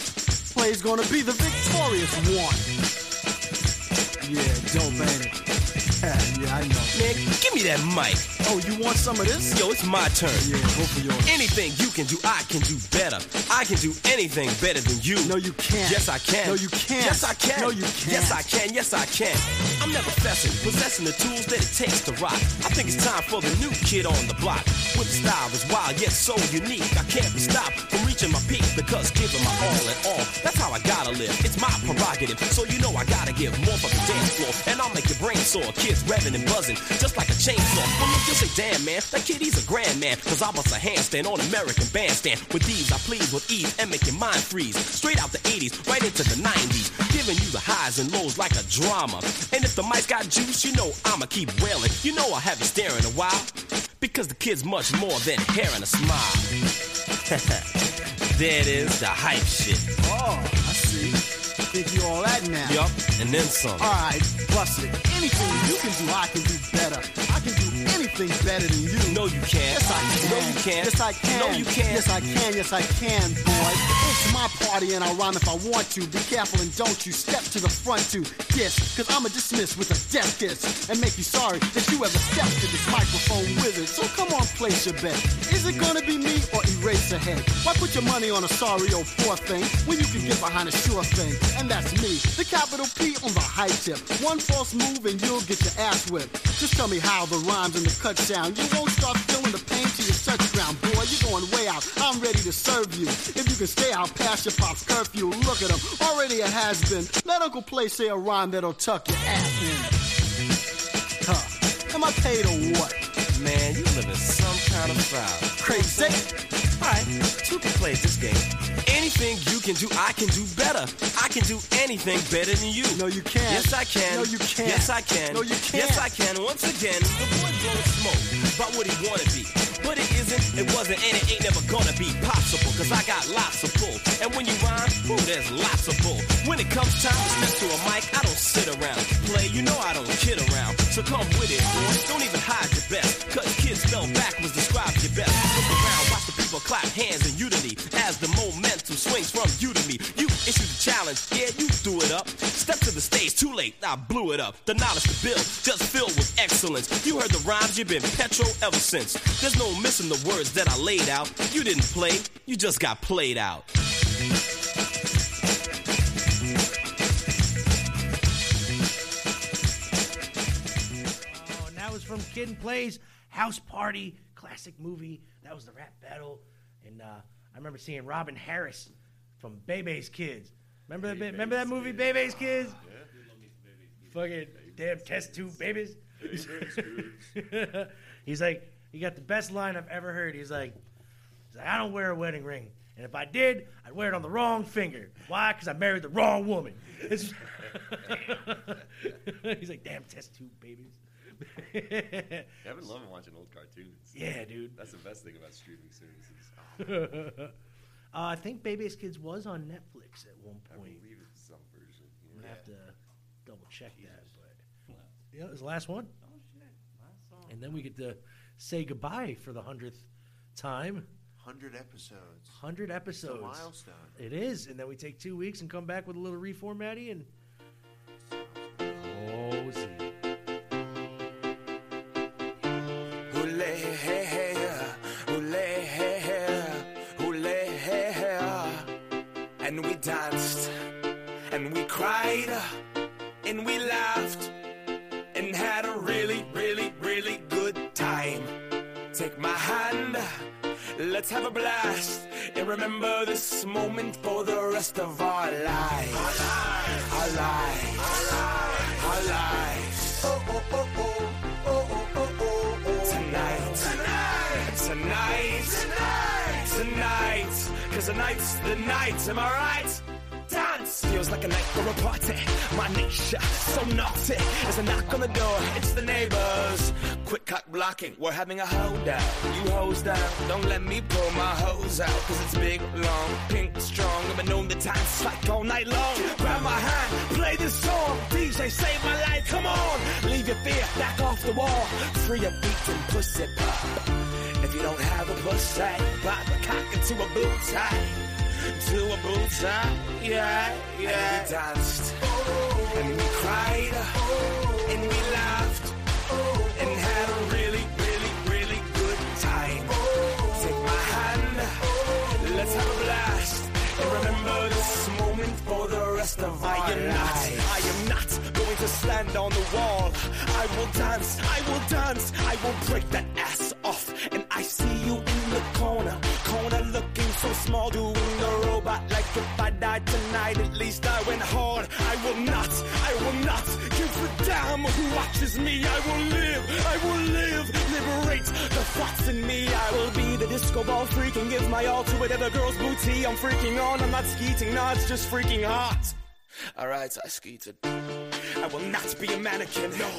Play's gonna be the victorious one. Yeah, dope, ain't it? yeah, I know. Man, give me that mic. Oh, you want some of this? Yo, it's my turn. Yeah, go for yours. Anything you can do, I can do better. I can do anything better than you. No, you can't. Yes, I can. No, you can't. Yes, I can. No, you can't. Yes, I can. Yes, I can. I'm never fessing, possessing the tools that it takes to rock. I think it's time for the new kid on the block. With a style that's wild yet so unique, I can't be stopped from reaching my peak because giving my all and all. That's how I gotta live. It's my prerogative, so you know I gotta give more for the dance floor. And I'll make your brain sore. Kids revving and buzzing, just like a chainsaw. Well, look, you'll say, damn, man, that kid, he's a grand man. Cause I bust a handstand on American Bandstand. With these, I please with ease and make your mind freeze. Straight out the 80s, right into the 90s. Giving you the highs and lows like a drama. And if the mic got juice, you know I'ma keep wailing. You know I haven't staring a while. Because the kid's much more than hair and a smile. there it is, the hype shit. Oh, I see. think you all that now. Yup, and then some. Alright, bust it. Anything you can do, I can do better. I can do anything better than you. No, you can't. Yes, I can. No, you can't. Yes, I can. No, you can't. Yes, I can. Yes, I can, boy. It's my party and I'll rhyme if I want to. Be careful and don't you step to the front to kiss. Cause I'ma dismiss with a death kiss and make you sorry that you ever stepped to this microphone wizard. So come on, place your bet. Is it gonna be me or Eraserhead? Why put your money on a sorry old poor thing when you can get behind a sure thing? And that's me, the capital P on the high tip. One false move and you'll get your ass whipped. Just tell me how the rhymes and the cut sound. You won't start feeling the pain till you touch ground. Boy, you're going way out. I'm ready to serve you. If you can stay out past your pop's curfew, look at him. Already a has been. Let Uncle Play say a rhyme that'll tuck your ass in. Huh. Am I paid or what? Man, you live in some kind of cloud. Crazy. Alright, two can play this game. Anything you can do, I can do better. I can do anything better than you. No, you can't. Yes, I can. No, you can't. Yes, I can. No, you can't. Yes, I can. Once again, the boy blowing smoke about what he wanna be. But it isn't, it wasn't, and it ain't never gonna be possible. Cause I got lots of pull. And when you rhyme, ooh, there's lots of bull. When it comes time to step to a mic, I don't sit around. Play, you know I don't kid around. So come with it, boy. Don't even hide your best. Cause kids fell backwards, describe your best. Look around, watch the people clap hands in unity as the momentum swings from you to me. You issue the challenge, yeah, you threw it up. Step to the stage, too late, I blew it up. The knowledge to build, just filled with excellence. You heard the rhymes, you've been petro ever since. There's no missing the words that I laid out. You didn't play, you just got played out. Oh, and that was from Kid and Plays House Party, classic movie. That was the rap battle, and uh, I remember seeing Robin Harris from Bebe's Kids. Remember that? bit- remember that movie, Bebe's Kids? Fucking damn test tube babies. He's like, he got the best line I've ever heard. He's like, he's like, I don't wear a wedding ring, and if I did, I'd wear it on the wrong finger. Why? Because I married the wrong woman. It's- He's like, damn test tube babies. I've been loving watching old cartoons. Yeah, dude. That's the best thing about streaming services. uh, I think Baby's Kids was on Netflix at one point. I believe it's some version. I'm gonna have to double check that, but yeah, it was the last one. Oh shit, last song. And then we get to say goodbye for the hundredth time. 100 episodes. 100 episodes. milestone. It is. And then we take two weeks and come back with a little reformatty and. Oh, see. Hule, hey, hey, yeah. Hule, hey, hey, yeah. Hule, hey, hey, yeah. And we danced, and we cried, and we laughed, and had a really, really, really good time. Take my hand, let's have a blast, and remember this moment for the rest of our lives. Our lives, our lives, our lives. Oh, oh, oh, oh, oh, oh, oh, oh, oh. Tonight, tonight, tonight, tonight, tonight. Cause tonight's the night, am I right? Dance feels like a night for a party. My nature, so naughty. There's a knock on the door, it's the neighbors. Quick cock blocking, we're having a holdout. You hose down, don't let me pull my hose out. Cause it's big, long, pink, strong. I've been known the time slack all night long. Grab my hand, play this song. DJ, save my life, come on. Leave your fear back off the wall. Free your feet and pussy pop. If you don't have a pussy, pop a cock into a boot tie to a boot tie. Yeah, yeah. And we danced, and we cried, and we laughed, and had a really, really, really good time. Take my hand, let's have a blast, and remember this moment for the rest of our I am not, lives. I am not going to stand on the wall. I will dance, I will dance, I will break that ass off. And I see you in the corner, corner looking so small, doing the robot like if I died tonight, at least I went hard. I will not, I will not give a damn who watches me. I will live, I will live, liberate the thoughts in me. I will be the disco ball freak and give my all to whatever girl's booty I'm freaking on. I'm not skeeting, nah, it's just freaking hot. Alright, I skeeted. I will not be a mannequin, no.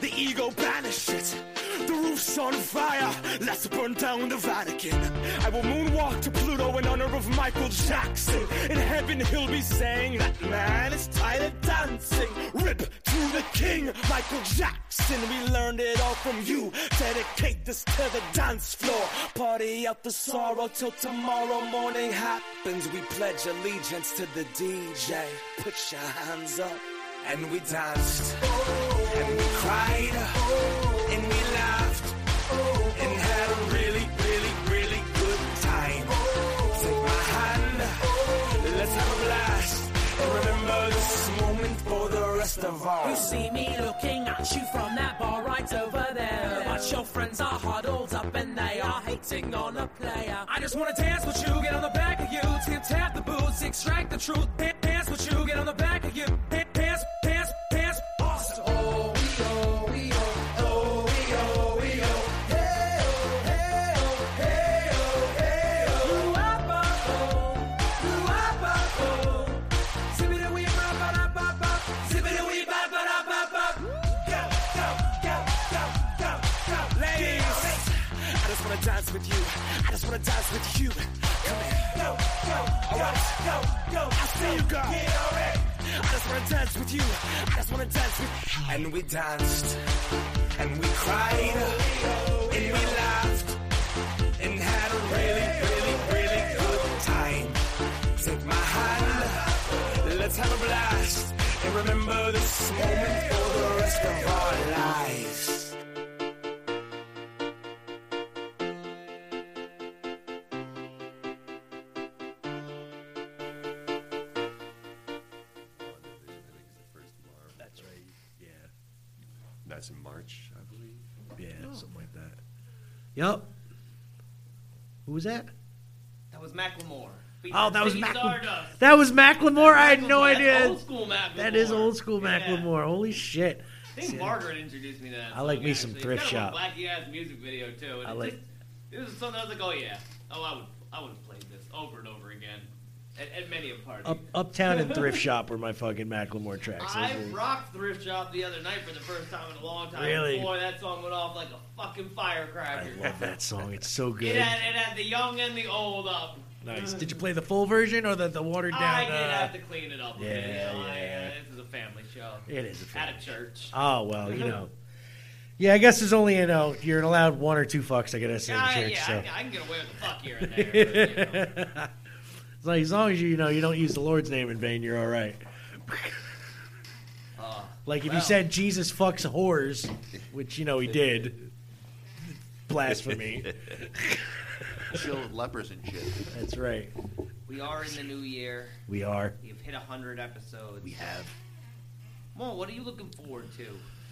The ego banish it. The roof's on fire, let's burn down the Vatican. I will moonwalk to Pluto in honor of Michael Jackson. In heaven, he'll be saying, That man is tired of dancing. Rip to the king, Michael Jackson. We learned it all from you. Dedicate this to the dance floor. Party out the sorrow till tomorrow morning happens. We pledge allegiance to the DJ. Put your hands up. And we danced. And we cried. And we laughed. Oh, And had a really, really, really good time. Take my hand. Let's have a blast. And remember this moment for the rest of our You see me looking at you from that bar right over there. But your friends are huddled up and they are hating on a player. I just wanna dance with you, get on the back of you, tip tap the boots, extract the truth, dan- dance with you, get on the back of you, dan- dance, dance, dance, awesome. Oh, we oh, we oh, oh, we oh, we oh. Ladies, I just wanna dance with you. I just wanna dance with you. Come here. Go, go, go, go, go. I see you, girl. Yeah, alright. I just wanna dance with you. I just wanna dance with. And we danced, and we cried, and we laughed, and had a really, really, really good time. Take my hand, let's have a blast, and remember this moment for the rest of our lives. That's right. Yeah. That's in March, I believe. Oh. Yeah, something like that. Yep. Who was that? That was Macklemore. Oh, that was Ziggy Macklemore. Stardust. That was Macklemore. I had no Macklemore. That's idea. old school Macklemore. That is old school Yeah. Macklemore. Holy shit. I think Margaret introduced me to that. I like song, me some actually. Thrift it's kind Shop. Of a blacky ass music video too. And I it like- Just, it was something I was like, oh yeah, oh I would, I would have played this over and over again, at, at many a party. Up, Uptown and Thrift Shop were my fucking Macklemore tracks. I Those were- rocked Thrift Shop the other night for the first time in a long time. Really? Boy, that song went off like a fucking firecracker. love that song. It's so It good. had, it had the young and the old up. Nice. Did you play the full version or the, the watered down? I did uh, have to clean it up. a Yeah, bit, yeah. you know, I, uh, this is a family show. It is a family At a church. Oh well, you know. Yeah, I guess there's only you know you're allowed one or two fucks. I guess in Yeah, church. Uh, yeah, so. I can- I can get away with a fuck here and there, but, It's like, as long as you you know you don't use the Lord's name in vain, you're all right. Uh, Like if well, you said Jesus fucks whores, which you know he did, blasphemy. Chill with lepers and shit. That's right. we are in the new year. We are. We've hit hundred episodes. We have. Mo, what are you looking forward to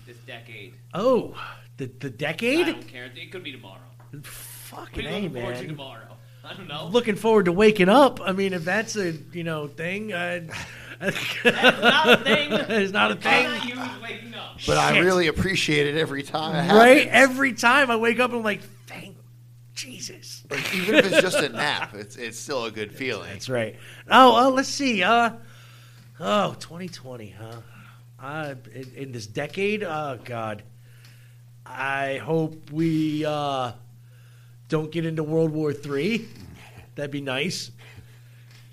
this decade? Oh, the the I decade. don't care. It could be tomorrow. Fucking What are you A, looking forward to man. tomorrow? I don't know. Looking forward to waking up. I mean, if that's a you know thing, I, that's not a thing. it's not a Why thing. not you waking up? But I Shit. really appreciate it every time. It Right? happens. Every time I wake up, I'm like, thank Jesus. Like, even if it's just a nap, it's it's still a good feeling. That's right. Oh, uh, let's see. Uh, oh, 2020, huh? Uh, in, in this decade, oh God, I hope we uh, don't get into World War Three. That'd be nice.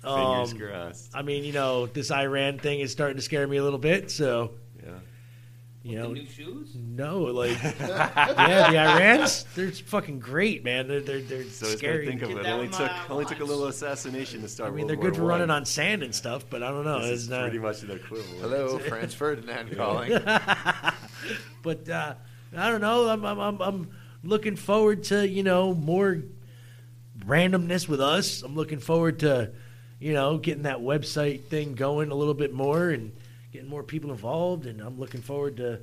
Um, Fingers crossed. I mean, you know, this Iran thing is starting to scare me a little bit. So, yeah, you know, new shoes? No, like, yeah, the Irans, they're fucking great, man. They're they're, they're So I was gonna scary. think of it. Only took only took a little assassination to start. I mean, World they're good for War running One. on sand and stuff, but I don't know. This it's is not... pretty much the equivalent. Hello, Franz Ferdinand Yeah. calling. but uh, I don't know. I'm, I'm I'm I'm looking forward to you know more randomness with us. I'm looking forward to you know getting that website thing going a little bit more and getting more people involved. And I'm looking forward to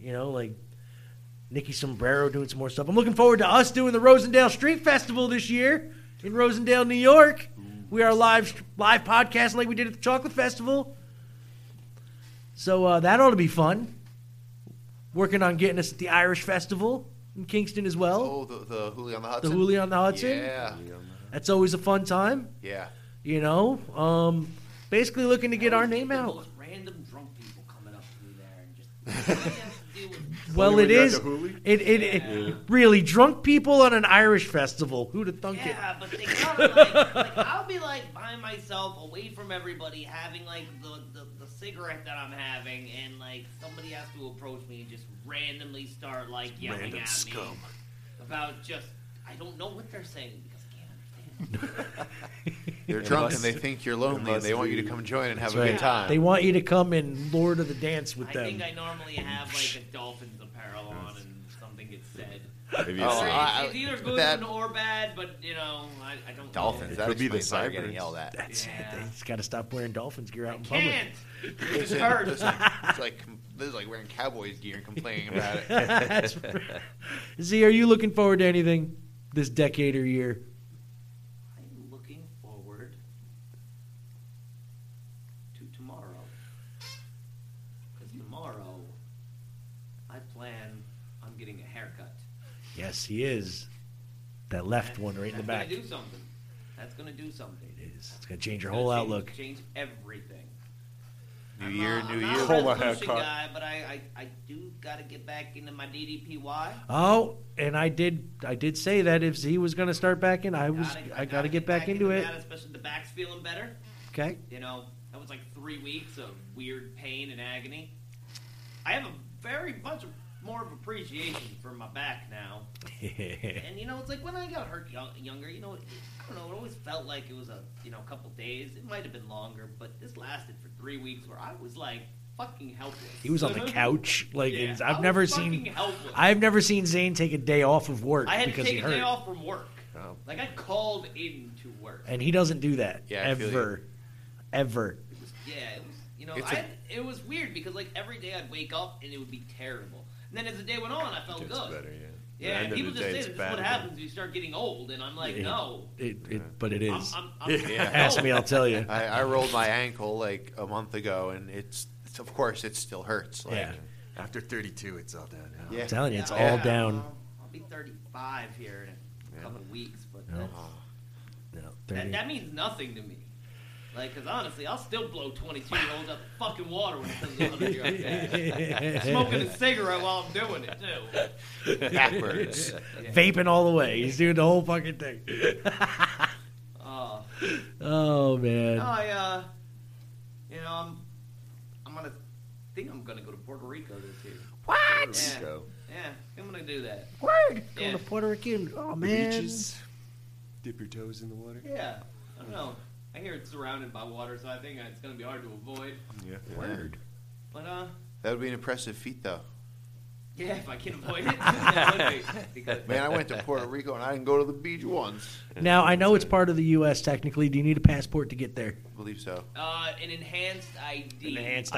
you know like. Nikki Sombrero doing some more stuff. I'm looking forward to us doing the Rosendale Street Festival this year in Rosendale, New York. We are live live podcast like we did at the Chocolate Festival. So uh, that ought to be fun. Working on getting us at the Irish Festival in Kingston as well. Oh, the, the Huli on the the Hudson. Hooli on the Hudson. Yeah. That's always a fun time. Yeah. You know, um, basically looking to get our name out. random drunk people coming up through there and just. Well, it is. Yeah, It, it, it really drunk people on an Irish festival. Who'd have thunk it? but they come like, like I'll be like by myself, away from everybody, having like the, the, the cigarette that I'm having, and like somebody has to approach me and just randomly start like yelling Random at me scum. about just I don't know what they're saying because They're It drunk must- and they think you're it lonely and they must want you to be- come join and have That's a right. good time. They want you to come and Lord of the Dance with I them. think I normally have like a dolphin's apparel on and something gets said. Maybe it's- It's- Oh, I- it's I- either but good that- or bad, but you know, I, I don't. know. Dolphins. That Could be the explains why you're Cyprus. getting yelled at. That's it. They just got to stop wearing dolphins gear out in public. Can't. It's, It's hurt. hard. It's like, it's like this is like wearing Cowboys gear and complaining about it. That's right. Z, are you looking forward to anything this decade or year? I'm looking forward to tomorrow. Because tomorrow, I plan on getting a haircut. Yes, he is. That left one right in the That's back. Gonna do something. That's gonna do something. It is. It's gonna change your whole outlook. Change everything. New year, I'm new not year. a resolution guy, but I, I, I do gotta get back into my DDPY. Oh, and I did. I did say that if Z was going to start back in, I was. I got to get back into it. That, especially the back's feeling better. Okay. You know, that was like three weeks of weird pain and agony. I have a very much more of appreciation for my back now. and you know, it's like when I got hurt young, younger, you know, it, I don't know, it always felt like it was a you know couple days. It might have been longer, but this lasted for three weeks where I was like fucking helpless. He was on the couch. Like Yeah, it's- I I've was never fucking seen. helpless. I've never seen Zane take a day off of work I had to because take he a hurt, Oh. day off from work. Like I called in to work. and he doesn't do that Yeah, I feel you. ever, ever. Yeah, it was. You know, It's I a- had it was weird because like every day I'd wake up and it would be terrible. And then as the day went on, I felt It good. gets better, yeah. Yeah, The end and of people the just day, say it's this is what better. happens when you start getting old, and I'm like, It- no. It, it, but it is. I'm- I'm- Yeah. Ask me, I'll tell you. I, I rolled my ankle like a month ago, and it's, it's of course it still hurts. Like, Yeah. After 32, it's all down. Yeah. I'm telling you, it's Yeah. all Yeah. down. I'll be 35 here in a couple of weeks, but No. that's- No, that, 30. that means nothing to me. Like, because honestly, I'll still blow 22 year olds out the fucking water when it comes to other drugs. Smoking a cigarette while I'm doing it, too. Backwards. Yeah. Vaping all the way. He's doing the whole fucking thing. Oh. oh man. No, I, uh, you know, I'm, I'm gonna think I'm gonna go to Puerto Rico this year. What? Yeah, Rico. yeah I'm gonna do that. Word. Going Yeah. to Puerto Rican. Oh The man. beaches. Dip your toes in the water. Yeah, I don't know. I hear it's surrounded by water, so I think it's gonna be hard to avoid. Yeah. Word. But uh, That would be an impressive feat, though. yeah, if I can avoid it, that would be. Because Man, I went to Puerto Rico and I didn't go to the beach once. Now I know it's part of the U.S. Technically. Do you need a passport to get there? I believe so. Uh, an enhanced ID. Yeah. That's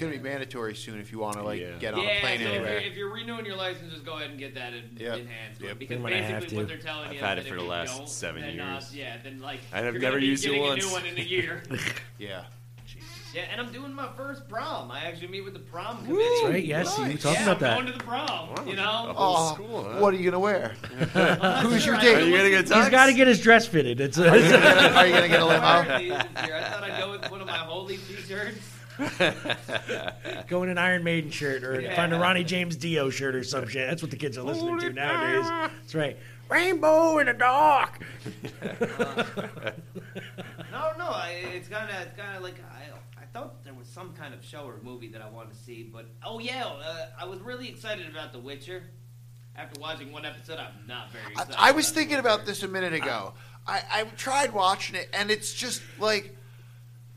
going to be mandatory soon if you want to like Yeah. get on yeah, a plane so anywhere. If you're, if you're renewing your license, just go ahead and get that en- Yep. enhanced Yep. one because I'm gonna have basically what to. they're telling I've you had is it that for if the you last don't, seven then, uh, years. yeah, then like And I've you're gonna never be used it getting a once. new one in a year. yeah. yeah, and I'm doing my first prom. I actually meet with the prom Woo! committee. That's right, yes, you were talking yeah, about that. I'm going to the prom. you know, Oh, what are you going to wear? Who's your Are date? you gonna get He's tux? got to get his dress fitted. It's a, it's a- Are you gonna get a I thought I'd go with one of my holy t-shirts. Go in an Iron Maiden shirt or Yeah. find a Ronnie James Dio shirt or some shit. That's what the kids are listening to nowadays. That's right. Rainbow in the dark. No, no, I, it's kind of, it's kind of like I, I thought there was some kind of show or movie that I wanted to see, but oh yeah, uh, I was really excited about The Witcher. After watching one episode, I'm not very excited. I was thinking about this a minute ago. I, I tried watching it and it's just like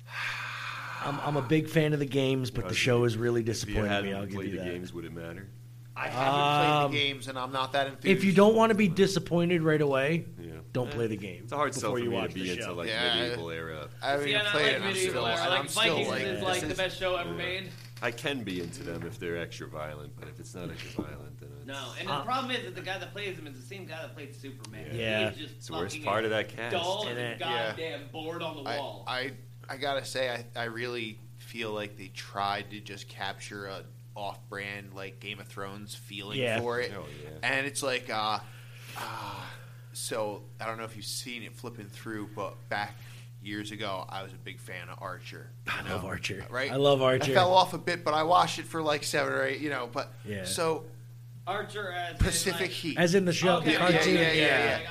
I'm, I'm a big fan of the games, but the show is really disappointing me. I'll give Play you the that. games, would it matter? I haven't played Um, the games and I'm not that enthused. If you don't want to be disappointed right away, don't play the game. It's a hard sell before for you me watch to be the into show. like Yeah, medieval era. I haven't See, even and I played like it. and I'm medieval still era, and like I'm still Vikings like, is like this the best show ever made. I can be into them if they're extra violent, but if it's not extra violent, then it's, No, and Uh, the problem is that the guy that plays him is the same guy that played Superman. Yeah. He's just It's the worst fucking part of that cast. Dull Isn't and it? goddamn Yeah. bored on the I, wall. I I gotta say I, I really feel like they tried to just capture a off-brand like Game of Thrones feeling Yeah. for it, Oh, yeah. and it's like ah. uh, uh, so I don't know if you've seen it flipping through, but back years ago, I was a big fan of Archer. I love Archer. Right? I love Archer. I fell off a bit, but I watched it for like seven or eight, you know. But Yeah. so Archer uh, as in, Pacific like- Heat, As in the show, the Yeah, cartoon, Yeah, yeah, yeah. yeah. yeah. Like,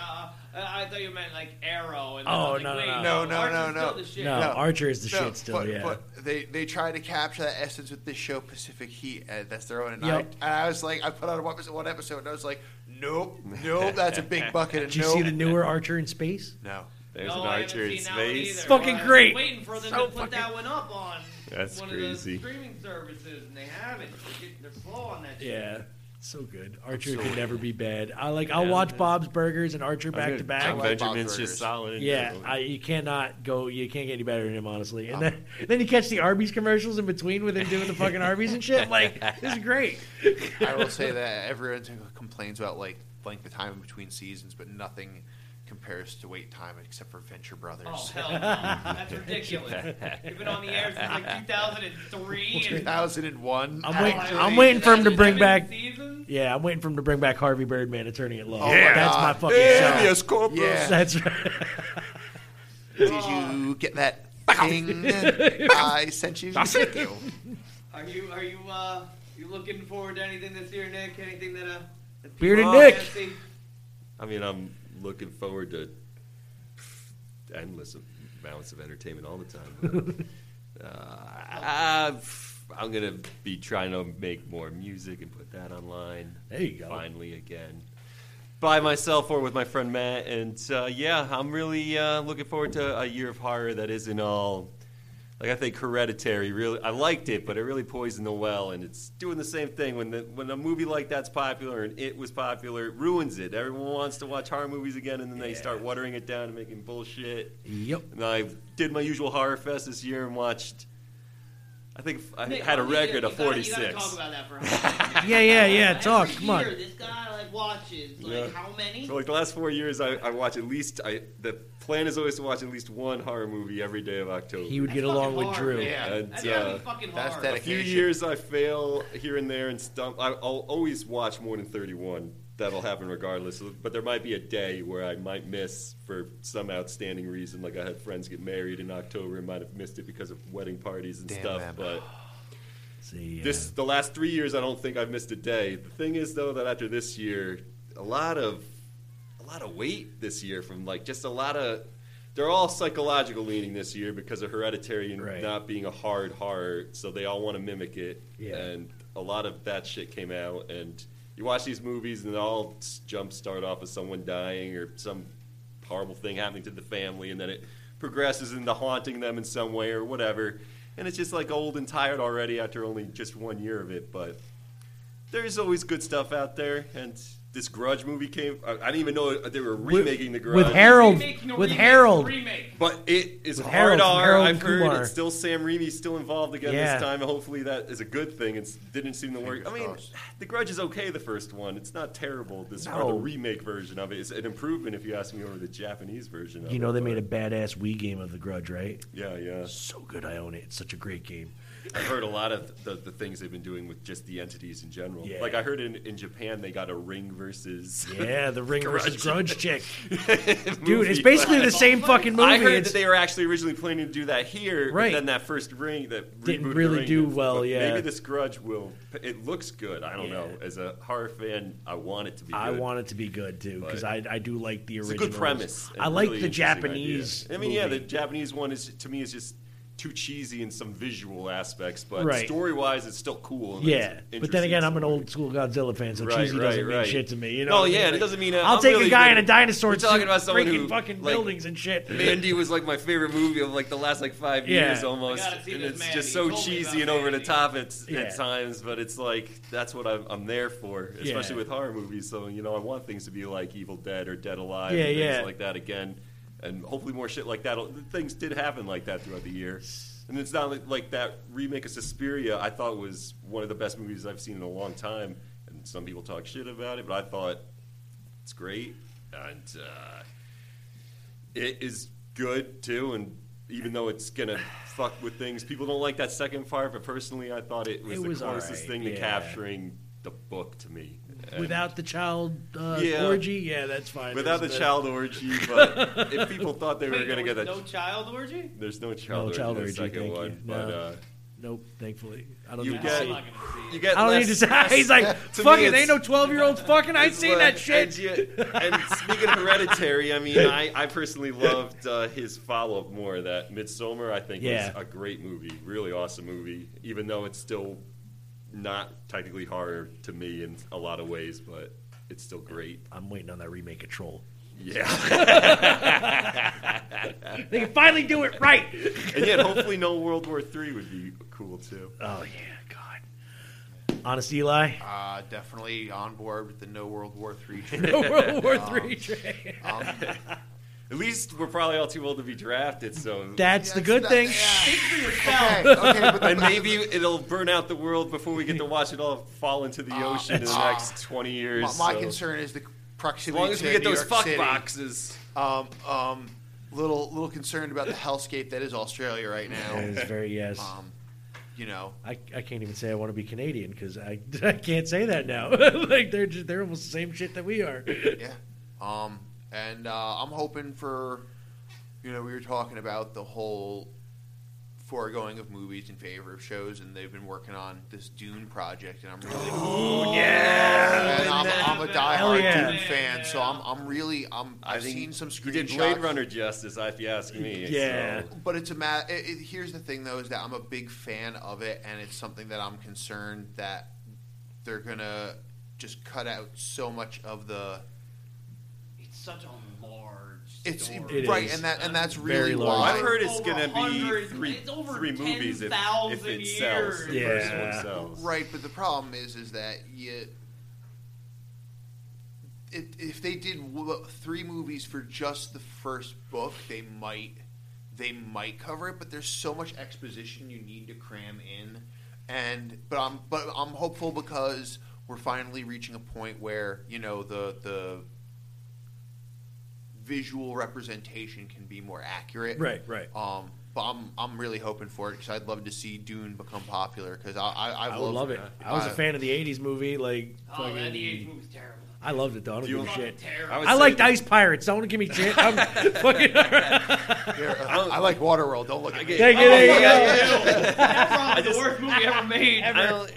uh, I thought you meant like Arrow. And Oh, then I was like, wait, no, no, Archer's no, no, still the shit. No, Archer is the shit still, But, yeah. but they they try to capture that essence with this show, Pacific Heat, and that's their own. And, I, Yep. and I was like, I put on one episode, one episode, and I was like, nope, nope, that's a big bucket. And Did you nope. see the newer Archer in space? No. There's an archer in space. It's fucking great. Waiting for them So to put that one up on That's one crazy. of the streaming services, and they haven't. They're, getting, they're slow on that. shit. Yeah. So good. Archer could so- never be bad. I like. I'll Yeah. watch Bob's Burgers and Archer back to back. Jack Benjamin's just solid. in Yeah, general. I, you cannot go. You can't get any better than him, honestly. Oh. And then, then you catch the Arby's commercials in between with him doing the fucking Arby's and shit. I'm like, this is great. I will say that everyone complains about like length of time in between seasons, but nothing compares to wait time except for Venture Brothers. Oh hell no, that's ridiculous. They've been on the air since like 2003. and- 2001. I'm waiting. Actually, I'm waiting for him to that's bring seven back. seasons? Yeah, I'm waiting for him to bring back Harvey Birdman, Attorney at Law. Oh my that's my God. fucking Yeah, show. yes, Corporal. Yeah. that's right. Did you get that thing I sent you? Uh, I sent you. Are you are you uh you looking forward to anything this year, Nick? Anything that uh that Beard people and Nick. can't see? I mean, I'm looking forward to endless amounts of entertainment all the time. But, uh, I've- I'm gonna be trying to make more music and put that online. There you go. Finally, again, by myself or with my friend Matt. And uh, yeah, I'm really uh, looking forward to a year of horror that isn't all. Like I think Hereditary really, I liked it, but it really poisoned the well, and it's doing the same thing. When the, when a movie like that's popular and it was popular, it ruins it. Everyone wants to watch horror movies again, and then they start watering it down and making bullshit. Yep. And I did my usual horror fest this year and watched. I think I Nick, had a you gotta- record of you gotta- you 46. gotta talk about that for a minute. Yeah, yeah, yeah, Every talk, come on. year, This guy like watches like Yeah. how many? So like the last four years, I, I watch at least. I the plan is always to watch at least one horror movie every day of October. He would get That's along fucking with hard, Drew. man. And, That's gotta be uh, fucking That's hard. A few dedication. years I fail here and there and stump. I, I'll always watch more than thirty-one. That'll happen regardless. But there might be a day where I might miss for some outstanding reason. Like I had friends get married in October and might have missed it because of wedding parties and Damn stuff. them. But See, uh, this the last three years I don't think I've missed a day. The thing is though that after this year, a lot of a lot of weight this year from like just a lot of they're all psychological leaning this year because of hereditary and not being a hard horror, so they all want to mimic it. Yeah. And a lot of that shit came out and you watch these movies and they all s- jump start off with someone dying or some horrible thing happening to the family and then it progresses into haunting them in some way or whatever. And it's just like old and tired already after only just one year of it, but there's always good stuff out there and this Grudge movie came. I, I didn't even know they were With- remaking the with Grudge Harold- Remaking a with remake, Harold. remake. But it is With hard Harold from R. Harold I've heard Kumar. it's still Sam Raimi's still involved again Yeah. this time. Hopefully that is a good thing. It didn't seem to work. I mean, the Grudge is okay. The first one, it's not terrible. This or No. the remake version of it is an improvement if you ask me over the Japanese version. Of uh, You know it, they but- made a badass Wii game of The Grudge, right? Yeah, yeah. So good, I own it. It's such a great game. I've heard a lot of the, the things they've been doing with just the entities in general. Yeah. Like I heard in, in Japan they got a ring versus Yeah, the Ring versus Grudge chick. Dude, movie, it's basically but- the same fucking movie. I heard It's- that they were actually originally planning to do that here, Right. but then that first ring that Didn't reboot of the really ring, do but well, yeah. maybe this Grudge will. It looks good. I don't know. As a horror fan, I want it to be. Good. I want it to be good too because I, But- I do like the It's original. a good premise. I and like really the interesting idea. Japanese. I mean, yeah, movie. the Japanese one is to me is just too cheesy in some visual aspects, but Right. story wise, it's still cool. and it's Yeah, but then interesting. again, I'm an old school Godzilla fan, so Right, cheesy right, doesn't mean right. shit to me. You No, know, what I yeah, mean? and it doesn't mean, uh, I'll I'm take really a guy good- in a dinosaur We're suit, talking about someone breaking who, fucking like, buildings and shit. Mandy was like my favorite movie of like the last like five Yeah. years almost, I gotta see and this it's Mandy. just You so told me cheesy about and over the top at, Yeah. at times. But it's like that's what I'm, I'm there for, especially Yeah. with horror movies. So you know, I want things to be like Evil Dead or Dead Alive, Yeah, and yeah. things like that again, and hopefully more shit like that. Things did happen like that throughout the year. And it's not like, like that remake of Suspiria. I thought was one of the best movies I've seen in a long time, and some people talk shit about it, but I thought it's great, and uh, it is good too. And even though it's gonna fuck with things, people don't like that second part. But personally, I thought it was It was the closest alright, thing to yeah. capturing the book to me. And- Without the child uh, Yeah. orgy, yeah, that's fine. Without the That's better. child orgy, but if people thought they were Wait, going to there get was that, no child orgy? there's no child no orgy child in orgy. the second thank one. you. But no. uh, nope, thankfully, I don't you need get to see. it. you get. I don't less, need to see. less- He's like, to fuck me, it, it's- ain't no twelve year olds fucking. I ain't seen Look, that shit. And, you- and speaking of Hereditary, I mean, I, I personally loved uh, his follow-up more. That Midsummer, I think, Yeah. was a great movie, really awesome movie. Even though it's still not technically horror to me in a lot of ways, but it's still great. I'm waiting on that remake of Troll. Yeah. They can finally do it right. and yet, hopefully, no World War III would be cool too. Oh yeah, God. Honest Eli. Uh, definitely on board with the no World War Three. Um, No World War Three train. At least we're probably all too old to be drafted, so That's the good thing. and maybe it'll burn out the world before we get to watch it all fall into the ocean in the uh, next twenty years. My, my so. concern is the As proximity. long as to we get New those York fuck City. boxes. Um, um, little little concerned about the hellscape that is Australia right now. That is very yes. Um, you know, I, I can't even say I want to be Canadian because I, I can't say that now. like they're just, they're almost the same shit that we are. yeah. Um, and uh, I'm hoping for, you know, we were talking about the whole foregoing of movies in favor of shows, and they've been working on this Dune project, and I'm really, Ooh, yeah. and I'm, I'm a Hell diehard yeah. Dune fan, so I'm I'm really I'm I I've think seen some screenshots. You did Blade Runner justice, if you ask me. so- But it's a matter. It, it, here's the thing, though, is that I'm a big fan of it, and it's something that I'm concerned that they're gonna just cut out so much of the. It's such a large. It's story. right, and that and that's really why I've heard it's gonna be hundreds- three, it's over three movies if, if 10,000 it sells. The first one Yeah. sells. Right, but the problem is, is that you. If, if they did w- three movies for just the first book, they might, they might cover it. But there's so much exposition you need to cram in, and but I'm but I'm hopeful because we're finally reaching a point where you know the the visual representation can be more accurate. Right, right. Um, but I'm I'm really hoping for it because I'd love to see Dune become popular because I I, I, I would love it. I was a I- fan of the '80s movie. Like, Oh, that fucking- 80s movie was terrible. I loved it though. I don't Do give a you- shit. Terrible. I would I, say liked that- Ice Pirates. Don't give me shit. I'm fucking. I like Waterworld. Don't look at me. Thank you, there you go. I just- ever. I'm only-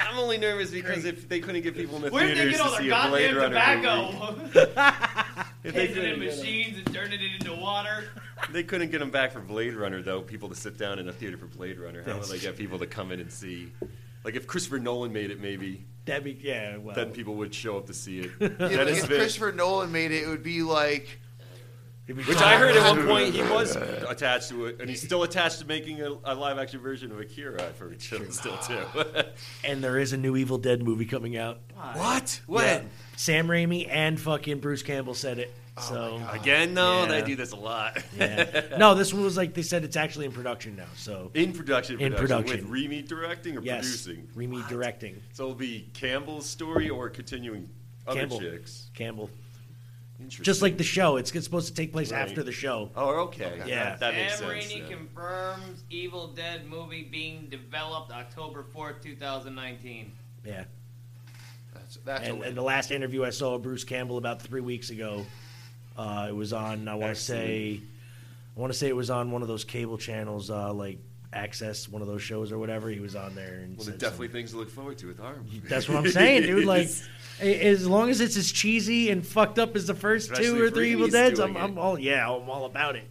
I'm only nervous because if they couldn't get people in the Where did they theaters get to all their see a Blade goddamn Runner tobacco? If they Taking it in couldn't get 'em. machines and turning it into water. movie, they couldn't get them back for Blade Runner though. People to sit down in a theater for Blade Runner. How That's would they get people to come in and see? Like if Christopher Nolan made it, maybe That'd be yeah. Well, then people would show up to see it. If, That is if big. Christopher Nolan made it, it would be like. Which I heard at one point he was attached to it, and he's still attached to making a, a live action version of Akira. I've heard still too. and there is a new Evil Dead movie coming out. What? When? Yeah. Sam Raimi and fucking Bruce Campbell said it. So Again, no, Yeah. they do this a lot. Yeah. No, this one was like they said it's actually in production now. So in production, in production, with Remy directing or yes, producing. Remy directing. So it'll be Campbell's story or continuing other Campbell. chicks. Campbell. Interesting. Just like the show, it's it's supposed to take place Right. after the show. Oh, okay. Yeah, That- that makes Sam sense, Raimi yeah. confirms Evil Dead movie being developed October 4th, 2019. yeah. That's, that's and, and the last interview I saw of Bruce Campbell about three weeks ago, uh, it was on. I want to say, I want to say it was on one of those cable channels, uh, like Access, one of those shows or whatever. He was on there and Well, said there's definitely things to look forward to with our movie. something. That's what I'm saying, dude. Like, a- as long as it's as cheesy and fucked up as the first Especially two or if three Evil Remy's Dead's, doing I'm, I'm all yeah, I'm all about it.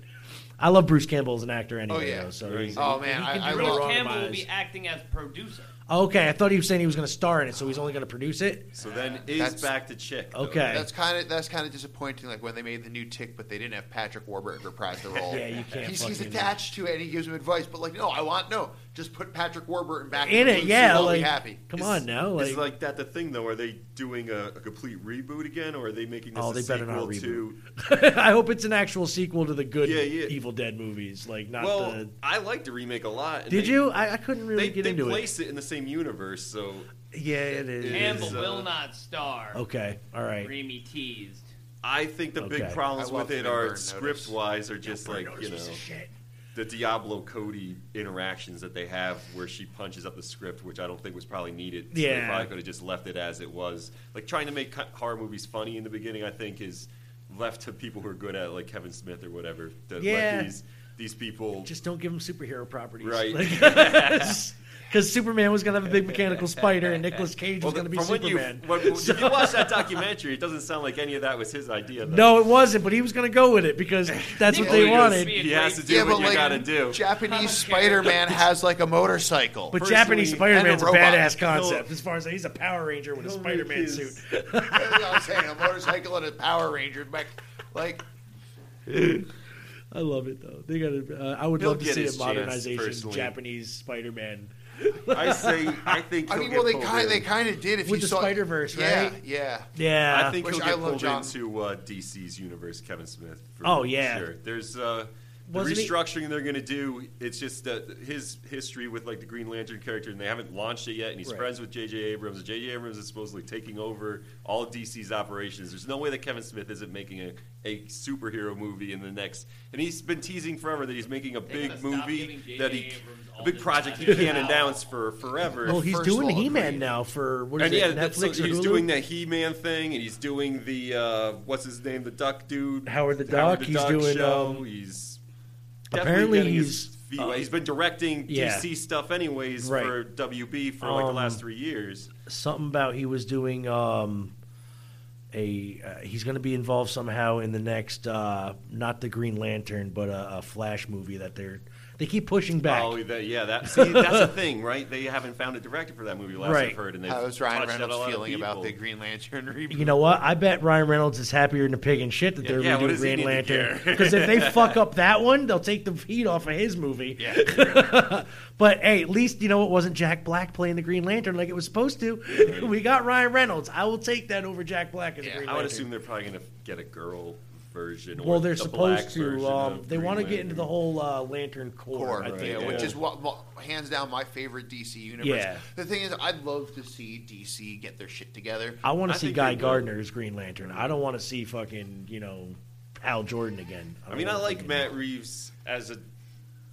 I love Bruce Campbell as an actor anyway. Oh, though, so he's- he can do no Bruce wrong in Campbell my will be eyes. acting as producer. Okay, I thought he was saying he was going to star in it, so he's only going to produce it. So then is back to chick. though. Okay. That's kind of that's kind of disappointing. Like when they made the new Tick, but they didn't have Patrick Warburton reprise the role. Yeah, you can't He's, he's fucking- attached to it, and he gives him advice. But like, no, I want no. Just put Patrick Warburton back In the it, blue yeah, suit, I'll like, be happy. come Is- on now, is like- like that the thing though? Are they doing a, a complete reboot again, or are they making this Oh, a they better not sequel to? reboot. I hope it's an actual sequel to the good Yeah, yeah. Evil Dead movies, like not well, the. I liked the remake a lot. and Did they- you? I, I couldn't really They, get they into place it. in the same universe, so it. Yeah, it is. Campbell is, uh, will not star. Okay, all right. Raimi teased. I think the big Okay. problems I love with it Big Burn are Notice. script wise, are just like you know. shit. the Diablo Cody interactions that they have, where she punches up the script, which I don't think was probably needed. they Yeah. probably could have just left it as it was. Like trying to make co- horror movies funny in the beginning, I think, is left to people who are good at, it, like Kevin Smith or whatever. To Yeah. let these these people Just don't give them superhero properties, Right. Because Superman was gonna have a big mechanical spider, and Nicolas Cage was Well, gonna be from when you- Superman. when- when- if you watch that documentary, it doesn't sound like any of that was his idea. Though. No, it wasn't, but he was gonna go with it because that's what they wanted. He has to do Yeah, what but you like gotta do. Japanese Spider-Man has like a motorcycle. But Japanese and Spider-Man's a robot. badass concept. as far as he's a Power Ranger with a Spider-Man suit. I'm saying a motorcycle and a Power Ranger. Back, like I love it though. They got. Uh, I would He'll love to get see a his chance, modernization personally. Japanese Spider-Man. I say, I think. I he'll mean, well, get they pulled kind in. they kind of did if With you the saw Spider-Verse, yeah, right? Yeah, Yeah. I think Which he'll I get love pulled John- into uh, DC's universe, Kevin Smith. For Oh, yeah. sure. There's uh, the Wasn't he- restructuring they're going to do. It's just uh, his history with like the Green Lantern character, and they haven't launched it yet. And he's Right. friends with J.J. Abrams. J.J. Abrams is supposedly taking over all of DC's operations. There's no way that Kevin Smith isn't making a, a superhero movie in the next. And he's been teasing forever that he's making a big movie that he. A big project he can't announce for forever. Well, he's doing He-Man now for what is and it? yeah, that's- Netflix so or he's Hulu? doing the He-Man thing, and he's doing the uh, what's his name, the Duck dude, Howard the Duck, he's doing, um, he's definitely apparently getting his he's, feet uh, wet. he's been directing yeah. DC stuff anyways Right. for WB for like the Um, last three years. something about he was doing um, a. Uh, he's going to be involved somehow in the next, uh, not the Green Lantern, but a, a Flash movie that they're they keep pushing back. Oh, that, yeah, that, see, that's the thing, right? They haven't found a director for that movie. Last Right. I've heard, and they've How is Ryan touched out a Reynolds lot of feeling about people. the Green Lantern reboot? You know what? I bet Ryan Reynolds is happier than a pig in shit that they're yeah, what redoing does he Green need to Lantern. care? Because if they fuck up that one, they'll take the heat off of his movie. Yeah. but hey, at least you know it wasn't Jack Black playing the Green Lantern like it was supposed to. we got Ryan Reynolds. I will take that over Jack Black as a Green I would Lantern. assume they're probably going to get a girl version. Or well, they're the black supposed version to. Um, of they Green want to get Lantern. into the whole uh, Lantern Corps. Core, I think. yeah, which is what, what- hands down my favorite DC universe. Yeah. The thing is, I'd love to see DC get their shit together. I want to see think Guy they will. Gardner as Green Lantern. I don't want to see fucking you know Al Jordan again. I mean, I don't wanna like Matt Reeves as a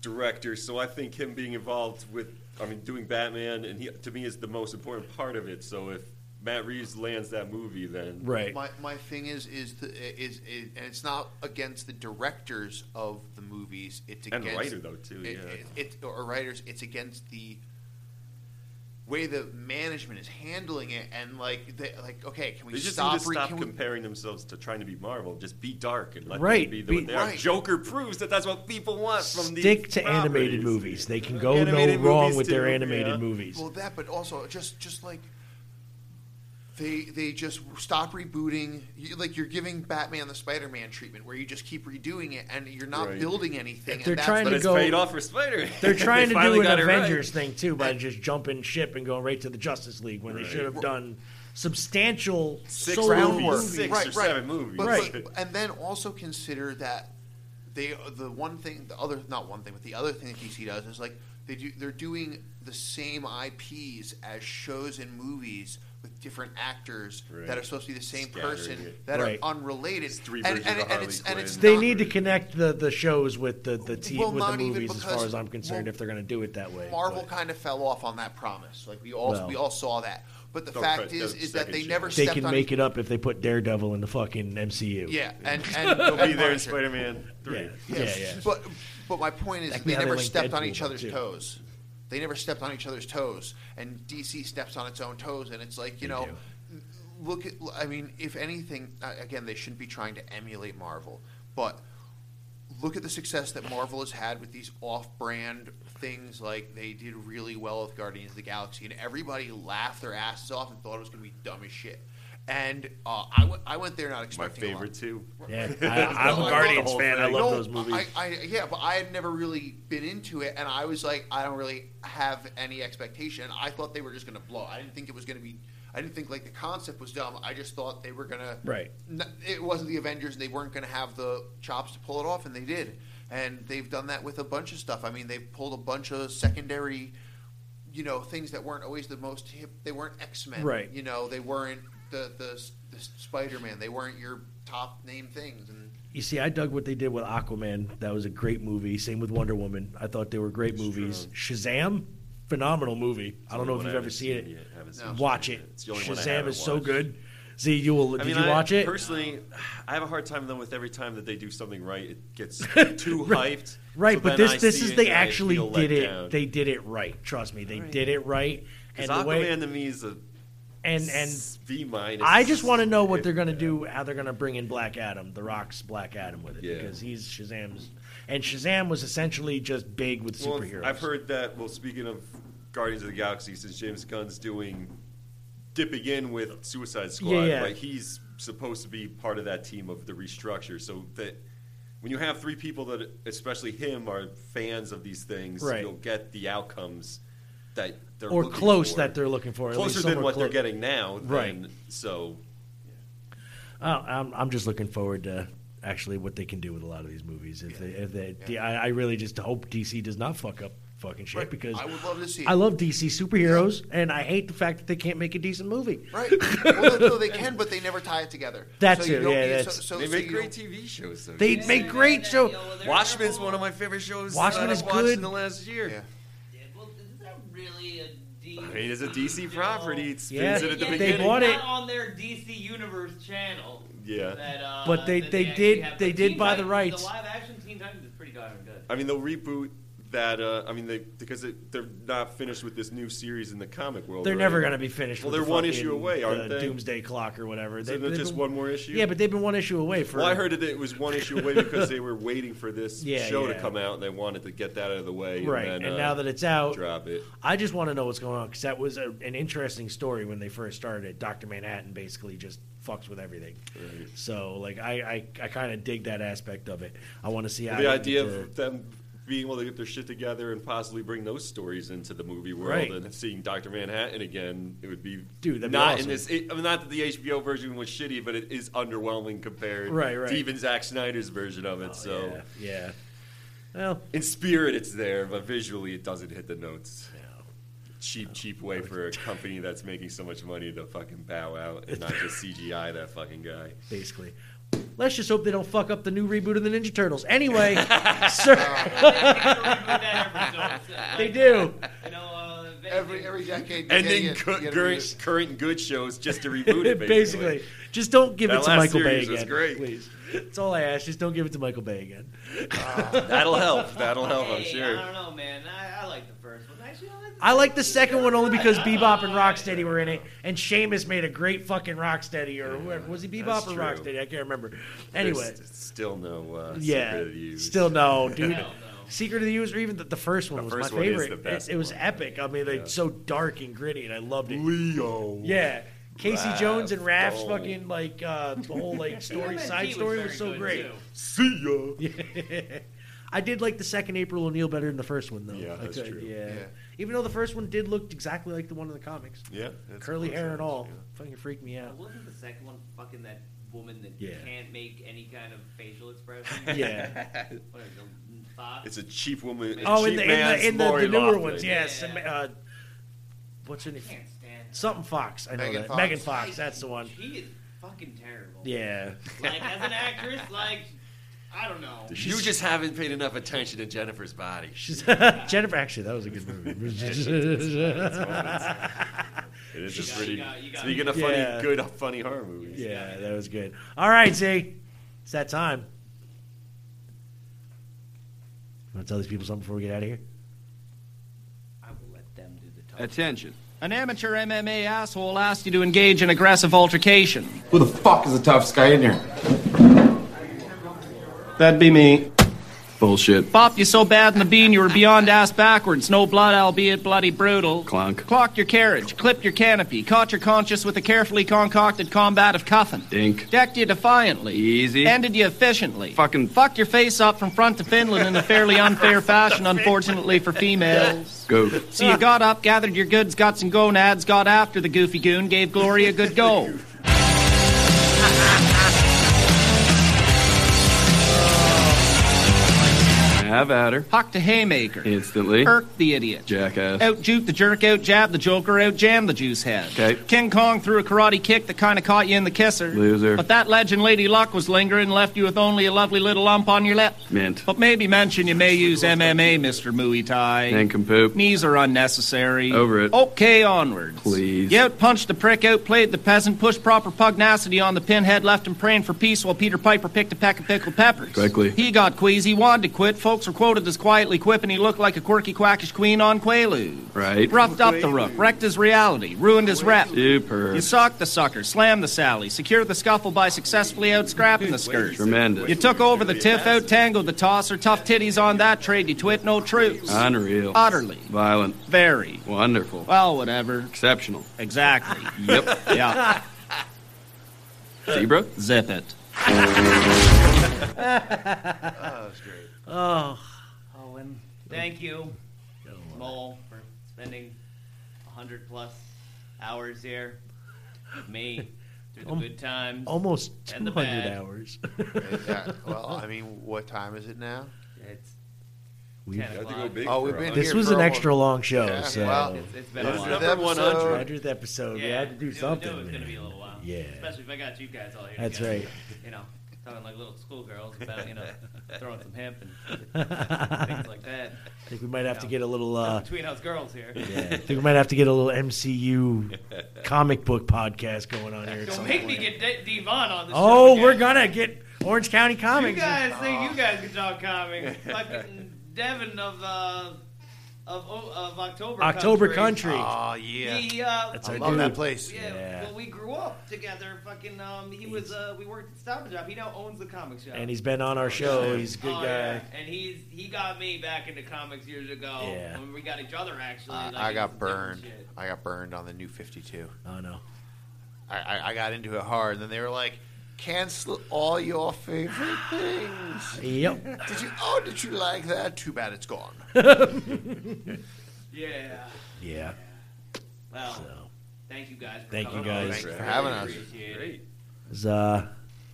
director, so I think him being involved with, I mean, doing Batman, and he to me is the most important part of it. So if Matt Reeves lands that movie, then My, my thing is is the, is, is and it's not against the directors of the movies. It's And the against writer, though, too, It, yeah. it- it- or writers. It's against the way the management is handling it, and like they, like okay, can we they just stop? need to re- stop can we- comparing themselves to trying to be Marvel. Just be dark and let them Right, be the, be- what they are. Right. Joker proves that that's what people want from these. Stick to properties. animated movies. They can go Animated no wrong movies, with their too, animated yeah. movies. Well, that, but also just just like they they just stop rebooting. You, like you're giving Batman the Spider-Man treatment, where you just keep redoing it and you're not Right. building anything. They're and that's trying the- to go. They're trying to do an Avengers thing too by just jumping ship and going right to the Justice League when they Right. should have done substantial six solo groundwork, movies. right, right. But, right. but- and then also consider that they the one thing, the other not one thing, but the other thing that DC does is like they do they're doing the same IPs as shows and movies with different actors that are supposed to be the same Scattering person it. that Right. are unrelated. three and, versions and, of and it's Harley and it's They not- need to connect the, the shows with the the te- Well, with the not even movies as far because- as I'm concerned well, if they're going to do it that way. Marvel kind of fell off on that promise. Like we all Well. we all saw that. But the Don't fact put- is don't is that second they show. never They stepped can on make it up if they put Daredevil in the fucking MCU. Yeah, and and He'll be and there in Punisher. Spider-Man three. Yeah, yeah. But but my point is That could that be they how they never link stepped on Deadpool, each though, other's too. toes. They never stepped on each other's toes, and DC steps on its own toes, and it's like you know, look at. I mean, if anything, uh, again, they shouldn't be trying to emulate Marvel, but look at the success that Marvel has had with these off-brand things. Like they did really well with Guardians of the Galaxy, and everybody laughed their asses off and thought it was going to be dumb as shit. And uh, I, w- I went there not My expecting a lot. favorite too. Yeah, I- I'm a I Guardians love- fan. I love No, those movies. I, I, yeah, but I had never really been into it, and I was like, I don't really have any expectation. I thought they were just going to blow. I didn't think it was going to be. I didn't think like the concept was dumb. I just thought they were going to. Right. It wasn't the Avengers, and they weren't going to have the chops to pull it off, and they did. And they've done that with a bunch of stuff. I mean, they've pulled a bunch of secondary, you know, things that weren't always the most hip. They weren't X Men, Right. You know, they weren't the the, the Spider Man. They weren't your top name things, and You see, I dug what they did with Aquaman. That was a great movie. Same with Wonder Woman. I thought they were great movies. Shazam, phenomenal movie. I don't know if one I you've ever haven't seen seen it. yet. Haven't seen it Watch yet. it. It's the only one I Shazam haven't is so watched. good. Z, you will. I did mean, you I- watch it? Personally, I have a hard time then with every time that they do something right, it gets too hyped. Right, so but then this I this see is it they and I actually feel let did it. down. They did it right. Trust me, they did it right. Because And Aquaman the way to me is a and and V minus. I just want to know what they're gonna do, how they're gonna bring in Black Adam, The Rock's Black Adam with it, because he's Shazam's, and Shazam was essentially just big with Well, superheroes. I've heard that. Well, speaking of Guardians of the Galaxy, since James Gunn's doing dipping in with Suicide Squad, Yeah, yeah. right? He's supposed to be part of that team of the restructure. So that when you have three people that, especially him, are fans of these things, Right. you'll get the outcomes that they're Or looking close for. that they're looking for, at least Closer than somewhere what they're clo- getting now, Right. then, So I- Oh, I'm I'm just looking forward to actually what they can do with a lot of these movies. If they if they, D- I, I really just hope DC does not fuck up fucking shit Right. because I would love to see I it. love DC superheroes, and I hate the fact that they can't make a decent movie. Right. well, no, no, they can, but they never tie it together. That's so you it, don't yeah, need- that's- so, so, they so make you great don't- TV shows. Though. They make great shows. Watchmen's one of my favorite shows. Watchmen that is I've watched good. uh, in the last year. I mean, it's a DC property. It spins Yeah. it at the They beginning. bought it. Not on their DC Universe channel. Yeah. That, uh, But they- that they actually did- have- they but did Teen buy the Titans- rights. The live action Teen Titans is pretty darn good. I mean, they'll reboot that. Uh, I mean, they because it, they're not finished with this new series in the comic world. They're right? never going to be finished. Well, with they're the one fucking, issue away, aren't the they? Doomsday Clock or whatever. So They've- they're they've just been- one more issue? Yeah, but they've been one issue away for. Well, I heard that it was one issue away because they were waiting for this Yeah, show yeah. to come out and they wanted to get that out of the way. Right, and, then, and uh, now that it's out- drop it. I just want to know what's going on because that was a, an interesting story when they first started. Doctor Manhattan basically just fucks with everything. So like I I, I kind of dig that aspect of it. I want to see how the they idea get to- of them being able to get their shit together and possibly bring those stories into the movie world Right. and seeing Doctor Manhattan again, it would be Dude, that'd be not awesome. in this. It, I mean, not that the HBO version was shitty, but it is underwhelming compared Right, right. Oh, to even Zack Snyder's version of it. so yeah, well, in spirit it's there, but visually it doesn't hit the notes. Cheap, cheap way for a company that's making so much money to fucking bow out and not just CGI that fucking guy. basically. Let's just hope they don't fuck up the new reboot of the Ninja Turtles. Anyway, sir, they do. uh, Every every decade. you Ending get- you cu- get a current, current good shows just to reboot it, basically. basically. just don't give That it to last Michael Bay series was again, great. please. That's all I ask. Just don't give it to Michael Bay again. Uh, That'll help. That'll help, I'm Hey, sure. I don't know, man. I, I like the first one. Actually, I like I like the second one only because Bebop and Rocksteady were in it, and Seamus made a great fucking Rocksteady or whoever was he Bebop that's or true. Rocksteady? I can't remember. There's Anyway, st- still no. Uh, yeah, Secret of the Ooze. still no, dude. No, no. Secret of the Use, or even the, the first one The was first my one is the favorite. best it, it was one. epic. I mean, like Yeah. so dark and gritty, and I loved it. Leo. Yeah. Casey Raph Jones and Raph's Dole. fucking like uh, the whole like story MNT side was story very was so good, great. too. See ya. I did like the second April O'Neil better than the first one though. Yeah, I that's could, true. Yeah. Yeah. Even though the first one did look exactly like the one in the comics. Yeah, that's Curly close, hair yeah, and all. Fucking freaked me out. Wasn't the second one fucking that woman that Yeah. can't make any kind of facial expression? Yeah. What is it, Fox? It's a cheap woman. Oh, in cheap the in man's the, in the, the Lori newer Loughlin. ones, yes. Yeah. Uh, what's her name? Something Fox. I know Megan that. Fox. Megan Fox. That's the one. She is fucking terrible. Yeah. Like as an actress, like I don't know. You just haven't paid enough attention to Jennifer's body. She's Jennifer. Actually, that was a good movie. It is She just got- pretty. she got- you got- Speaking of funny, Yeah. good, uh, funny horror movies. Yeah, that was good. All right, Z. It's that time. Want to tell these people something before we get out of here? Attention. An amateur MMA asshole asked you to engage in aggressive altercation. Who the fuck is the toughest guy in here? That'd be me. Bullshit. Bopped you so bad in the bean you were beyond ass backwards. No blood, albeit bloody brutal. Clunk. Clocked your carriage, clipped your canopy, caught your conscience with a carefully concocted combat of cuffing. Dink. Decked you defiantly. Easy. Ended you efficiently. Fucking Fucked your face up from front to Finland in a fairly unfair fashion, unfortunately for females. go. Uh, So you got up, gathered your goods, got some gonads, got after the goofy goon, gave Glory a good go. Have at her. Hock the haymaker. Instantly. Irk the idiot. Jackass. Out juke the jerk, out jab the joker, out jam the juice head. King Kong threw a karate kick that kind of caught you in the kisser. Loser. But that legend, Lady Luck, was lingering and left you with only a lovely little lump on your lip. Mint. But maybe mention you may use MMA, Mr. Muay Thai. Nincompoop. Knees are unnecessary. Over it. Okay, onwards. Please. You out punched the prick, outplayed the peasant, pushed proper pugnacity on the pinhead, left him praying for peace while Peter Piper picked a pack of pickled peppers. Quickly. He got queasy, wanted to quit. Folks were quoted as quietly quipping he looked like a quirky quackish queen on Quaalude. Right. Roughed up the rook, wrecked his reality, ruined his rep. Super. You socked the sucker, slammed the Sally, secured the scuffle by successfully outscrapping the skirt. Tremendous. You took over the tiff, out tangled the tosser, tough titties on that trade, you twit no truce. Unreal. Utterly. Violent. Very. Wonderful. Well, whatever. Exceptional. Exactly. Yep. yeah. Zebra? Zip it. Oh, Owen, thank you, Mole, for spending hundred plus hours here with me through Om- the good times. Almost and the 200 bad. hours. Exactly. Well, I mean, what time is it now? It's We've- ten Gotta o'clock. go big Oh, for we've a been hundred. This was an extra long show, Yeah, so- well, It's- it's been a this is while. the Number episode. 100. 100th episode. We had to do it was- something. It was man. gonna be a little while. Yeah. Especially if I got you guys all here. That's together. right. You know, talking like little schoolgirls about you know throwing some hemp and things like that. I think we might have to You know, get a little. stuff Uh, between us girls here. Yeah, I think we might have to get a little MCU comic book podcast going on here. at Don't some make me point. get De- Devon on the Oh, show. we're gonna get Orange County Comics. You guys think you guys can talk comics? Fucking Devin of uh, of O- of October. October Country. Ah, Oh, yeah. The, uh, That's I our love dude. that place. Yeah, Yeah. Well, we grew up together. Fucking, um, he was. Uh, we worked at Stop and Shop. He now owns the comic shop. And he's been on our show. He's a good Oh, guy. yeah. And he's he got me back into comics years ago. Yeah. When we got each other actually. I- like, I it got was burned. different shit. I got burned on the new 52. Oh no. I, I, I got into it hard, and then they were like, "Cancel all your favorite things." Yep. Did you? Oh, did you like that? Too bad it's gone. Yeah. Yeah. Well. Thank you guys. For Thank you coming guys. on. Thanks for Really having us. appreciate it. Is, uh,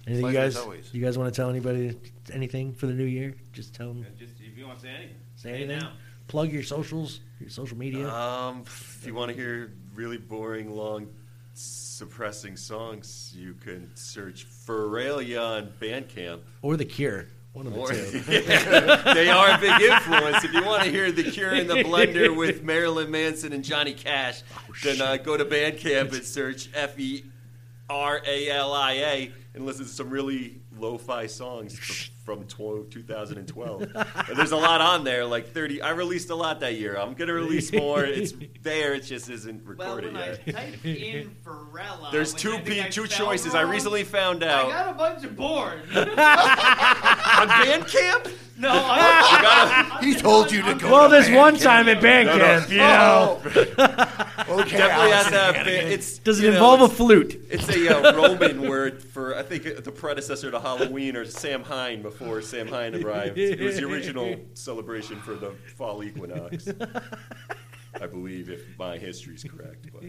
anything you Pleasure as guys? always. You guys want to tell anybody anything for the new year? Just tell them. Just if you want to say anything. Say anything. Plug your socials, your social media. Um, if you want to hear really boring, long, suppressing songs, you can search Feralia on Bandcamp. or The Cure. One of the Or- two. Yeah, they are a big influence. If you want to hear The Cure in the Blender with Marilyn Manson and Johnny Cash, Oh, then uh, go to Bandcamp and search F E R A L I A and listen to some really lo fi songs f- from tw- 2012. And there's a lot on there, like 30. I released a lot that year. I'm going to release more. It's there, it just isn't Well, recorded when I yet. typed in Pharrella, There's which two I think pe- I two spelled choices. I wrong, recently found I out. got a bunch of boards. On Bandcamp? No, I- he told you to go. well, to there's one Bandcamp. time at Bandcamp, you know. Okay, Definitely has Allison to have. Hannigan. It's Does it you know, involve a it's- flute? It's a uh, Roman word for I think uh, the predecessor to Halloween or Sam Hine before Sam Hine arrived. It was the original celebration for the fall equinox. I believe, if my history's correct. But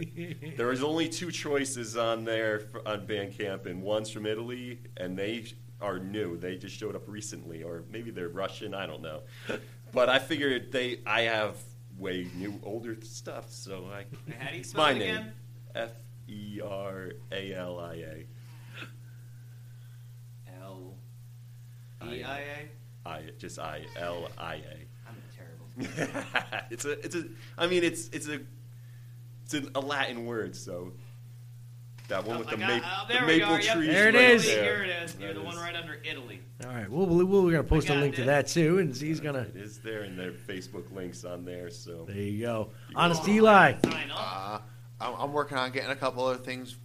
there is only two choices on there for, on Bandcamp, and one's from Italy, and they are new. They just showed up recently, or maybe they're Russian. I don't know. But I figured they, I have way new, older stuff, so I. How do you it's spell my it name, again? F E R A L I A. L E I A. I just I L I I'm terrible. A. It's a, it's a. I mean, it's it's a, it's an, a Latin word, so. That one with the, Like, ma- oh, the there we maple are. Yep, trees. There it right is. There. Here it is. You're That the one is- right under Italy. All right. Well, we- we're gonna post a got link to it. that too, and he's gonna. It is there, and their Facebook links on there. So There you go. Honest Eli. Uh, I'm, I'm working on getting a couple other things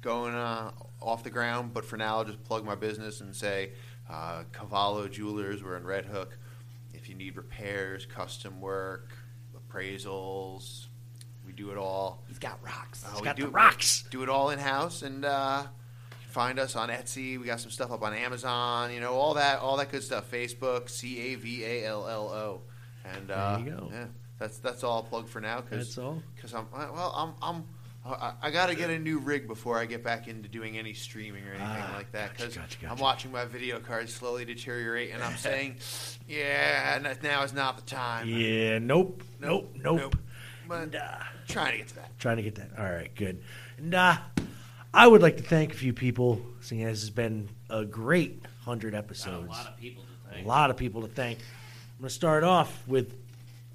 going uh, off the ground, but for now, I'll just plug my business and say uh, Cavallo Jewelers, we're in Red Hook. If you need repairs, custom work, appraisals, we do it all. He's got rocks. He's got the rocks. Oh, Uh, Do it all in house, and uh, you can find us on Etsy. We got some stuff up on Amazon. You know all that, all that good stuff. Facebook, C A V A L L O, and There uh, you go. yeah, that's that's all I'll plug for now. Cause, That's all. Because I'm well, I'm I'm I, I got to get a new rig before I get back into doing any streaming or anything Ah, like that because I'm watching my video card slowly deteriorate, and I'm saying, yeah, n- now is not the time. Yeah, nope, nope, nope. But trying to get to that. Trying to get that. All right, good. And uh, I would like to thank a few people, seeing as it's been a great 100 episodes. lot of people to thank. A lot of people to thank. I'm going to start off with,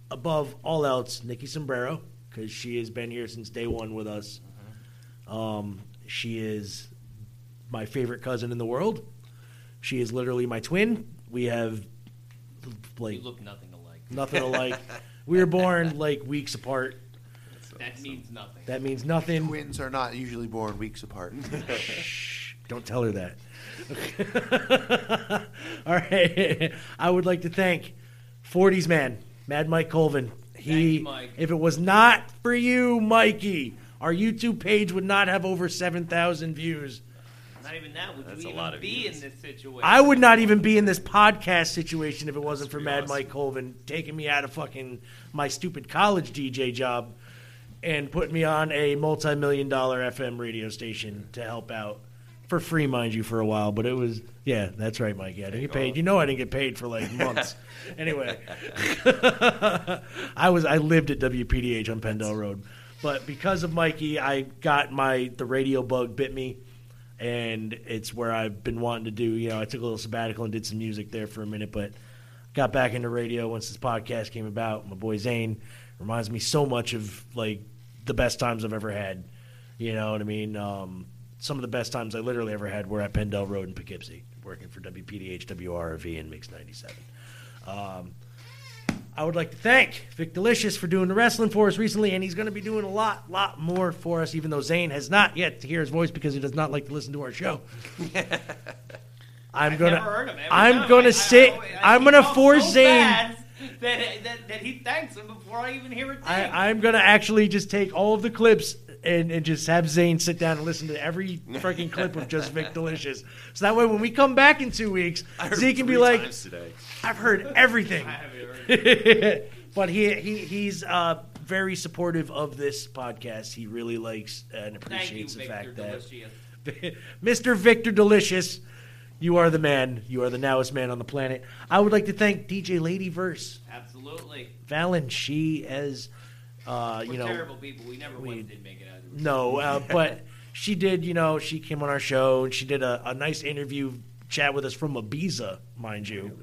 above all else, Nikki Sombrero, because she has been here since day one with us. Uh-huh. Um, she is my favorite cousin in the world. She is literally my twin. We have, like, You look nothing alike. nothing alike. we were born, like, weeks apart. That means nothing. That means nothing. Twins are not usually born weeks apart. Shh, don't tell her that. All right. I would like to thank 40s man, Mad Mike Colvin. He, if it was not for you, Mikey, our YouTube page would not have over 7,000 views. Not even that. Would you even be in this situation? I would not even be in this podcast situation if it wasn't for Mad Mike Colvin taking me out of fucking my stupid college DJ job and putting me on a multi million dollar FM radio station to help out for free, mind you, for a while. But it was, yeah, that's right, Mike. Yeah, I didn't get paid. You know, I didn't get paid for like months. anyway, I was I lived at WPDH on Pendel Road, but because of Mikey, I got my the radio bug bit me, and it's where I've been wanting to do. You know, I took a little sabbatical and did some music there for a minute, but got back into radio once this podcast came about. My boy Zane reminds me so much of like the best times I've ever had. You know what I mean? Um, some of the best times I literally ever had were at Pendel Road in Poughkeepsie, working for WPDH, WRV, and Mix 97. Um, I would like to thank Vic Delicious for doing the wrestling for us recently, and he's going to be doing a lot, lot more for us, even though Zane has not yet to hear his voice because he does not like to listen to our show. I'm gonna, never heard him. Every time I'm I- gonna I sit, I, am gonna talk force so Zane. fast That, that, that he thanks him before I even hear a thing. I, I'm gonna actually just take all of the clips and, and just have Zane sit down and listen to every freaking clip of just Vic Delicious. So that way, when we come back in two weeks, Zeke can be like, "I've heard everything." but he, he he's uh, very supportive of this podcast. He really likes and appreciates the fact that Mr. Victor Delicious. You are the man. You are the nowest man on the planet. I would like to thank DJ Ladyverse Absolutely. Valen, she as uh, We're you know, terrible people. We never once did make it out. of the no, uh, room. but she did. You know, she came on our show and she did a, a nice interview chat with us from Ibiza, mind you.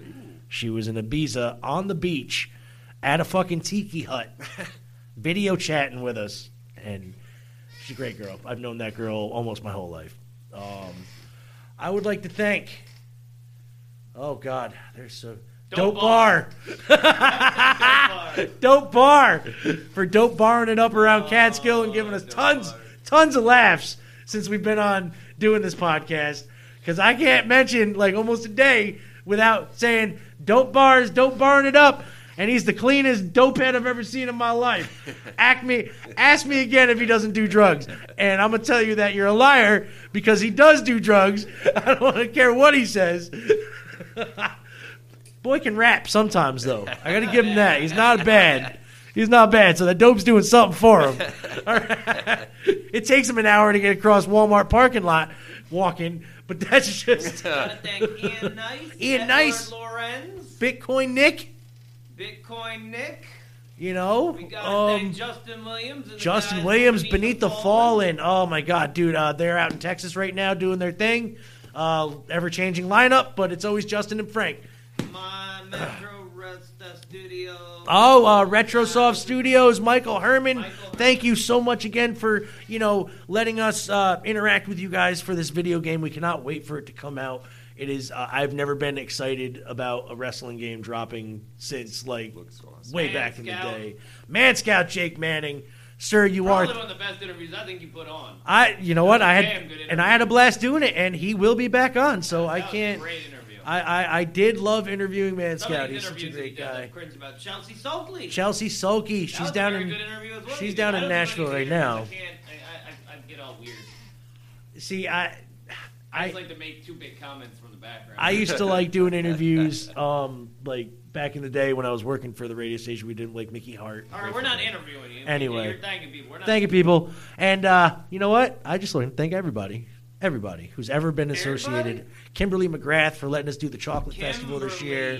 She was in Ibiza on the beach at a fucking tiki hut, video chatting with us, and she's a great girl. I've known that girl almost my whole life. Um, I would like to thank. Oh God, there's so. Dope, Dope bar. dope bar for dope barring it up around Catskill and giving us tons, tons of laughs since we've been on doing this podcast. Because I can't mention like almost a day without saying dope bars, dope barring it up. And he's the cleanest dope head I've ever seen in my life. Act me, ask me again if he doesn't do drugs, and I'm gonna tell you that you're a liar because he does do drugs. I don't care what he says. Boy can rap sometimes though. I gotta give him that. He's not bad. He's not bad. So that dope's doing something for him. All right. It takes him an hour to get across Walmart parking lot walking, but that's just Gotta thank Ian Nice. Ian Edward Nice. Lorenz. Bitcoin Nick. Bitcoin Nick. You know, We gotta um, thank Justin Williams. And the Justin guys Williams Beneath beneath the fallen. Oh my God, dude! Uh, they're out in Texas right now doing their thing. Uh, ever changing lineup, but it's always Justin and Frank. My Metro Resta Studio. Oh, uh, RetroSoft Studios, Michael Herman. Thank you so much again for you know letting us uh, interact with you guys for this video game. We cannot wait for it to come out. It is. Uh, I've never been excited about a wrestling game dropping since like way Man back in Scout. the day. Man Scout Jake Manning, sir, you Probably are. one of the best interviews I think you put on. I you know what I Damn had good interview. and I had a blast doing it, and he will be back on. So I was a can't. great interview. I, I I did love interviewing Man Some of Scout. these He's such a interviews that great he does, guy. I've cringed about Chelsea Stokely. Chelsea Sulky, she's was a down very in good interview as well. she's You down know, I don't in do any Nashville right interviews. now. I can't. I, I, I, I get all weird. See, I I just like to make two big comments from the background. I used to like doing interviews, um, like back in the day when I was working for the radio station. We did like Mickey Hart. All right, we're not interviewing you. Anyway, You're thanking people. We're not- Thanking people. and uh, you know what? I just learned. Thank everybody, everybody who's ever been associated. Kimberly McGrath for letting us do the Chocolate Festival this year.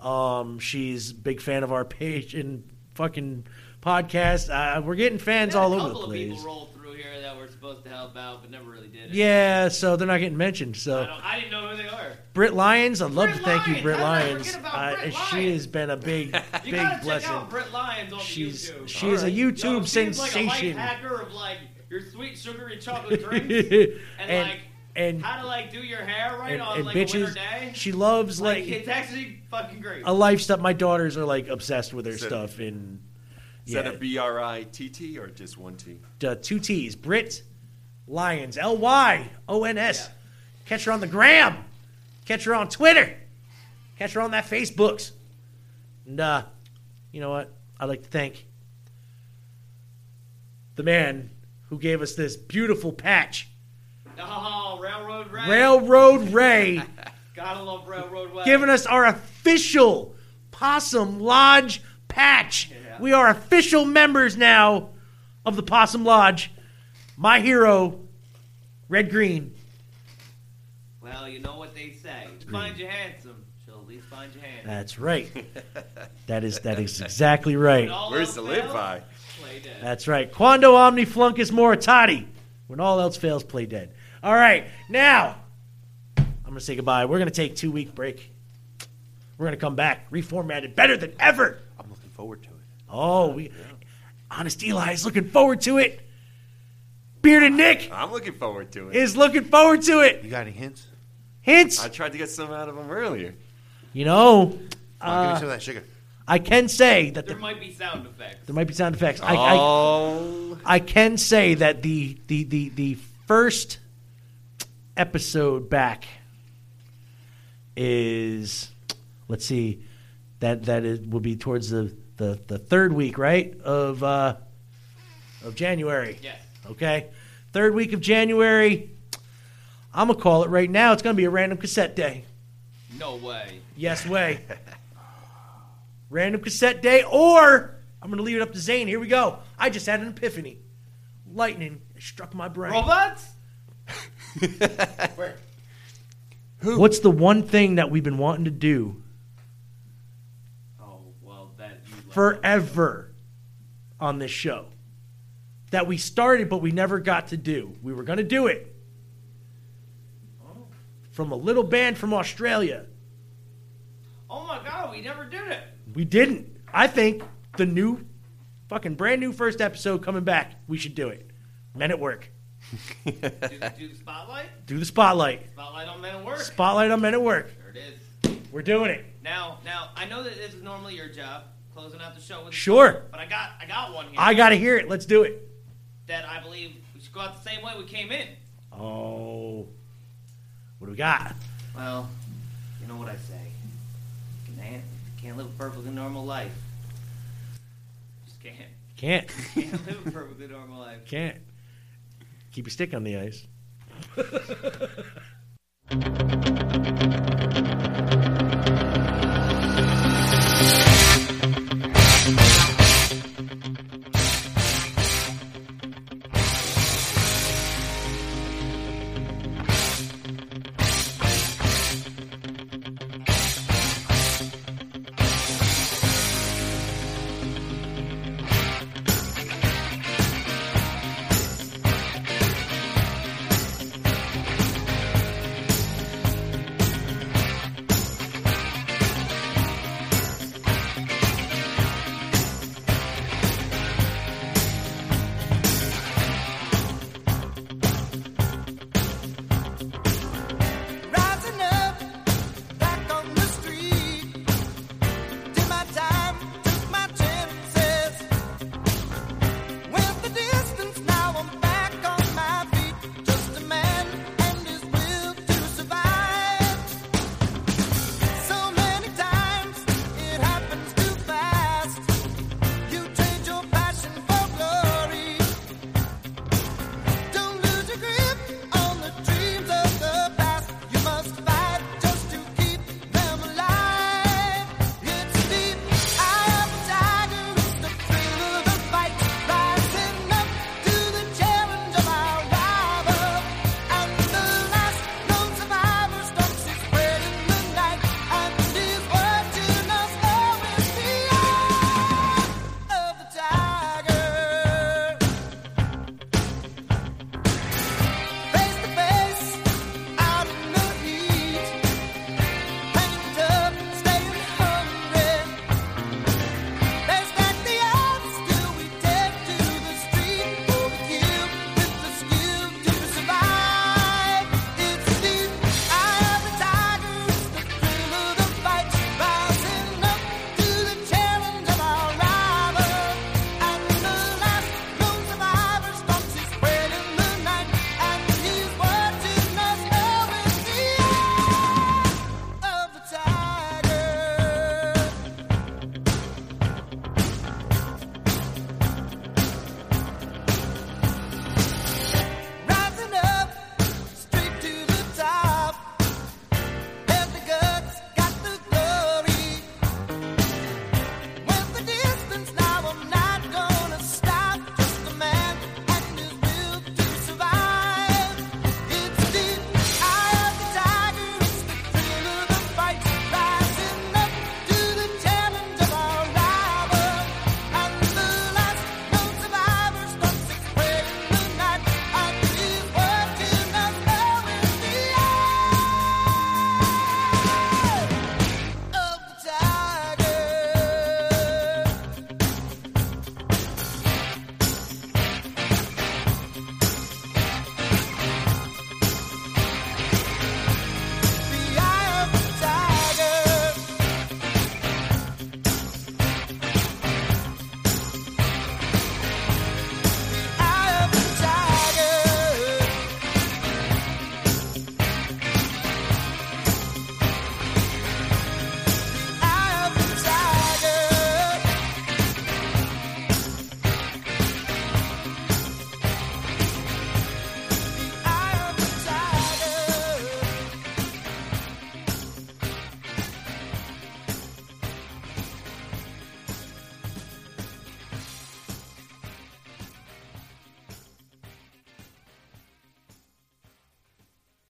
Um, she's a big fan of our page and fucking podcast. Uh, we're getting fans all a over the couple of place. people rolled through here that were supposed to help out, but never really did. it. Yeah, so they're not getting mentioned. So I, don't, I didn't know who they are. Britt Lyons, I'd love Britt to thank you, Lyons. Britt How did I forget Lyons. about Uh, Britt she has been a big, You big gotta blessing. check out Britt Lyons on She's YouTube. she is a YouTube Yo, she's Like a life sensation. hacker of like your sweet sugary chocolate drinks And- and, like and- how to like do your hair right and- on and like a bitches, winter day. she loves, like- it's actually fucking great. A lifestyle. My daughters are like obsessed with her Is it- stuff. And Is yeah, that a B R I T T or just one T? uh, two T's. Britt Lyons, L Y O N S. Catch her on the gram. Catch her on Twitter. Catch her on that Facebooks. And uh, you know what? I'd like to thank the man who gave us this beautiful patch, Oh, Railroad Ray. Railroad Ray, Gotta love Railroad Way. giving us our official Possum Lodge patch. We are official members now of the Possum Lodge. My hero, Red Green. Well, you know what they say. Find you handsome. She'll at least find you handsome. That's right. That is that is exactly right. Where's the live by? That's right. Quando omni fluncus moritati. When all else fails, play dead. All right, now I'm gonna say goodbye. We're gonna take two week break. We're gonna come back reformatted, better than ever. I'm looking forward to it. Oh, we, honest Eli is looking forward to it. Bearded Nick I'm looking forward to it. is looking forward to it. You got any hints? Hints. I tried to get some out of him earlier. You know, Come on, give me uh, some of that sugar. I can say that There might be sound effects. There might be sound effects. I, I- Oh. I, can say that the, the, the, the first episode back is, let's see, that that is, will be towards the, the, the third week, right, of, uh, of January. Yes. Okay? Third week of January. I'm going to call it right now. It's going to be a random cassette day. No way. Yes way. Random cassette day, or I'm gonna leave it up to Zane. Here we go. I just had an epiphany. Lightning struck my brain. Robots? What's the one thing that we've been wanting to do Oh, well, that you left forever on this show that we started but we never got to do? We were gonna do it from a little band from Australia. Oh my god, we never did it. We didn't. I think the new, fucking brand new first episode coming back. We should do it. Men at work. Do the spotlight? Do the spotlight. Spotlight on men at work. Spotlight on men at work. There it is. We're doing it. Now, now I know that this is normally your job, closing out the show with. a Sure. song, But I got, I got one here. I gotta hear it. Let's do it. That I believe we should go out the same way we came in. Oh, what do we got? Well, you know what I say. You Can't, you can't live a perfectly normal life. Just can't. Can't. Can't live a perfectly normal life. Can't keep your stick on the ice.